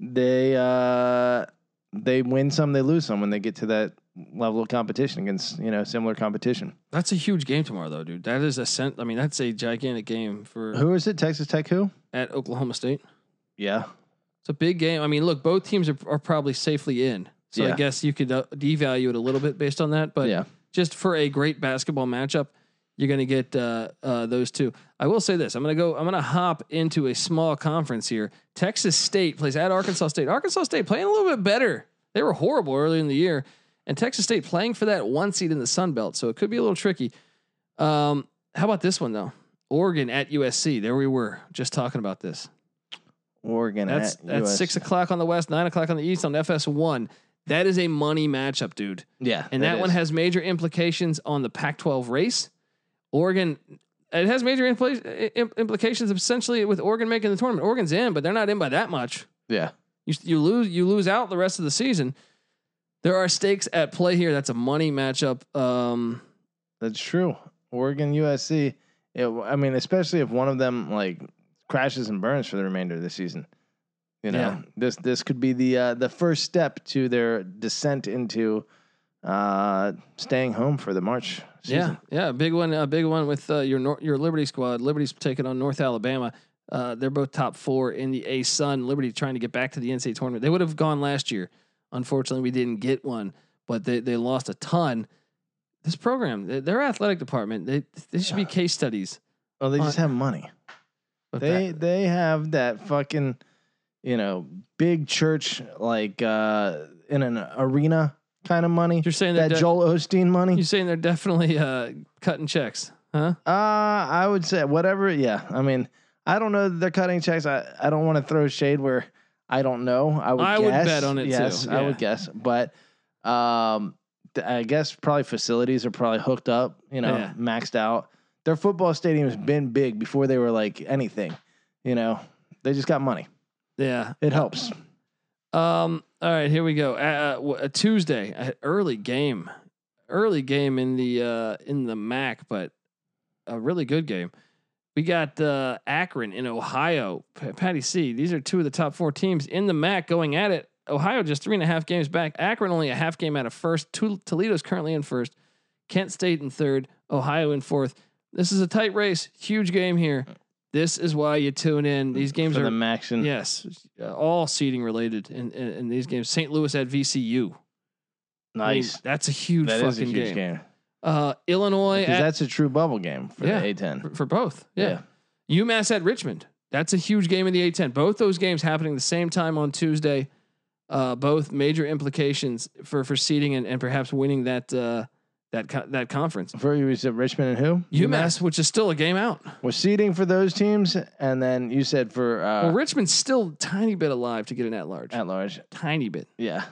S2: They uh, they win some, they lose some when they get to that level of competition against you know similar competition.
S1: That's a huge game tomorrow, though, dude. That is a cent. I mean, that's a gigantic game for
S2: Who is it? Texas Tech? Who?
S1: at Oklahoma State.
S2: Yeah,
S1: It's a big game. I mean, look, both teams are, are probably safely in, so I
S2: Yeah.
S1: guess you could uh, devalue it a little bit based on that. But
S2: yeah.
S1: just for a great basketball matchup, you're going to get uh, uh, those two. I will say this: I'm going to go. I'm going to hop into a small conference here. Texas State plays at Arkansas State. Arkansas State playing a little bit better. They were horrible early in the year, and Texas State playing for that one seed in the Sun Belt, so it could be a little tricky. Um, how about this one though? Oregon at USC. There we were just talking about this.
S2: Oregon.
S1: That's
S2: at
S1: that's
S2: US.
S1: six o'clock on the west, nine o'clock on the east on FS1. That is a money matchup, dude.
S2: Yeah,
S1: And that, one
S2: is.
S1: has major implications on the Pac 12 race. Oregon, it has major impl- im- implications essentially with Oregon making the tournament. Oregon's in, but they're not in by that much.
S2: yeah.
S1: You, you lose you lose out the rest of the season. There are stakes at play here. That's a money matchup. Um,
S2: That's true. Oregon, USC. It, I mean, especially if one of them like crashes and burns for the remainder of the season. You know,
S1: Yeah.
S2: this this could be the uh, the first step to their descent into uh, staying home for the March
S1: yeah,
S2: season.
S1: yeah, a big one, a big one with uh, your Nor- your Liberty squad. Liberty's taking on North Alabama. Uh, they're both top four in the A Sun. Liberty trying to get back to the NCAA tournament. They would have gone last year. Unfortunately, we didn't get one, but they, they lost a ton. This program, th- their athletic department, they they should be
S2: Yeah.
S1: case studies.
S2: Well, they just have money.
S1: But
S2: They
S1: that-
S2: they have that fucking you know big church like uh, in an arena kind of money.
S1: you're saying they're
S2: That
S1: de-
S2: Joel Osteen money.
S1: you're saying they're definitely uh, cutting checks, huh?
S2: Uh, I would say whatever. Yeah, I mean, I don't know. That they're cutting checks. I, I don't want to throw shade where I don't know. I would.
S1: I would
S2: guess.
S1: bet on it, too.
S2: Yes, I
S1: Yeah.
S2: would guess. But um, th- I guess probably facilities are probably hooked up. You know,
S1: Yeah.
S2: maxed out. Their football stadium's been big before they were like anything. You know, they just got money.
S1: Yeah,
S2: It helps.
S1: Um. All right, here we go. Uh, w- a Tuesday, a early game, early game in the uh, in the MAC, but a really good game. We got uh, Akron in Ohio. P- Patty C. These are two of the top four teams in the MAC going at it. Ohio just three and a half games back. Akron only a half game out of first. Tul- Toledo's currently in first. Kent State in third. Ohio in fourth. This is a tight race. Huge game here. This is why you tune in. These games
S2: for
S1: are
S2: the max and
S1: Yes, uh, all seating related in, in, in these games. St. Louis at VCU. I mean,
S2: nice.
S1: that's a huge
S2: That
S1: fucking
S2: is a huge
S1: game.
S2: game.
S1: Uh, Illinois
S2: because
S1: at,
S2: that's a true bubble game for
S1: Yeah.
S2: the A10.
S1: for both. Yeah. UMass at Richmond. That's a huge game in the A10. Both those games happening the same time on Tuesday. Uh, both major implications for for seeding and, and perhaps winning that uh, that co- that conference.
S2: For you, is it Richmond and who?
S1: UMass, which is still a game out.
S2: We're seeding for those teams, and then you said for uh,
S1: well, Richmond's still tiny bit alive to get an at large.
S2: at large.
S1: tiny bit.
S2: Yeah,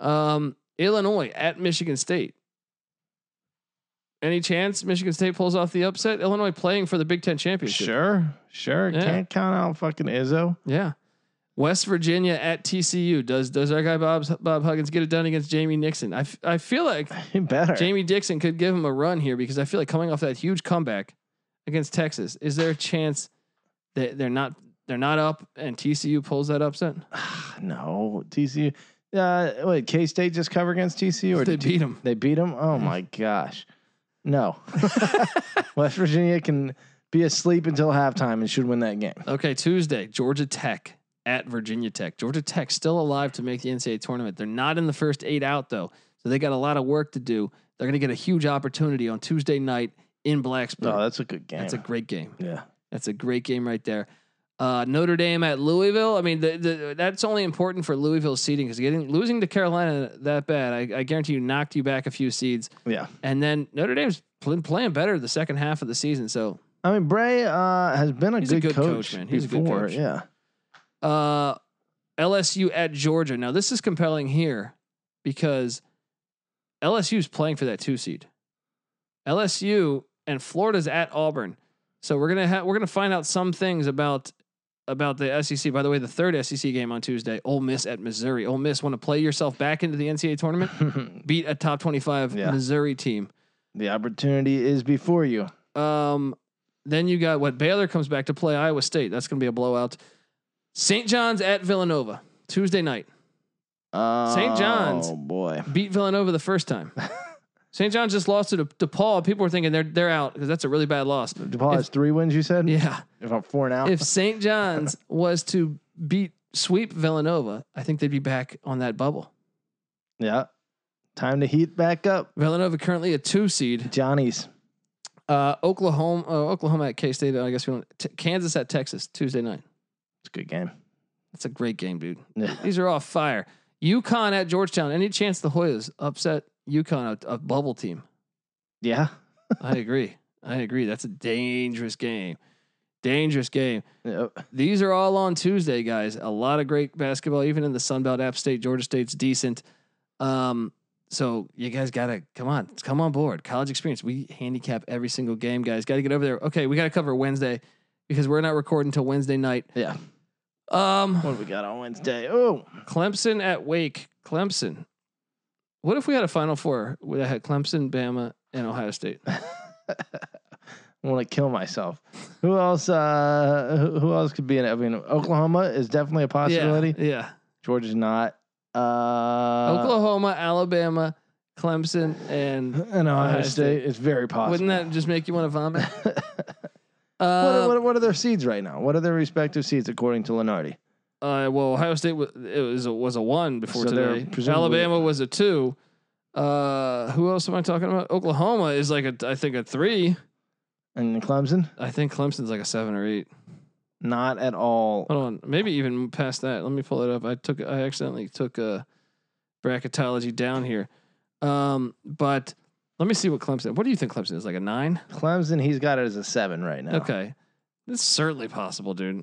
S1: Um, Illinois at Michigan State. Any chance Michigan State pulls off the upset? Illinois playing for the Big Ten championship.
S2: sure, sure.
S1: Yeah.
S2: Can't count out fucking Izzo.
S1: Yeah. West Virginia at TCU. Does does our guy Bob Bob Huggins get it done against Jamie Nixon? I, f- I feel like
S2: You better.
S1: Jamie Dixon could give him a run here because I feel like coming off that huge comeback against Texas, is there a chance that they're not they're not up and TCU pulls that upset?
S2: no, TCU. Uh, wait, K State just cover against TCU, or
S1: They
S2: did T-
S1: beat 'em.
S2: They beat them. Oh my gosh, no. West Virginia can be asleep until halftime and should win that game.
S1: Okay, Tuesday, Georgia Tech at Virginia Tech. Georgia Tech still alive to make the NCAA tournament. They're not in the first eight out though, so they got a lot of work to do. They're going to get a huge opportunity on Tuesday night in Blacksburg.
S2: No, Oh, that's a good game.
S1: that's a great game.
S2: yeah.
S1: That's a great game right there. Uh, Notre Dame at Louisville. I mean, the, the, that's only important for Louisville's seeding because getting losing to Carolina that bad, I, I guarantee you, knocked you back a few seeds.
S2: Yeah.
S1: And then Notre Dame's pl- playing better the second half of the season. So,
S2: I mean, Bray uh, has been a,
S1: He's a
S2: good,
S1: good
S2: coach,
S1: coach, man. He's a good
S2: before.
S1: coach.
S2: Yeah.
S1: uh, LSU at Georgia. Now this is compelling here because LSU is playing for that two seed. LSU and Florida's at Auburn. So we're gonna ha- we're gonna find out some things about about the SEC. By the way, the third SEC game on Tuesday, Ole Miss at Missouri. Ole Miss want to play yourself back into the NCAA tournament, beat a top twenty five
S2: Yeah.
S1: Missouri team.
S2: the opportunity is before you.
S1: Um, then you got what Baylor comes back to play Iowa State. That's gonna be a blowout. St. John's at Villanova Tuesday night.
S2: Oh,
S1: St. John's.
S2: Oh boy.
S1: beat Villanova the first time. St. John's just lost to DePaul. People were thinking they're they're out because that's a really bad loss.
S2: DePaul has three wins. You said.
S1: Yeah,
S2: If I'm four and out.
S1: if St. John's was to beat sweep Villanova, I think they'd be back on that bubble.
S2: yeah. Time to heat back up.
S1: Villanova currently a two seed.
S2: Johnny's.
S1: Uh, Oklahoma, uh, Oklahoma at K State. I guess we don't. T- Kansas at Texas Tuesday night.
S2: It's a good game.
S1: That's a great game, dude.
S2: Yeah.
S1: These are all fire. UConn at Georgetown. Any chance the Hoyas upset UConn, a, a bubble team?
S2: Yeah.
S1: I agree. I agree. That's a dangerous game. Dangerous game.
S2: Yep.
S1: These are all on Tuesday, guys. A lot of great basketball, even in the Sun Belt. App State, Georgia State's decent. Um, so you guys gotta come on, come on board. College experience. We handicap every single game, guys. Got to get over there. Okay, we got to cover Wednesday because we're not recording till Wednesday night.
S2: Yeah.
S1: Um,
S2: What do we got on Wednesday? Oh,
S1: Clemson at Wake. Clemson. What if we had a Final Four that had Clemson, Bama, and Ohio State?
S2: I want to kill myself. Who else? Uh, who, who else could be in it? I mean, Oklahoma is definitely a possibility.
S1: Yeah, yeah.
S2: Georgia's not. Uh,
S1: Oklahoma, Alabama, Clemson, and
S2: and Ohio
S1: Ohio
S2: State
S1: State.
S2: is very possible.
S1: wouldn't that just make you want to vomit?
S2: what,
S1: Uh,
S2: are, what, are- what are their seeds right now? What are their respective seeds according to Lenardi?
S1: Uh, well, Ohio State was it was a, was a one before
S2: So they're
S1: today.
S2: presumably-
S1: Alabama was a two. Uh, who else am I talking about? Oklahoma is like a I think a three.
S2: And Clemson,
S1: I think Clemson's like a seven or eight.
S2: not at all.
S1: Hold on, maybe even past that. Let me pull it up. I took I accidentally took uh, bracketology down here, um, but let me see what Clemson. What do you think Clemson is like a nine?
S2: Clemson, he's got it as a seven right now.
S1: Okay, it's certainly possible, dude.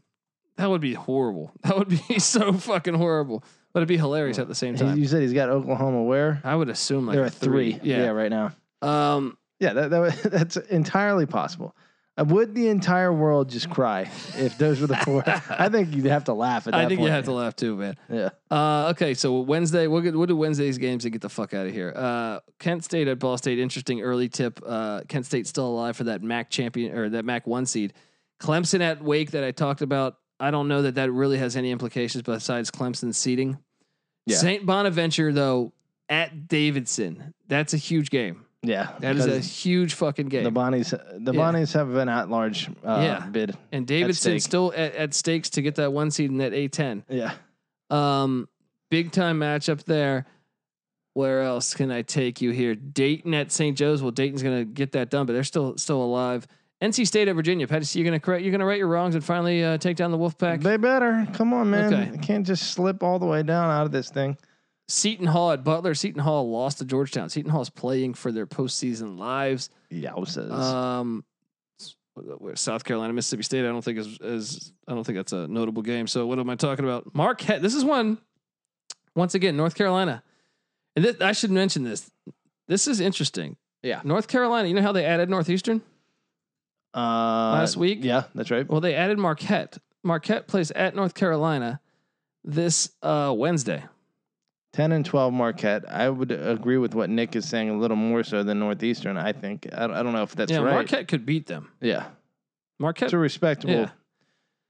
S1: That would be horrible. That would be so fucking horrible, but it'd be hilarious at the same
S2: He-
S1: time.
S2: you said he's got Oklahoma where?
S1: I would assume like
S2: there
S1: a
S2: are three. yeah,
S1: Yeah.
S2: right now.
S1: Um.
S2: Yeah, that, that wa- that's entirely possible. Uh, Would the entire world just cry if those were the four? I think you'd have to laugh at that
S1: I think
S2: point.
S1: you have to laugh too, man.
S2: Yeah.
S1: Uh. Okay. So Wednesday, we'll get, we'll do Wednesday's games and get the fuck out of here. Uh. Kent State at Ball State. Interesting early tip. Uh. Kent State's still alive for that MAC champion or that MAC one seed. Clemson at Wake that I talked about. I don't know that that really has any implications besides Clemson's seeding.
S2: Yeah.
S1: Saint Bonaventure though at Davidson. That's a huge game.
S2: Yeah.
S1: That is a
S2: because
S1: huge fucking game.
S2: the Bonnies the
S1: Yeah.
S2: Bonnies have an at large uh,
S1: Yeah.
S2: bid.
S1: and Davidson
S2: stake.
S1: still at, at stakes to get that one seed in that A10.
S2: Yeah.
S1: Um, big time matchup there. Where else can I take you here? Dayton at St. Joe's. Well, Dayton's going to get that done, but they're still still alive. NC State at Virginia. Patty, C, you're gonna correct. You're gonna right your wrongs and finally uh, take down the Wolfpack.
S2: They better. Come on, man.
S1: Okay.
S2: I can't just slip all the way down out of this thing.
S1: Seton Hall at Butler. Seton Hall lost to Georgetown. Seton Hall is playing for their postseason lives.
S2: Yowzas.
S1: Um, s- where- South Carolina, Mississippi State. I don't think is is I don't think that's a notable game. So what am I talking about? Marquette. This is one. Once again, North Carolina, and this, I should mention this. This is interesting.
S2: Yeah.
S1: North Carolina. You know how they added Northeastern?
S2: uh,
S1: last week?
S2: Yeah, that's right.
S1: Well, they added Marquette. Marquette plays at North Carolina this uh, Wednesday.
S2: 10 and 12 Marquette. I would agree with what Nick is saying a little more so than Northeastern, I think. I, don't- I don't know if that's
S1: yeah,
S2: right.
S1: Marquette could beat them.
S2: Yeah.
S1: Marquette.
S2: It's a respectable.
S1: Yeah.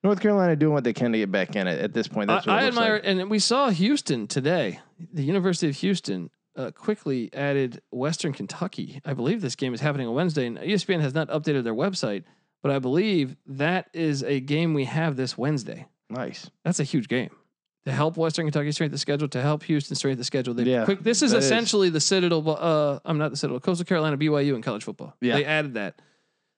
S2: North Carolina doing what they can to get back in it at this point.
S1: I,
S2: That's what
S1: I
S2: it looks
S1: admire,
S2: like.
S1: and we saw Houston today. The University of Houston uh, quickly added Western Kentucky. I believe this game is happening on Wednesday, and E ESPN has not updated their website, but I believe that is a game we have this Wednesday.
S2: Nice.
S1: That's a huge game to help Western Kentucky strengthen the schedule, to help Houston strengthen the schedule. They
S2: Yeah,
S1: quick. This is
S2: that is.
S1: essentially the Citadel. Uh, I'm not the Citadel. Coastal Carolina, BYU, in college football.
S2: Yeah.
S1: they added that.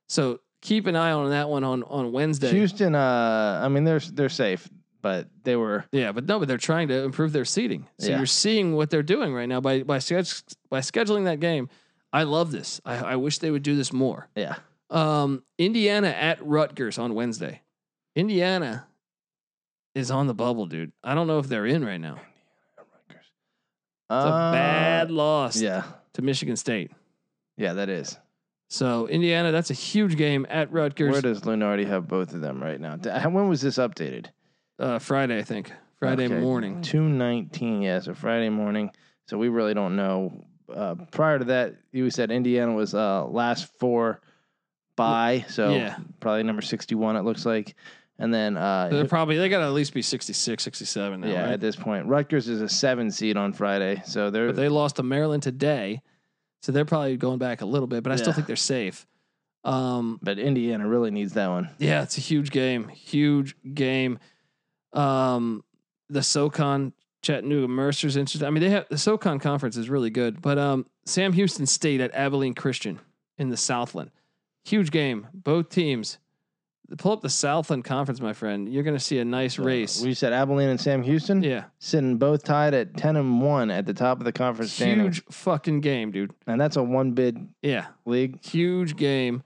S1: So keep an eye on that one on on Wednesday.
S2: Houston, uh, I mean, they're, they're safe, but they were.
S1: Yeah, but no, but they're trying to improve their seating. So
S2: Yeah.
S1: you're seeing what they're doing right now by by sched- by scheduling that game. I love this. I, I wish they would do this more.
S2: Yeah.
S1: Um, Indiana at Rutgers on Wednesday. Indiana is on the bubble, dude. I don't know if they're in right now.
S2: Rutgers.
S1: It's a bad loss
S2: Uh, Yeah.
S1: to Michigan State.
S2: Yeah, that is.
S1: So Indiana, that's a huge game at
S2: Where
S1: Rutgers
S2: does Lunardi have both of them right now? D- how- When was this updated?
S1: uh, Friday, I think. Friday
S2: Okay.
S1: morning.
S2: 219, yeah, so Friday morning. So we really don't know. Uh, prior to that, you said Indiana was uh, last four by, so
S1: Yeah.
S2: probably number 61, it looks like. And then,
S1: They're
S2: uh,
S1: probably they got to at least be 66, 67 now.
S2: yeah,
S1: right?
S2: at this point, Rutgers is a seven seed on Friday, so they're
S1: but they lost to Maryland today, so they're probably going back a little bit. But I still
S2: Yeah.
S1: think they're safe. Um,
S2: but Indiana really needs that one.
S1: yeah, it's a huge game, huge game. Um, the SoCon Chattanooga Mercer's interesting. I mean, they have the SoCon conference is really good, but um, Sam Houston State at Abilene Christian in the Southland, huge game. Both teams. Pull up the Southland Conference, my friend. You're going to see a nice race.
S2: We said Abilene and Sam Houston
S1: yeah,
S2: sitting both tied at 10 and 1 at the top of the conference standings.
S1: huge fucking game, dude.
S2: And that's a one bid
S1: Yeah.
S2: league.
S1: huge game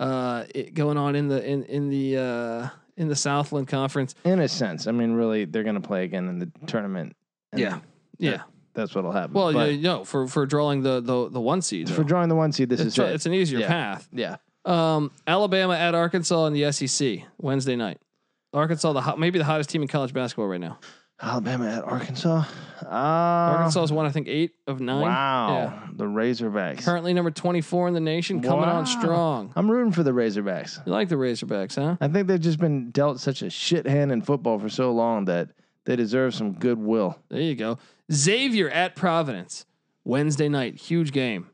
S1: uh it going on in the in in the uh in the Southland Conference.
S2: in a sense. I mean, really, they're going to play again in the tournament. and
S1: Yeah. Yeah.
S2: that's what'll happen.
S1: Well,
S2: But
S1: you know, for for drawing the the the one seed.
S2: for
S1: though.
S2: drawing the one seed, this
S1: it's,
S2: is
S1: a-
S2: it.
S1: it's an easier
S2: Yeah.
S1: path.
S2: Yeah,
S1: Um Alabama at Arkansas in the SEC Wednesday night. Arkansas the hot, maybe the hottest team in college basketball right now.
S2: Alabama at Arkansas. Uh,
S1: Arkansas's won I think 8 of 9.
S2: Wow,
S1: Yeah.
S2: the Razorbacks.
S1: Currently number 24 in the nation coming
S2: Wow.
S1: on strong.
S2: I'm rooting for the Razorbacks.
S1: You like the Razorbacks, huh?
S2: I think they've just been dealt such a shit hand in football for so long that they deserve some goodwill.
S1: There you go. Xavier at Providence Wednesday night. Huge game.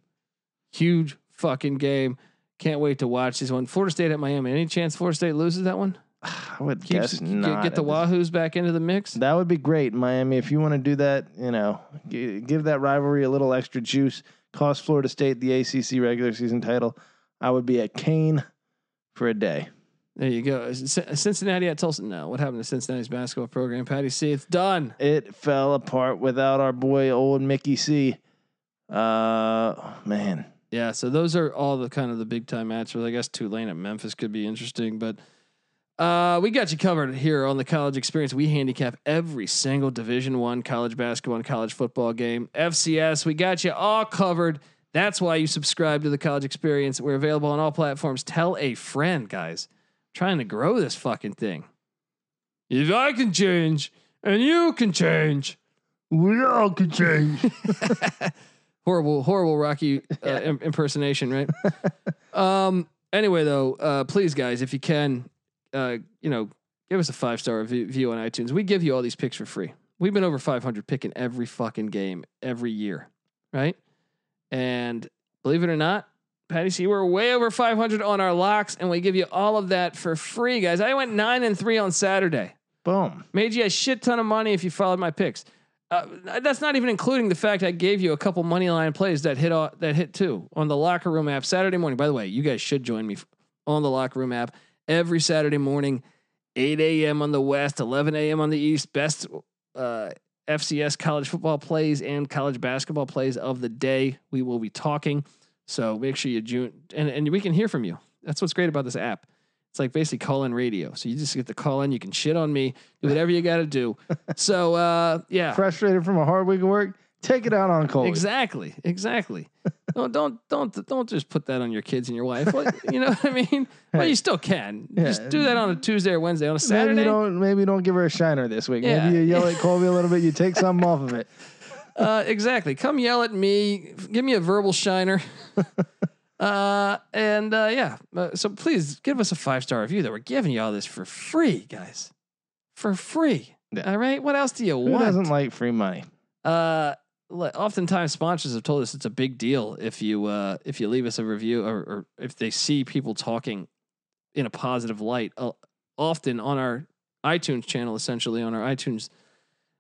S1: Huge fucking game. Can't wait to watch this one. Florida State at Miami. Any chance Florida State loses that one?
S2: I would
S1: Keeps-
S2: guess
S1: get-
S2: not.
S1: get
S2: at
S1: the
S2: this-
S1: Wahoos back into the mix.
S2: That would be great, Miami. If you want to do that, you know, g- give that rivalry a little extra juice. Cost Florida State the ACC regular season title. I would be a cane for a day.
S1: There you go. C- Cincinnati at Tulsa. No, what happened to Cincinnati's basketball program? Patty C. It's done.
S2: It fell apart without our boy old Mickey C. Uh, man,
S1: Yeah, so those are all the kind of the big time matches. I guess Tulane at Memphis could be interesting, but uh, we got you covered here on the college experience. We handicap every single Division One college basketball and college football game. FCS, we got you all covered. That's why you subscribe to the college experience. We're available on all platforms. Tell a friend, guys. Trying to grow this fucking thing. If I can change and you can change.
S2: we all could change.
S1: horrible, horrible Rocky uh, im- impersonation, right? um. Anyway, though, uh, please, guys, if you can, uh, you know, give us a five star review view on iTunes. We give you all these picks for free. We've been over 500 picking every fucking game every year, right? And believe it or not, Patty C, we're way over 500 on our locks, and we give you all of that for free, guys. I went nine and three on Saturday
S2: Boom.
S1: made you a shit ton of money if you followed my picks. Uh, that's not even including the fact I gave you a couple uh, money line plays that hit all, that hit too on the locker room app Saturday morning. By the way, you guys should join me f- on the Locker Room app every Saturday morning, 8 a.m. on the West, 11 a.m. on the East. Best uh, FCS college football plays and college basketball plays of the day. We will be talking. So make sure you join, and, and we can hear from you. That's what's great about this app. It's like basically call in radio. So you just get to call in. You can shit on me, do whatever you got to do. So uh, yeah,
S2: Frustrated from a hard week of work? Take it out on Coley.
S1: Exactly. Exactly. don't don't don't don't just put that on your kids and your wife. Like, you know what I mean? Well, you still can. Just
S2: Yeah.
S1: do that on a Tuesday or Wednesday. On a
S2: Maybe
S1: Saturday.
S2: you don't. Maybe you don't give her a shiner this week.
S1: Yeah.
S2: Maybe you yell at Colby a little bit. You take something off of it.
S1: uh, exactly. Come yell at me. F- Give me a verbal shiner. uh, and uh, yeah. Uh, so please give us a five star review. That we're giving you all this for free, guys. For free.
S2: Yeah.
S1: All right. What else do you
S2: Who
S1: want?
S2: doesn't like free money?
S1: uh le- oftentimes sponsors have told us it's a big deal if you uh if you leave us a review or, or if they see people talking in a positive light uh, often on our iTunes channel essentially on our iTunes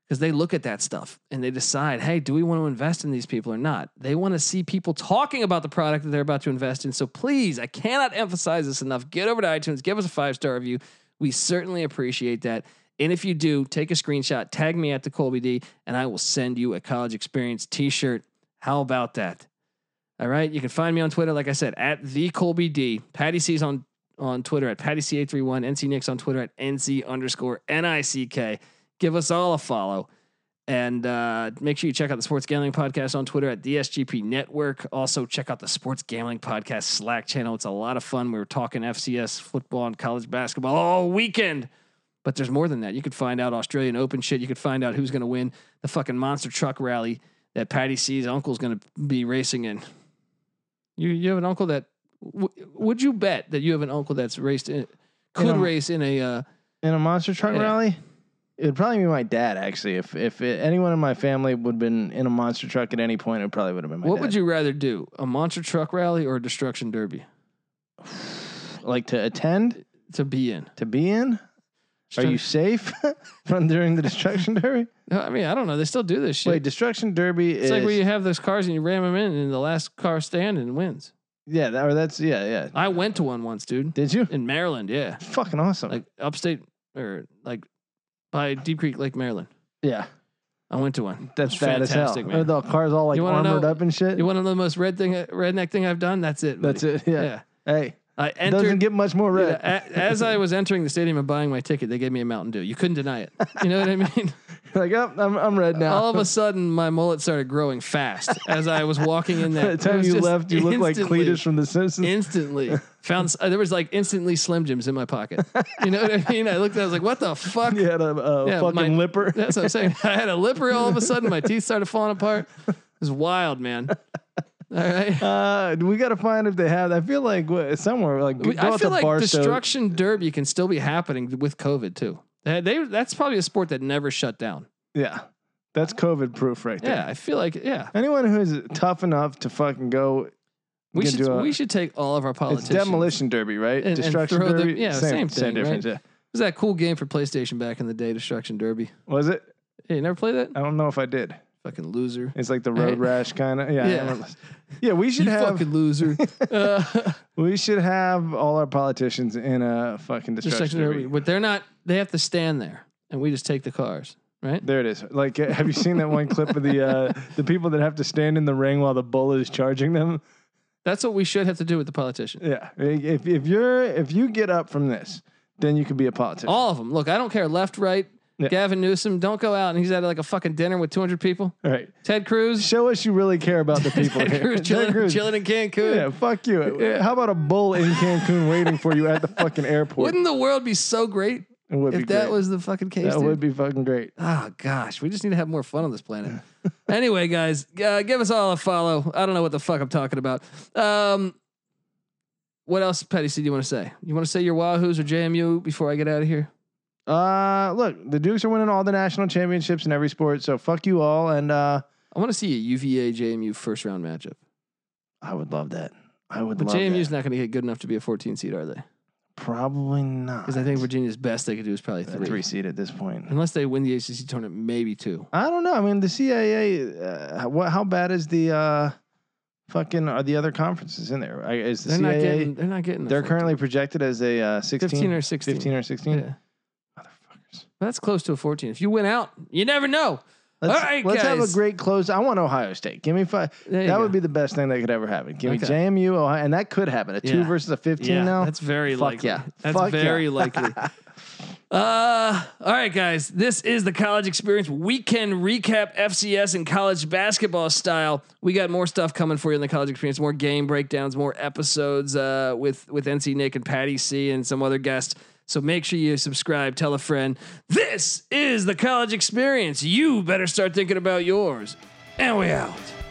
S1: because they look at that stuff and they decide hey do we want to invest in these people or not they want to see people talking about the product that they're about to invest in so please I cannot emphasize this enough get over to iTunes give us a five star review we certainly appreciate that and if you do, take a screenshot, tag me at the Colby D, and I will send you a college experience t shirt. How about that? All right. You can find me on Twitter, like I said, at the Colby D. Patty C's on, on Twitter at Patty C831, NC Nick's on Twitter at NC underscore NICK. Give us all a follow. And uh, make sure you check out the Sports Gambling Podcast on Twitter at the SGP Network. Also, check out the Sports Gambling Podcast Slack channel. It's a lot of fun. We were talking FCS football and college basketball all weekend. But there's more than that. You could find out Australian Open shit. You could find out who's going to win the fucking monster truck rally that Patty C's uncle's going to be racing in. You you have an uncle that w- would you bet that you have an uncle that's raced in could
S2: You know-
S1: race in a uh,
S2: in a monster truck
S1: Yeah.
S2: rally? It'd probably be my dad actually. If if it, anyone in my family would have been in a monster truck at any point, it probably would have been my
S1: what
S2: dad.
S1: would you rather do a monster truck rally or a destruction derby
S2: like to attend
S1: to be in?
S2: to be in? Are you safe from during the destruction derby?
S1: No, I mean I don't know. They still do this shit.
S2: Wait, destruction derby
S1: it's
S2: is
S1: like where you have those cars and you ram them in, and the last car standing wins.
S2: yeah, that, or that's yeah, yeah.
S1: I went to one once, dude,
S2: Did you?
S1: in Maryland. Yeah.
S2: Fucking awesome.
S1: like upstate or like by Deep Creek Lake, Maryland.
S2: yeah,
S1: I went to one.
S2: that's
S1: It was
S2: bad as hell.
S1: fantastic,
S2: Or
S1: man.
S2: the cars all like
S1: You wanna
S2: armored
S1: know-
S2: up and shit.
S1: You want to know the most red thing, redneck thing I've done? That's it. buddy.
S2: that's it. Yeah.
S1: Yeah.
S2: Hey,
S1: I
S2: it doesn't
S1: entered.
S2: get much more
S1: dude,
S2: red.
S1: a- as I was entering the stadium and buying my ticket, they gave me a Mountain Dew. You couldn't deny it. You know what I mean?
S2: like, oh, I'm I'm red now.
S1: All of a sudden, my mullet started growing fast as I was walking in
S2: By
S1: there.
S2: the
S1: It
S2: time
S1: was
S2: you
S1: just
S2: left, you looked like
S1: instantly-
S2: Cletus from The Simpsons.
S1: Instantly found s- uh, there was like instantly Slim Jims in my pocket. You know what I mean? I looked. I was like, "What the fuck?"
S2: You had a, a
S1: Yeah,
S2: fucking
S1: my-
S2: lipper.
S1: That's what I'm saying. I had a lipper all of a sudden. My teeth started falling apart. It was wild, man. All right.
S2: Uh, we got to find if they have. I feel like what, somewhere like go
S1: I
S2: out
S1: feel
S2: to
S1: like
S2: Barstow.
S1: destruction derby can still be happening with COVID too. They, they- that's probably a sport that never shut down.
S2: Yeah, that's COVID proof right there.
S1: Yeah, I feel like yeah.
S2: Anyone who is tough enough to fucking go,
S1: We
S2: Can
S1: should
S2: do a-
S1: we should take all of our
S2: it's
S1: politicians.
S2: demolition derby, right?
S1: And- and
S2: destruction
S1: throw the-
S2: derby.
S1: yeah, same thing,
S2: difference.
S1: It was that cool game for PlayStation back in the day, Destruction Derby.
S2: Yeah. Was it?
S1: Hey, you never play that?
S2: I don't know if I did.
S1: Fucking loser.
S2: It's like the road
S1: Right.
S2: rash kind of. Yeah,
S1: Yeah.
S2: I remember. yeah. We should
S1: You
S2: have
S1: fucking loser. Uh,
S2: we should have all our politicians in a fucking destruction,
S1: destruction
S2: derby.
S1: derby. But they're not they have to stand there and we just take the cars, right?
S2: There it is. Like, uh, have you seen that one clip of the uh, the people that have to stand in the ring while the bull is charging them?
S1: That's what we should have to do with the politicians.
S2: Yeah. If if you're if you get up from this, then you can be a politician.
S1: All of them. Look, I don't care. Left, right.
S2: Yeah.
S1: Gavin Newsom. Don't go out and he's at like a fucking dinner with 200 people.
S2: All right.
S1: Ted Cruz.
S2: Show us you really care about the people
S1: Ted
S2: here.
S1: Cruz
S2: Ted
S1: chilling,
S2: Cruz.
S1: chilling in Cancun.
S2: Yeah. Fuck you. How about a bull in Cancun waiting for you at the fucking airport?
S1: Wouldn't the world be so great
S2: it would
S1: if
S2: be
S1: that
S2: great.
S1: was the fucking case?
S2: that
S1: dude?
S2: would be fucking great.
S1: Oh gosh, we just need to have more fun on this planet. anyway, guys, uh, give us all a follow. I don't know what the fuck I'm talking about. Um, what else, Petty C? Do you want to say? You want to say your Wahoos or JMU before I get out of here?
S2: Uh, look, the Dukes are winning all the national championships in every sport. So fuck you all, and uh,
S1: I want to see a UVA JMU first round matchup.
S2: I would love that. I would
S1: But
S2: love
S1: JMU's
S2: that.
S1: not going to get good enough to be a 14 seed, are they?
S2: Probably not.
S1: Because I think Virginia's best they could do is probably
S2: a
S1: three. Mm-hmm.
S2: three seed at this point.
S1: Unless they win the ACC tournament, maybe two.
S2: I don't know. I mean, the CIA. Uh, what? How bad is the uh, fucking are the other conferences in there? I- Is the
S1: They're not
S2: CAA?
S1: getting. They're not getting. the
S2: they're
S1: 14.
S2: currently projected as a uh, 16,
S1: 15 or 16.
S2: 15 or 16.
S1: Yeah.
S2: Motherfuckers.
S1: That's close to a 14. If you went out, you never know.
S2: Let's,
S1: All right,
S2: let's have a
S1: guys.
S2: great close. I want Ohio State. Give me five.
S1: There you
S2: That
S1: go.
S2: would be the best thing that could ever happen. Give
S1: Okay.
S2: me JMU, Ohio, and that could happen. A two
S1: Yeah.
S2: versus a 15
S1: yeah,
S2: now.
S1: That's very
S2: Fuck
S1: likely.
S2: yeah.
S1: That's
S2: Fuck yeah.
S1: very likely. Uh, all right, guys. This is the college experience weekend recap, FCS and college basketball style. We got more stuff coming for you in the college experience. More game breakdowns, more episodes uh, with with NC Nick and Patty C and some other guests. So make sure you subscribe. Tell a friend. This is the college experience. You better start thinking about yours. And we out.